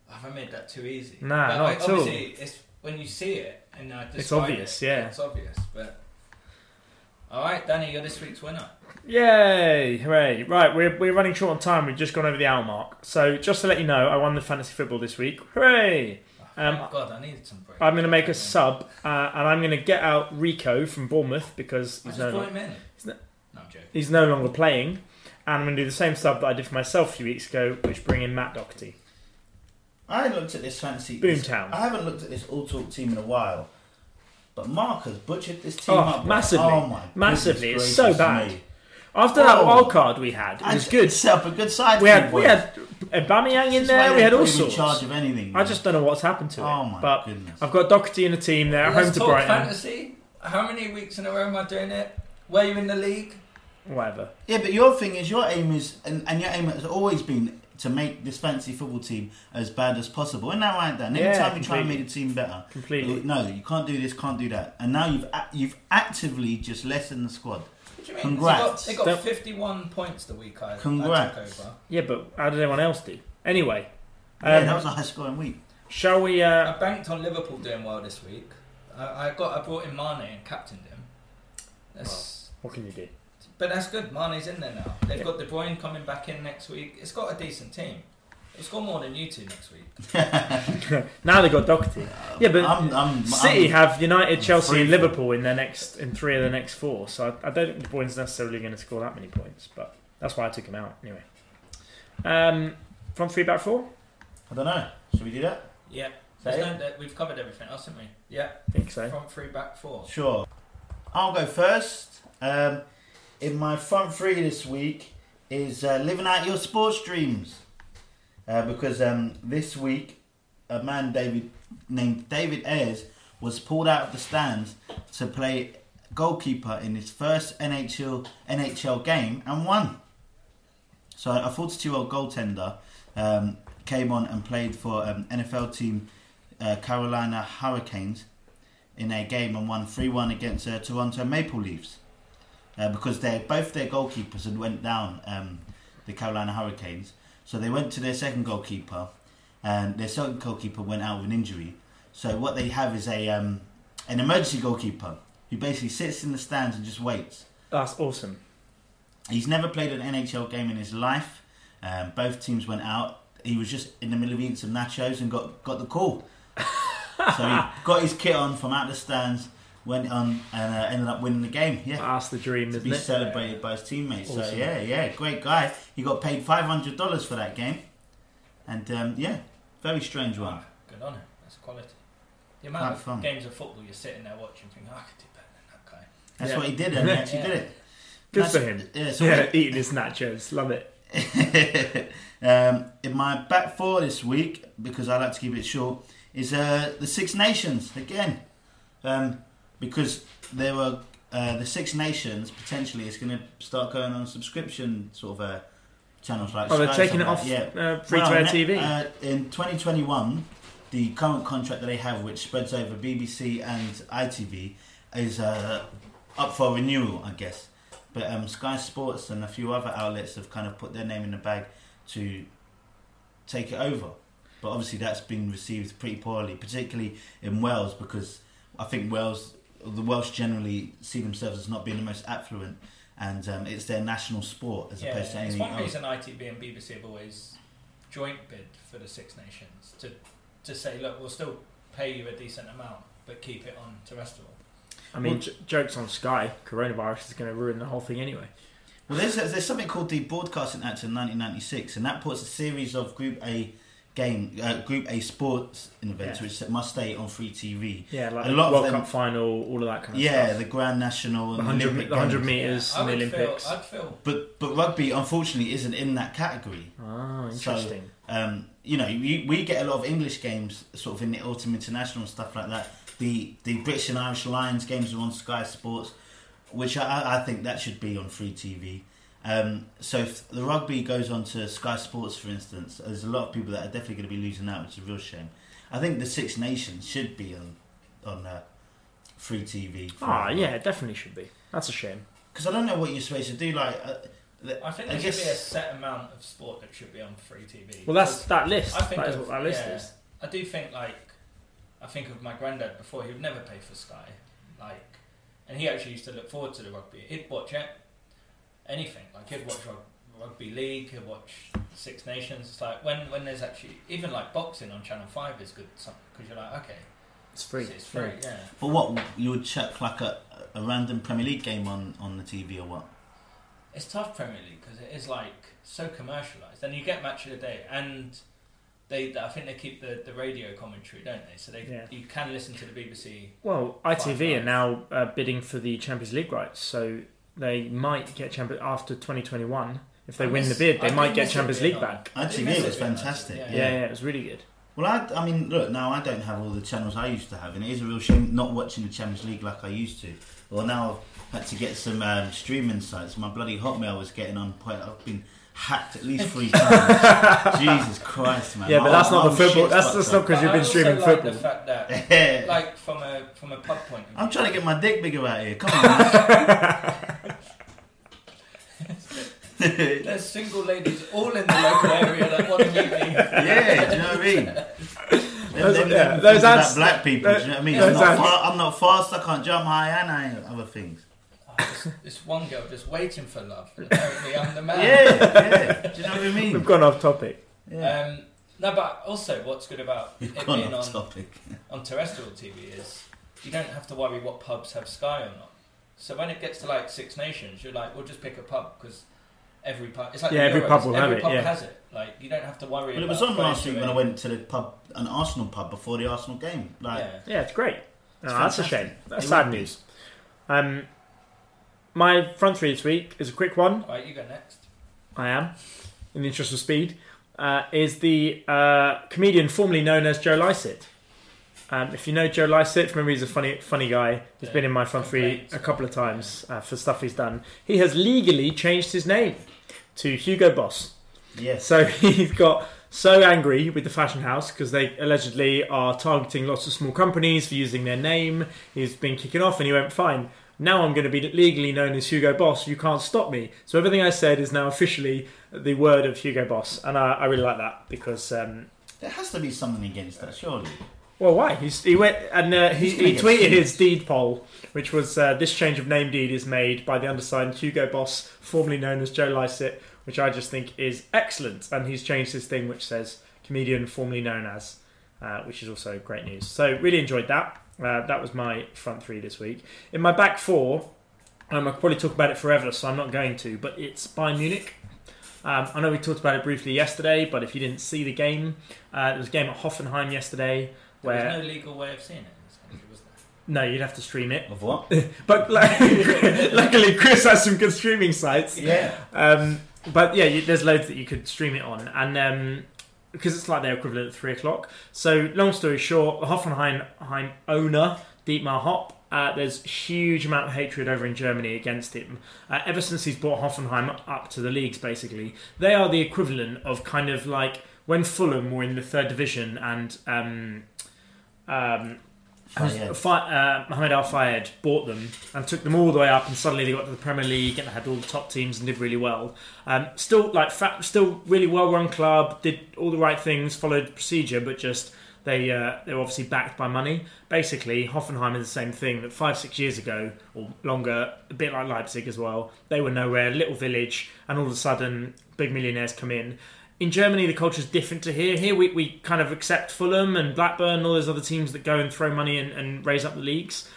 Speaker 1: have I made that too easy?
Speaker 2: Nah,
Speaker 1: but
Speaker 2: not
Speaker 1: I,
Speaker 2: at all.
Speaker 1: Obviously, it's when you see it and I
Speaker 2: It's
Speaker 1: describe
Speaker 2: obvious,
Speaker 1: it,
Speaker 2: yeah.
Speaker 1: It's obvious, but. Alright, Danny, you're this week's winner.
Speaker 2: Yay! Hooray! Right, we're, we're running short on time. We've just gone over the hour mark. So, just to let you know, I won the fantasy football this week. Hooray! Um,
Speaker 1: Thank Oh, God, I needed some break.
Speaker 2: I'm going to make a
Speaker 1: Yeah.
Speaker 2: sub, uh, and I'm going to get out Rico from Bournemouth because
Speaker 1: I just
Speaker 2: he's no,
Speaker 1: brought
Speaker 2: lo-
Speaker 1: him in.
Speaker 2: Isn't
Speaker 1: No, I'm joking.
Speaker 2: he's no longer playing. And I'm going to do the same sub that I did for myself a few weeks ago, which bring in Matt Doherty.
Speaker 3: I looked at this fancy.
Speaker 2: Boomtown.
Speaker 3: I haven't looked at this all talk team in a while, but Mark has butchered this team
Speaker 2: Oh,
Speaker 3: up.
Speaker 2: massively.
Speaker 3: Oh my
Speaker 2: Massively.
Speaker 3: goodness
Speaker 2: It's
Speaker 3: gracious
Speaker 2: so bad.
Speaker 3: me.
Speaker 2: After that
Speaker 3: Oh.
Speaker 2: wild card we had, it
Speaker 3: And
Speaker 2: was good.
Speaker 3: Set up a good side.
Speaker 2: We
Speaker 3: for
Speaker 2: had
Speaker 3: you
Speaker 2: we
Speaker 3: boys.
Speaker 2: had Aubameyang in
Speaker 3: This is why
Speaker 2: there.
Speaker 3: they
Speaker 2: We had
Speaker 3: put
Speaker 2: all
Speaker 3: him in
Speaker 2: sorts.
Speaker 3: charge of anything.
Speaker 2: I just don't know what's happened to
Speaker 3: Oh
Speaker 2: it.
Speaker 3: my
Speaker 2: but
Speaker 3: goodness.
Speaker 2: I've got Doherty in the team there,
Speaker 1: Let's
Speaker 2: home to
Speaker 1: talk
Speaker 2: Brighton.
Speaker 1: fantasy. How many weeks in a row am I doing it? Were you in the league?
Speaker 2: Whatever.
Speaker 3: Yeah, but your thing is your aim is, and, and your aim has always been to make this fancy football team as bad as possible. Isn't that right, Dan?
Speaker 2: Yeah,
Speaker 3: Anytime you try and
Speaker 2: completely.
Speaker 3: make the team better,
Speaker 2: Completely.
Speaker 3: No, you can't do this, can't do that, and now you've a- you've actively just lessened the squad.
Speaker 1: What do you mean?
Speaker 3: Congrats.
Speaker 1: They got, they got
Speaker 2: Don't-
Speaker 1: 51 points the week I, I
Speaker 3: Congrats.
Speaker 1: took over.
Speaker 2: Yeah, but how did everyone else do? Anyway, um,
Speaker 3: yeah, that was a high scoring week.
Speaker 2: shall we? Uh,
Speaker 1: I banked on Liverpool doing well this week. I, I got I brought in Mane and captained him. That's,
Speaker 2: what can you do?
Speaker 1: But that's good. Mane's in there now. They've
Speaker 2: Yeah.
Speaker 1: got De Bruyne coming back in next week. It's got a decent team. It's got more than you two next week.
Speaker 2: Now they've got Doherty. Yeah, but
Speaker 3: I'm, I'm,
Speaker 2: City
Speaker 3: I'm,
Speaker 2: have United, Chelsea, and
Speaker 3: Free fall.
Speaker 2: Liverpool in their next in three of the next four. So I, I don't think De Bruyne's necessarily going to score that many points, but that's why I took him out anyway. Um, front three, back four.
Speaker 3: I don't know. Should we do that?
Speaker 1: Yeah.
Speaker 3: Say
Speaker 1: There's
Speaker 3: it.
Speaker 1: no, that- we've covered everything else, haven't we? Yeah.
Speaker 2: I think so.
Speaker 1: Front three, back four.
Speaker 3: Sure. I'll go first. Um, in my front three this week is uh, living out your sports dreams. Uh, because um, this week a man David named David Ayres was pulled out of the stands to play goalkeeper in his first NHL NHL game and won. So a 42-year-old goaltender um, came on and played for um, NFL team uh, Carolina Hurricanes in their game and won 3-1 against uh, Toronto Maple Leafs uh, because they both their goalkeepers had went down um, the Carolina Hurricanes. So they went to their second goalkeeper, and their second goalkeeper went out with an injury. So what they have is a um, an emergency goalkeeper who basically sits in the stands and just waits.
Speaker 2: That's awesome.
Speaker 3: He's never played an NHL game in his life. Um, both teams went out. He was just in the middle of eating some nachos and got got the call. so he got his kit on from out the stands, went on and uh, ended up winning the game. Yeah
Speaker 2: That's the dream.
Speaker 3: to
Speaker 2: isn't
Speaker 3: be
Speaker 2: it?
Speaker 3: celebrated by his teammates. So
Speaker 2: Awesome.
Speaker 3: yeah, yeah, great guy. He got paid five hundred dollars for that game, and um, yeah, very strange one.
Speaker 1: Good on him. That's quality. The amount
Speaker 3: Quite
Speaker 1: of
Speaker 3: fun.
Speaker 1: games of football you're sitting there watching, thinking, oh, I could do better than that guy.
Speaker 3: That's
Speaker 2: Yeah.
Speaker 3: what he did, and he actually
Speaker 1: Yeah.
Speaker 3: did it.
Speaker 2: Good
Speaker 3: That's-
Speaker 2: for him.
Speaker 3: Yeah, so
Speaker 2: Yeah, eating his nachos. Love it.
Speaker 3: um, in my back four this week, because I like to keep it short, is uh, the Six Nations again, um, because there were uh, the Six Nations potentially is going to start going on subscription sort of uh, channels like.
Speaker 2: Oh, they're
Speaker 3: Sky or
Speaker 2: taking it
Speaker 3: something like-
Speaker 2: off
Speaker 3: Yeah,
Speaker 2: uh, free
Speaker 3: Well,
Speaker 2: to air
Speaker 3: ne-
Speaker 2: TV.
Speaker 3: Uh, in 2021, the current contract that they have, which spreads over BBC and ITV, is uh, up for renewal, I guess. But um, Sky Sports and a few other outlets have kind of put their name in the bag to take it over. But obviously, that's been received pretty poorly, particularly in Wales, because I think Wales, the Welsh generally see themselves as not being the most affluent, and um, it's their national sport as
Speaker 1: Yeah,
Speaker 3: opposed to
Speaker 1: it's
Speaker 3: anything
Speaker 1: one
Speaker 3: else.
Speaker 1: reason ITV and BBC have always joint bid for the Six Nations to to say, look, we'll still pay you a decent amount, but keep it on terrestrial.
Speaker 2: I mean, j- jokes on Sky. Coronavirus is going to ruin the whole thing anyway.
Speaker 3: Well, there's, there's something called the Broadcasting Act in 1996, and that puts a series of Group A game, uh, Group A sports in events
Speaker 2: Yeah.
Speaker 3: which must stay on free TV.
Speaker 2: Yeah, like
Speaker 3: A
Speaker 2: the
Speaker 3: lot of
Speaker 2: World
Speaker 3: them-
Speaker 2: Cup final, all of that kind of
Speaker 3: yeah,
Speaker 2: stuff.
Speaker 3: the Grand National
Speaker 2: the
Speaker 3: and
Speaker 2: 100,
Speaker 3: Olympic
Speaker 2: the 100
Speaker 3: Games.
Speaker 2: meters
Speaker 1: I
Speaker 2: and the
Speaker 1: would
Speaker 2: Olympics.
Speaker 1: feel, I'd feel
Speaker 3: But but rugby, unfortunately, isn't in that category.
Speaker 2: Ah,
Speaker 3: So-
Speaker 2: interesting.
Speaker 3: Um, you know, we, we get a lot of English games sort of in the autumn international and stuff like that. The the British and Irish Lions games are on Sky Sports, which I- I, I think that should be on free TV. Um, so if the rugby goes on to Sky Sports, for instance, there's a lot of people that are definitely going to be losing out, which is a real shame. I think the Six Nations should be on on uh, free TV.
Speaker 2: Ah, yeah, it definitely should be. That's a shame.
Speaker 3: because I don't know what you're supposed to do. Like, uh,
Speaker 1: I think
Speaker 3: I
Speaker 1: there should be a
Speaker 3: guess-
Speaker 1: set amount of sport that should be on free TV.
Speaker 2: Well, that's that list.
Speaker 1: I think
Speaker 2: That is
Speaker 1: of-
Speaker 2: what that list
Speaker 1: yeah.
Speaker 2: is.
Speaker 1: I do think like I think of my granddad before he would never pay for Sky, like, and he actually used to look forward to the rugby. He'd watch it, anything like he'd watch rug, rugby league, he'd watch Six Nations. It's like when when there's actually even like boxing on Channel Five is good because you're like okay,
Speaker 2: It's free.
Speaker 1: it's free, yeah.
Speaker 3: but what you would chuck like a, a random Premier League game on on the TV or what?
Speaker 1: It's tough Premier League because it is like so commercialized, and you get match of the day, and they I think they keep the, the radio commentary, don't they? So they
Speaker 2: Yeah.
Speaker 1: you can listen to the BBC.
Speaker 2: Well,
Speaker 1: Five
Speaker 2: ITV are
Speaker 1: nights.
Speaker 2: now uh, bidding for the Champions League rights, so they might get Champions after 2021. If they
Speaker 1: I
Speaker 2: win
Speaker 1: miss-
Speaker 2: the
Speaker 1: I
Speaker 2: bid, they
Speaker 1: do
Speaker 2: might get
Speaker 1: miss it
Speaker 2: Champions
Speaker 1: being
Speaker 2: League
Speaker 1: on.
Speaker 2: back.
Speaker 1: I do
Speaker 3: ITV
Speaker 1: miss it
Speaker 3: was
Speaker 1: being on,
Speaker 3: fantastic,
Speaker 2: Yeah.
Speaker 3: Yeah.
Speaker 2: yeah, it was really good.
Speaker 3: Well, I, I mean, look, now I don't have all the channels I used to have, and it is a real shame not watching the Champions League like I used to. Well, now I've had to get some um, streaming sites. My bloody Hotmail was getting on point. I've been hacked at least three times. Jesus Christ, man.
Speaker 2: Yeah, but
Speaker 3: My
Speaker 2: that's
Speaker 3: whole-
Speaker 2: not
Speaker 3: my
Speaker 2: the
Speaker 3: whole
Speaker 2: football.
Speaker 3: shit's
Speaker 2: That's
Speaker 3: fucked
Speaker 2: just
Speaker 3: up.
Speaker 2: not because
Speaker 1: But
Speaker 2: you've
Speaker 1: I
Speaker 2: been
Speaker 1: also
Speaker 2: streaming
Speaker 1: like
Speaker 2: football.
Speaker 1: The fact that like from a from a pub point of view.
Speaker 3: I'm trying to get my dick bigger out here. Come on. man.
Speaker 1: There's single ladies all in the local area that want to meet me.
Speaker 3: yeah, do you know what I mean? Them,
Speaker 2: Those-
Speaker 3: them,
Speaker 2: yeah,
Speaker 3: them
Speaker 2: those
Speaker 3: things about
Speaker 2: ads-
Speaker 3: black people, do you know what I mean? I'm
Speaker 2: those
Speaker 3: not,
Speaker 2: ads-
Speaker 3: fa- I'm not fast, I can't jump high, and I ain't other things.
Speaker 1: Oh, this, this one girl just waiting for love. and Apparently, I'm the man.
Speaker 3: Yeah, yeah. Do you know what I mean?
Speaker 2: We've gone off topic.
Speaker 3: Yeah.
Speaker 1: Um, no, but also what's good about
Speaker 3: We've
Speaker 1: it
Speaker 3: gone
Speaker 1: being
Speaker 3: off
Speaker 1: on,
Speaker 3: topic.
Speaker 1: on terrestrial TV is you don't have to worry what pubs have Sky or not. So when it gets to like Six Nations, you're like, we'll just pick a pub because every pub, it's like
Speaker 2: Yeah,
Speaker 1: the
Speaker 2: every
Speaker 1: Euros,
Speaker 2: pub will
Speaker 1: every
Speaker 2: have it,
Speaker 1: pub
Speaker 2: yeah.
Speaker 1: has it. Like you don't have to worry.
Speaker 3: Well, it
Speaker 1: about
Speaker 3: was on
Speaker 1: going
Speaker 3: last
Speaker 1: to
Speaker 3: week
Speaker 1: a-
Speaker 3: when I went to the pub, an Arsenal pub before the Arsenal game. Like,
Speaker 1: yeah.
Speaker 2: Yeah, it's great. No,
Speaker 3: It's
Speaker 2: that's a
Speaker 3: fantastic.
Speaker 2: shame. That's
Speaker 3: It
Speaker 2: sad
Speaker 3: would be.
Speaker 2: news. Um, my front three this week is a quick one.
Speaker 1: All right, you go next.
Speaker 2: I am, in the interest of speed. uh, is the uh, comedian formerly known as Joe Lycett. Um, if you know Joe Lycett, remember he's a funny, funny guy. He's been in my front three
Speaker 1: Complaints.
Speaker 2: a couple of times uh, for stuff he's done. He has legally changed his name to Hugo Boss.
Speaker 3: Yes.
Speaker 2: So he's got so angry with the fashion house because they allegedly are targeting lots of small companies for using their name. He's been kicking off and he went, fine, now I'm going to be legally known as Hugo Boss. You can't stop me. So everything I said is now officially the word of Hugo Boss. And I, I really like that because, um,
Speaker 3: There has to be something against that, surely.
Speaker 2: well, why? He's, he went and uh, he,
Speaker 3: He's gonna
Speaker 2: he
Speaker 3: get
Speaker 2: tweeted
Speaker 3: sued.
Speaker 2: his deed poll, which was uh, this change of name deed is made by the undersigned Hugo Boss, formerly known as Joe Lycett, which I just think is excellent. And he's changed his thing, which says comedian formerly known as, uh, which is also great news. So really enjoyed that. Uh, that was my front three this week. In my back four, um, I could probably talk about it forever, so I'm not going to. But it's Bayern Munich. Um, I know we talked about it briefly yesterday, but if you didn't see the game, uh, there was a game at Hoffenheim yesterday
Speaker 1: There
Speaker 2: where
Speaker 1: was no legal way of seeing it. in this country, was there?
Speaker 2: no, you'd have to stream it.
Speaker 3: Of what?
Speaker 2: But like, luckily, Chris has some good streaming sites.
Speaker 3: yeah.
Speaker 2: Um, but yeah, you, there's loads that you could stream it on, and um, because it's like their equivalent at three o'clock. So long story short, the Hoffenheim Heim owner Dietmar Hopp. Uh, there's huge amount of hatred over in Germany against him. Uh, ever since he's brought Hoffenheim up to the leagues, basically, they are the equivalent of kind of like when Fulham were in the third division and um, um,
Speaker 3: Fire.
Speaker 2: Fi- uh, Mohamed Al Fayed bought them and took them all the way up, and suddenly they got to the Premier League and had all the top teams and did really well. Um, still, like, fa- still really well-run club, did all the right things, followed procedure, but just they uh, they were obviously backed by money. Basically, Hoffenheim is the same thing that five six years ago or longer, a bit like Leipzig as well. They were nowhere, little village, and all of a sudden, big millionaires come in. In Germany, the culture is different to here. Here, we, we kind of accept Fulham and Blackburn and all those other teams that go and throw money and, and raise up the leagues.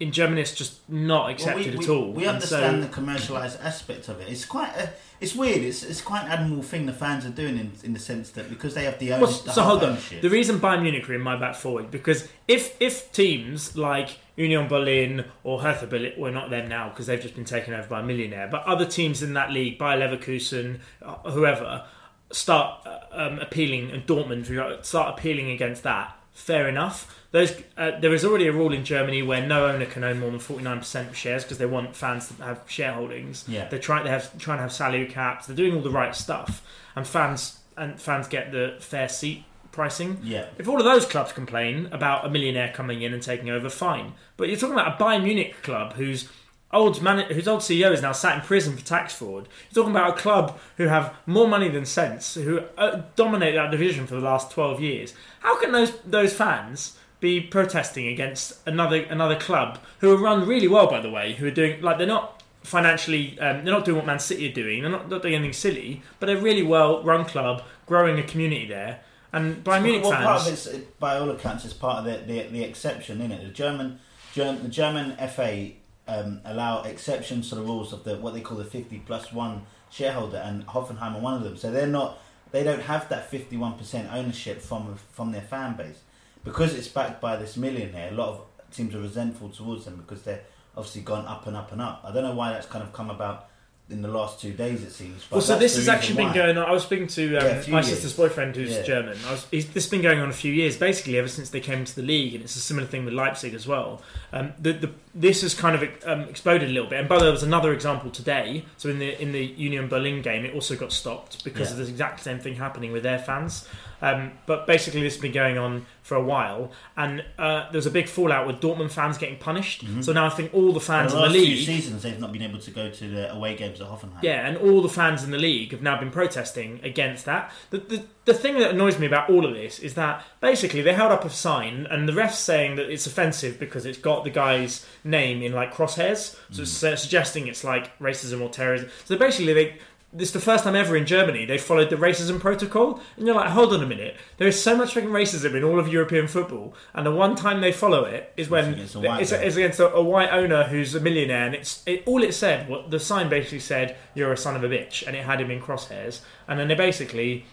Speaker 2: In Germany, it's just not
Speaker 3: Well, we-
Speaker 2: accepted
Speaker 3: we,
Speaker 2: at all.
Speaker 3: We
Speaker 2: And so-
Speaker 3: understand the commercialised aspect of it. It's quite, a, it's weird. It's it's quite an admirable thing the fans are doing in, in the sense that because they have the own,
Speaker 2: Well,
Speaker 3: the
Speaker 2: so hold on.
Speaker 3: ownership.
Speaker 2: The reason Bayern Munich are in my back forward because if if teams like Union Berlin or Hertha Berlin, well, not them now because they've just been taken over by a millionaire, but other teams in that league, Bayer Leverkusen, uh, whoever, start uh, um, appealing and Dortmund who start appealing against that. Fair enough. Those uh, there is already a rule in Germany where no owner can own more than forty nine percent of shares because they want fans to have shareholdings.
Speaker 3: Yeah.
Speaker 2: They're trying to have trying to have salary caps. They're doing all the right stuff, and fans and fans get the fair seat pricing.
Speaker 3: yeah.
Speaker 2: If all of those clubs complain about a millionaire coming in and taking over, fine. But you're talking about a Bayern Munich club whose old man, whose old CEO is now sat in prison for tax fraud. You're talking about a club who have more money than sense, who uh, dominate that division for the last 12 years. How can those those fans be protesting against another another club who are run really well, by the way, who are doing like they're not financially um, they're not doing what Man City are doing, they're not, not doing anything silly, but they're really well run club, growing a community there. And Bayern Munich
Speaker 3: well,
Speaker 2: fans,
Speaker 3: part of it's, it- by all accounts, is part of the the, the exception in it. The German, Germ, the German FA um, allow exceptions to the rules of the what they call the fifty plus one shareholder, and Hoffenheim are one of them. So they're not, they don't have that fifty one percent ownership from from their fan base because it's backed by this millionaire. A lot of teams are resentful towards them because they're obviously gone up and up and up. I don't know why that's kind of come about in the last two days. It seems. But
Speaker 2: Well, so
Speaker 3: that's
Speaker 2: this
Speaker 3: the
Speaker 2: has
Speaker 3: reason
Speaker 2: actually been
Speaker 3: why.
Speaker 2: going on. I was speaking to um,
Speaker 3: Yeah, a few
Speaker 2: my
Speaker 3: years.
Speaker 2: sister's boyfriend, who's
Speaker 3: Yeah.
Speaker 2: German. I was, he's, this has been going on a few years, basically, ever since they came to the league, and it's a similar thing with Leipzig as well. Um, the, the, this has kind of um, exploded a little bit. And by the way, there was another example today. So in the in the Union Berlin game, it also got stopped because
Speaker 3: Yeah.
Speaker 2: of the exact same thing happening with their fans. Um, but basically, this has been going on for a while, and uh, there was a big fallout with Dortmund fans getting punished. So now I think all the
Speaker 3: For
Speaker 2: fans
Speaker 3: Mm-hmm. the
Speaker 2: in the
Speaker 3: last few
Speaker 2: league
Speaker 3: seasons, they've not been able to go to the away games at Hoffenheim.
Speaker 2: Yeah, and all the fans in the league have now been protesting against that. The, the, the thing that annoys me about all of this is that basically they held up a sign and the ref's saying that it's offensive because it's got the guy's name in like crosshairs, so it's uh, suggesting it's like racism or terrorism. So basically they. This is the first time ever in Germany they followed the racism protocol, and you're like, hold on a minute. There is so much fucking racism in all of European footall, and the one time they follow it is when
Speaker 3: against a white
Speaker 2: it's,
Speaker 3: guy.
Speaker 2: it's against a, a white owner who's a millionaire, and it's it, all it said. What the sign basically said, "You're a son of a bitch," and it had him in crosshairs. And then they basically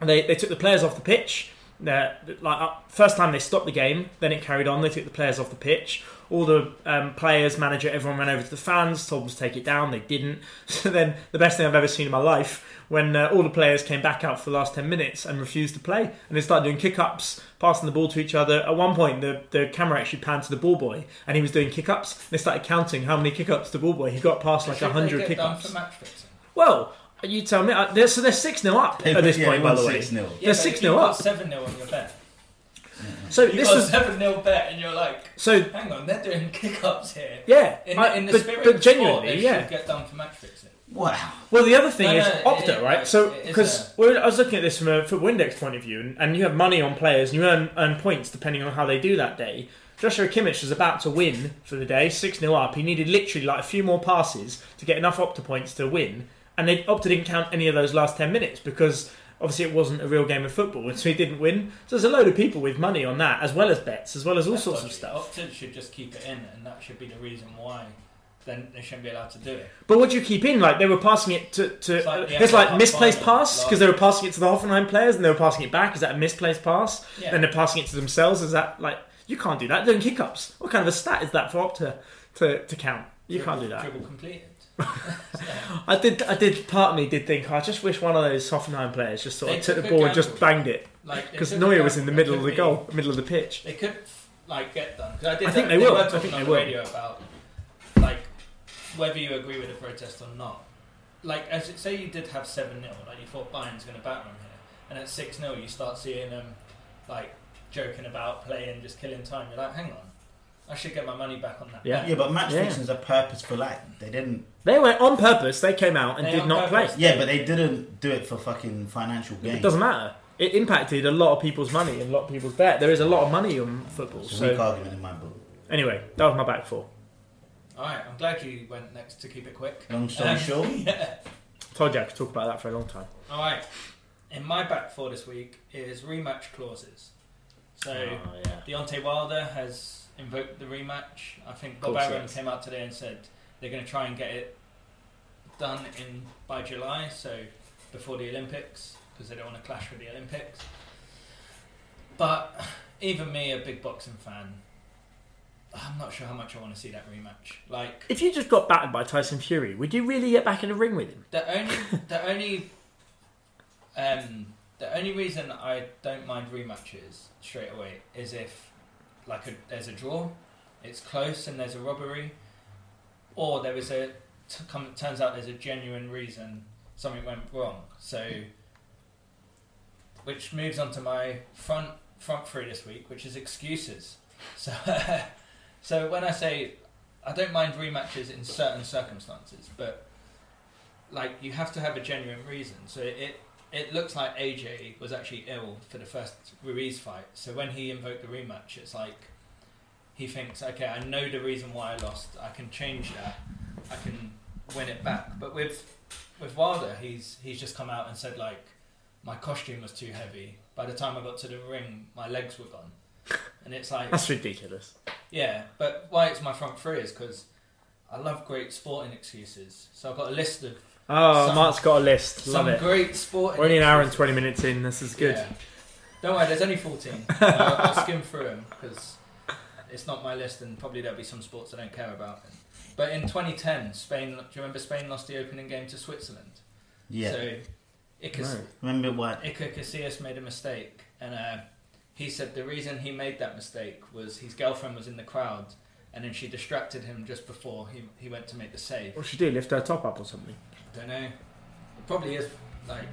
Speaker 2: they they took the players off the pitch. Uh, like uh, first time they stopped the game, then it carried on. They took the players off the pitch. all the um, players, manager, everyone ran over to the fans, told them to take it down. They didn't. So then the best thing I've ever seen in my life when uh, all the players came back out for the last 10 minutes and refused to play. And they started doing kick ups, passing the ball to each other. At one point, the, the camera actually panned to the ball boy and he was doing kick ups. They started counting how many kick ups the ball boy. He got past like
Speaker 1: Should they
Speaker 2: 100
Speaker 1: get
Speaker 2: kick
Speaker 1: done
Speaker 2: ups.
Speaker 1: for match fixing?
Speaker 2: Well, you tell me. Uh, they're, so they're 6 0 up at this point, by the way.
Speaker 3: 6 0.
Speaker 2: They're
Speaker 1: but
Speaker 2: 6-0
Speaker 1: if you've
Speaker 2: up.
Speaker 1: got 7 0 on your bet.
Speaker 2: So
Speaker 1: You
Speaker 2: this
Speaker 1: got a
Speaker 2: was.
Speaker 1: 7 0 bet, and you're like,
Speaker 2: So
Speaker 1: hang on, they're doing kick ups here.
Speaker 2: yeah,
Speaker 1: In,
Speaker 2: I-
Speaker 1: in the
Speaker 2: but,
Speaker 1: spirit
Speaker 2: but
Speaker 1: of
Speaker 2: genuinely,
Speaker 1: sport, they
Speaker 2: yeah.
Speaker 1: should get done for match fixing.
Speaker 3: Wow.
Speaker 2: Well, the other thing
Speaker 1: No,
Speaker 2: is
Speaker 1: no,
Speaker 2: Opta,
Speaker 1: it-
Speaker 2: right?
Speaker 1: it-
Speaker 2: So
Speaker 1: it is uh,
Speaker 2: because I was looking at this from a football index point of view, and, and you have money on players, and you earn, earn points depending on how they do that day. Joshua Kimmich was about to win for the day, six 0 up. He needed literally like a few more passes to get enough Opta points to win, and they Opta didn't count any of those last ten minutes because obviously it wasn't a real game of football, and so he didn't win. So there's a load of people with money on that, as well as bets, as well as all
Speaker 1: That's
Speaker 2: sorts of
Speaker 1: dodgy.
Speaker 2: stuff.
Speaker 1: Opted should just keep it in, and that should be the reason why. Then they shouldn't be allowed to do it.
Speaker 2: But what do you keep in? Like they were passing it to, to
Speaker 1: It's
Speaker 2: it's
Speaker 1: like
Speaker 2: like,
Speaker 1: the NFL
Speaker 2: misplaced
Speaker 1: final,
Speaker 2: pass
Speaker 1: like-
Speaker 2: because they were passing it to the Hoffenheim players and they were passing it back. Is that a misplaced pass?
Speaker 1: Yeah.
Speaker 2: Then they're passing it to themselves. Is that like you can't do that? Doing kick ups. What kind of a stat is that for Opta to, to count? You can't do that.
Speaker 1: Dribble completed.
Speaker 2: I did. I did. Part of me did think. "Oh, I just wish one of those Hoffenheim players just sort
Speaker 1: They
Speaker 2: of took
Speaker 1: took
Speaker 2: the
Speaker 1: a
Speaker 2: ball and just
Speaker 1: gamble.
Speaker 2: banged it
Speaker 1: Like they
Speaker 2: because
Speaker 1: took
Speaker 2: Neuer
Speaker 1: it
Speaker 2: was
Speaker 1: down,
Speaker 2: in the
Speaker 1: it
Speaker 2: middle of
Speaker 1: could
Speaker 2: the
Speaker 1: be-
Speaker 2: goal, middle of the pitch.
Speaker 1: They could like get done because I did.
Speaker 2: I
Speaker 1: that-
Speaker 2: think they will.
Speaker 1: were
Speaker 2: I
Speaker 1: talking
Speaker 2: think
Speaker 1: on
Speaker 2: they
Speaker 1: the
Speaker 2: will.
Speaker 1: radio about like whether you agree with the protest or not. Like, as it, say you did have seven 0 like you thought Bayern's going to batter them here, and at six 0 you start seeing them like joking about playing, just killing time. You're like, hang on, I should get my money back on that.
Speaker 2: Yeah.
Speaker 1: bet.
Speaker 3: Yeah, but match
Speaker 2: Yeah.
Speaker 3: fixing's a purposeful act. They didn't.
Speaker 2: They went on purpose. They came out and
Speaker 1: They
Speaker 2: did
Speaker 1: on
Speaker 2: not play.
Speaker 1: purpose.
Speaker 3: Yeah, but they didn't do it for fucking financial gain.
Speaker 2: It doesn't matter. It impacted a lot of people's money and a lot of people's bet. There is a lot of money on football.
Speaker 3: It's a weak
Speaker 2: So
Speaker 3: argument in my book.
Speaker 2: anyway, that was my back four.
Speaker 1: All right, I'm glad you went next to keep it quick.
Speaker 3: Long story
Speaker 1: Um,
Speaker 3: short.
Speaker 1: yeah.
Speaker 2: Told you I could talk about that for a long time.
Speaker 1: All right. In my back four this week is rematch clauses. So.
Speaker 2: Oh, yeah.
Speaker 1: Deontay Wilder has invoked the rematch. I think
Speaker 2: Of
Speaker 1: Bob
Speaker 2: course he
Speaker 1: Arum
Speaker 2: has.
Speaker 1: came out today and said they're going to try and get it done in by July, so before the Olympics, because they don't want to clash with the Olympics. But even me, a big boxing fan, I'm not sure how much I want to see that rematch. Like
Speaker 2: If you just got battered by Tyson Fury, would you really get back in the ring with him?
Speaker 1: the only, the only, um, the only reason I don't mind rematches straight away is if, like, a, there's a draw, it's close, and there's a robbery, or there is a t- come, turns out there's a genuine reason something went wrong. So, which moves on to my front front three this week, which is excuses. So, so when I say I don't mind rematches in certain circumstances, but like you have to have a genuine reason. So it it looks like AJ was actually ill for the first Ruiz fight. So when he invoked the rematch, it's like he thinks, okay, I know the reason why I lost. I can change that. I can win it back. But with with Wilder, he's he's just come out and said like my costume was too heavy. By the time I got to the ring, my legs were gone. And it's like
Speaker 2: That's ridiculous.
Speaker 1: yeah, but why it's my front three is because I love great sporting excuses. So I've got a list of
Speaker 2: Oh,
Speaker 1: Some-
Speaker 2: Mark's got a list. Love
Speaker 1: some
Speaker 2: it.
Speaker 1: great sporting.
Speaker 2: We're only an hour and
Speaker 1: excuses.
Speaker 2: 20 minutes in. This is good.
Speaker 1: Yeah. Don't worry, there's only 14. I'll, I'll skim through them because it's not my list, and probably there'll be some sports I don't care about. But in 2010, Spain. Do you remember Spain lost the opening game to Switzerland?
Speaker 3: Yeah.
Speaker 1: So Iker,
Speaker 2: No.
Speaker 3: Remember what?
Speaker 1: Iker Casillas made a mistake, and uh, he said the reason he made that mistake was his girlfriend was in the crowd, and then she distracted him just before he he went to make the save.
Speaker 2: What should you do? Lift her top up or something?
Speaker 1: Don't know. It probably is like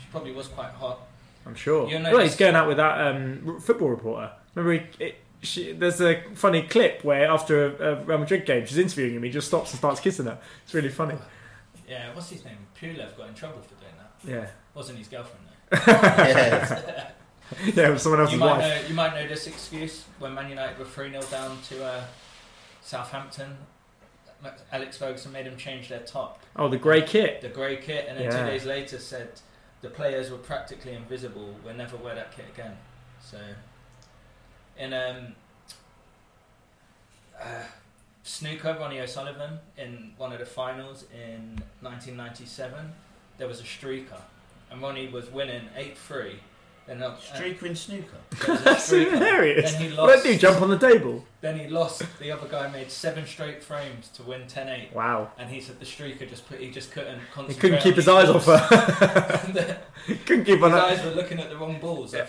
Speaker 1: she probably was quite hot.
Speaker 2: I'm sure.
Speaker 1: You'll
Speaker 2: well,
Speaker 1: notice-
Speaker 2: he's going out with that um, r- football reporter. Remember, he, it, she, there's a funny clip where after a, a Real Madrid game, she's interviewing him. He just stops and starts kissing her. It's really funny.
Speaker 1: Yeah, what's his name? Pulev got in trouble for doing that.
Speaker 2: Yeah,
Speaker 1: Wasn't his girlfriend though.
Speaker 3: yeah.
Speaker 2: yeah, with someone else's
Speaker 1: you might
Speaker 2: wife.
Speaker 1: know you might know this excuse when Man United were three 0 down to uh, Southampton. Alex Ferguson made them change their top,
Speaker 2: Oh, the grey kit.
Speaker 1: the grey kit, and then
Speaker 2: Yeah.
Speaker 1: two days later said the players were practically invisible. We'll never wear that kit again. So, in um, uh, snooker, Ronnie O'Sullivan in one of the finals in 1997, there was a streaker, and Ronnie was winning eight three, Then, uh,
Speaker 3: Streaker in snooker.
Speaker 1: there's a
Speaker 2: That's
Speaker 1: streaker.
Speaker 2: hilarious.
Speaker 1: Then he
Speaker 2: What
Speaker 1: lost.
Speaker 2: did I do? Jump on the table?
Speaker 1: Then he lost. The other guy made seven straight frames to win 10-8.
Speaker 2: Wow.
Speaker 1: And he said the streaker just put, he just couldn't
Speaker 2: He
Speaker 1: concentrate.
Speaker 2: couldn't
Speaker 1: on
Speaker 2: keep his
Speaker 1: the
Speaker 2: eyes off
Speaker 1: balls.
Speaker 2: her.
Speaker 1: And the-
Speaker 2: couldn't keep on
Speaker 1: his
Speaker 2: her.
Speaker 1: eyes were looking at the wrong balls. I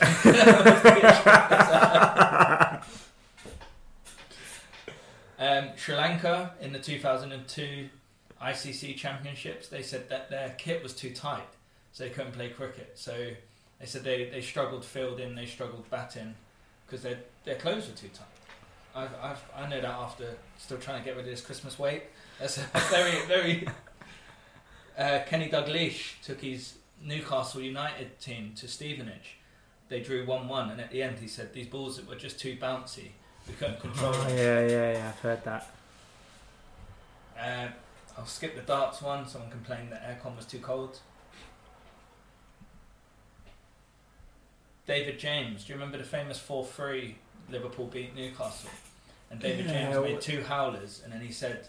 Speaker 1: think. um, Sri Lanka in the 2002 ICC Championships, they said that their kit was too tight, so they couldn't play cricket. So they said they, they struggled fielding, they struggled batting because their their clothes were too tight. I've, I've, I know that after still trying to get rid of this Christmas weight. That's a very very. Uh, Kenny Dalglish took his Newcastle United team to Stevenage. They drew one-one, and at the end he said these balls that were just too bouncy, we couldn't control
Speaker 2: Oh,
Speaker 1: them.
Speaker 2: yeah, yeah, yeah. I've heard that.
Speaker 1: Uh, I'll skip the darts one. Someone complained that aircon was too cold. David James, do you remember the famous 4 3 Liverpool beat Newcastle? And David
Speaker 2: Yeah,
Speaker 1: James
Speaker 2: well-
Speaker 1: made two howlers, and then he said,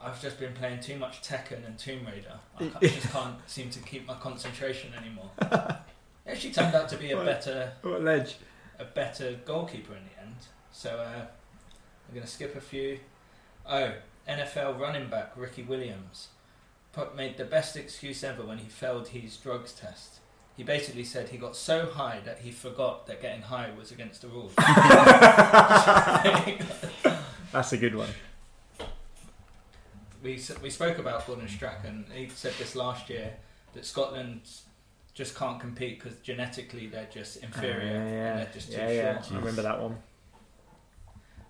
Speaker 1: I've just been playing too much Tekken and Tomb Raider. I ca- just can't seem to keep my concentration anymore. He actually turned out to be a
Speaker 2: Right.
Speaker 1: better
Speaker 2: What ledge?
Speaker 1: a better goalkeeper in the end. So uh, I'm going to skip a few. Oh, NFL running back Ricky Williams put, made the best excuse ever when he failed his drugs test. He basically said he got so high that he forgot that getting high was against the rules.
Speaker 2: That's a good one.
Speaker 1: we s- we spoke about Gordon Strachan. He said this last year that Scotland just can't compete because genetically they're just inferior
Speaker 2: Yeah,
Speaker 1: and
Speaker 2: yeah,
Speaker 1: they're just too
Speaker 2: yeah. yeah.
Speaker 1: short.
Speaker 3: short.
Speaker 2: I remember that one.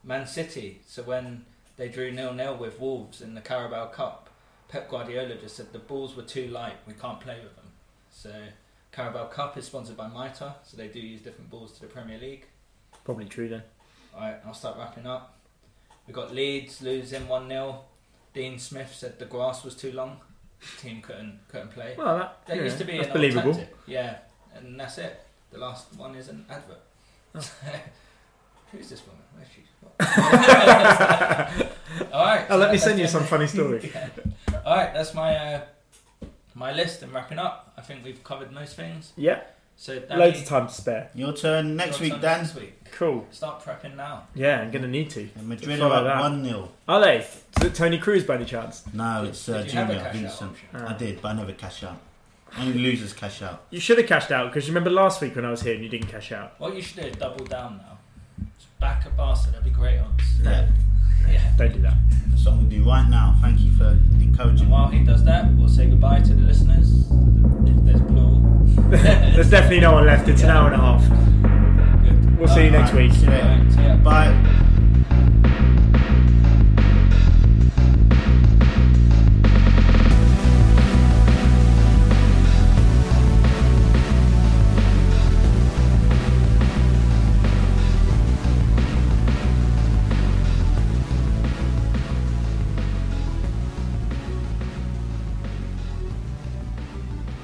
Speaker 1: Man City. So when they drew nil nil with Wolves in the Carabao Cup, Pep Guardiola just said the balls were too light. We can't play with them. So Carabao Cup is sponsored by Mitre, so they do use different balls to the Premier League.
Speaker 2: Probably true then.
Speaker 1: All right, I'll start wrapping up. We got Leeds losing one 0 Dean Smith said the grass was too long. Team couldn't couldn't play.
Speaker 2: Well, that,
Speaker 1: That
Speaker 2: yeah,
Speaker 1: used to be
Speaker 2: that's
Speaker 1: an
Speaker 2: believable.
Speaker 1: believable. Yeah, and that's it. The last one is an advert.
Speaker 2: Oh.
Speaker 1: Who's this woman? Where's she? what? All right.
Speaker 2: Oh, let me
Speaker 1: that's
Speaker 2: send you
Speaker 1: it.
Speaker 2: some funny story.
Speaker 1: Yeah. All right, that's my uh, my list. and wrapping up. I think we've covered most things.
Speaker 2: yeah,
Speaker 1: So Danny,
Speaker 2: loads of time to spare.
Speaker 3: Your turn next
Speaker 1: your
Speaker 3: week,
Speaker 1: turn
Speaker 3: Dan.
Speaker 1: Next week.
Speaker 2: Cool.
Speaker 1: Start prepping now.
Speaker 2: Yeah, I'm gonna need to.
Speaker 3: And Madrid
Speaker 2: Follow
Speaker 3: are
Speaker 2: that.
Speaker 3: up 1 0.
Speaker 2: Are they? Is it Tony Cruz by any chance?
Speaker 3: No, it's uh,
Speaker 1: Did you have a
Speaker 3: Junior
Speaker 1: cash out
Speaker 3: Vincent.
Speaker 1: option?
Speaker 2: Uh,
Speaker 3: I did, but I never cash out. Only losers cash out.
Speaker 2: You should have cashed out because you remember last week when I was here and you didn't cash out.
Speaker 1: What you should do is double down now. Just back a bastard. That'd be great odds.
Speaker 3: Yeah,
Speaker 1: Yeah.
Speaker 2: Don't do that.
Speaker 3: that's what I'm going to do right now. Thank you for encouraging
Speaker 1: And while he does that, we'll say goodbye to the listeners. If there's plural.
Speaker 2: There's definitely no one left. It's an hour and a half.
Speaker 1: Good.
Speaker 2: We'll see you next
Speaker 3: Alright,
Speaker 2: week.
Speaker 3: see you later.
Speaker 1: Alright, see ya.
Speaker 3: Bye.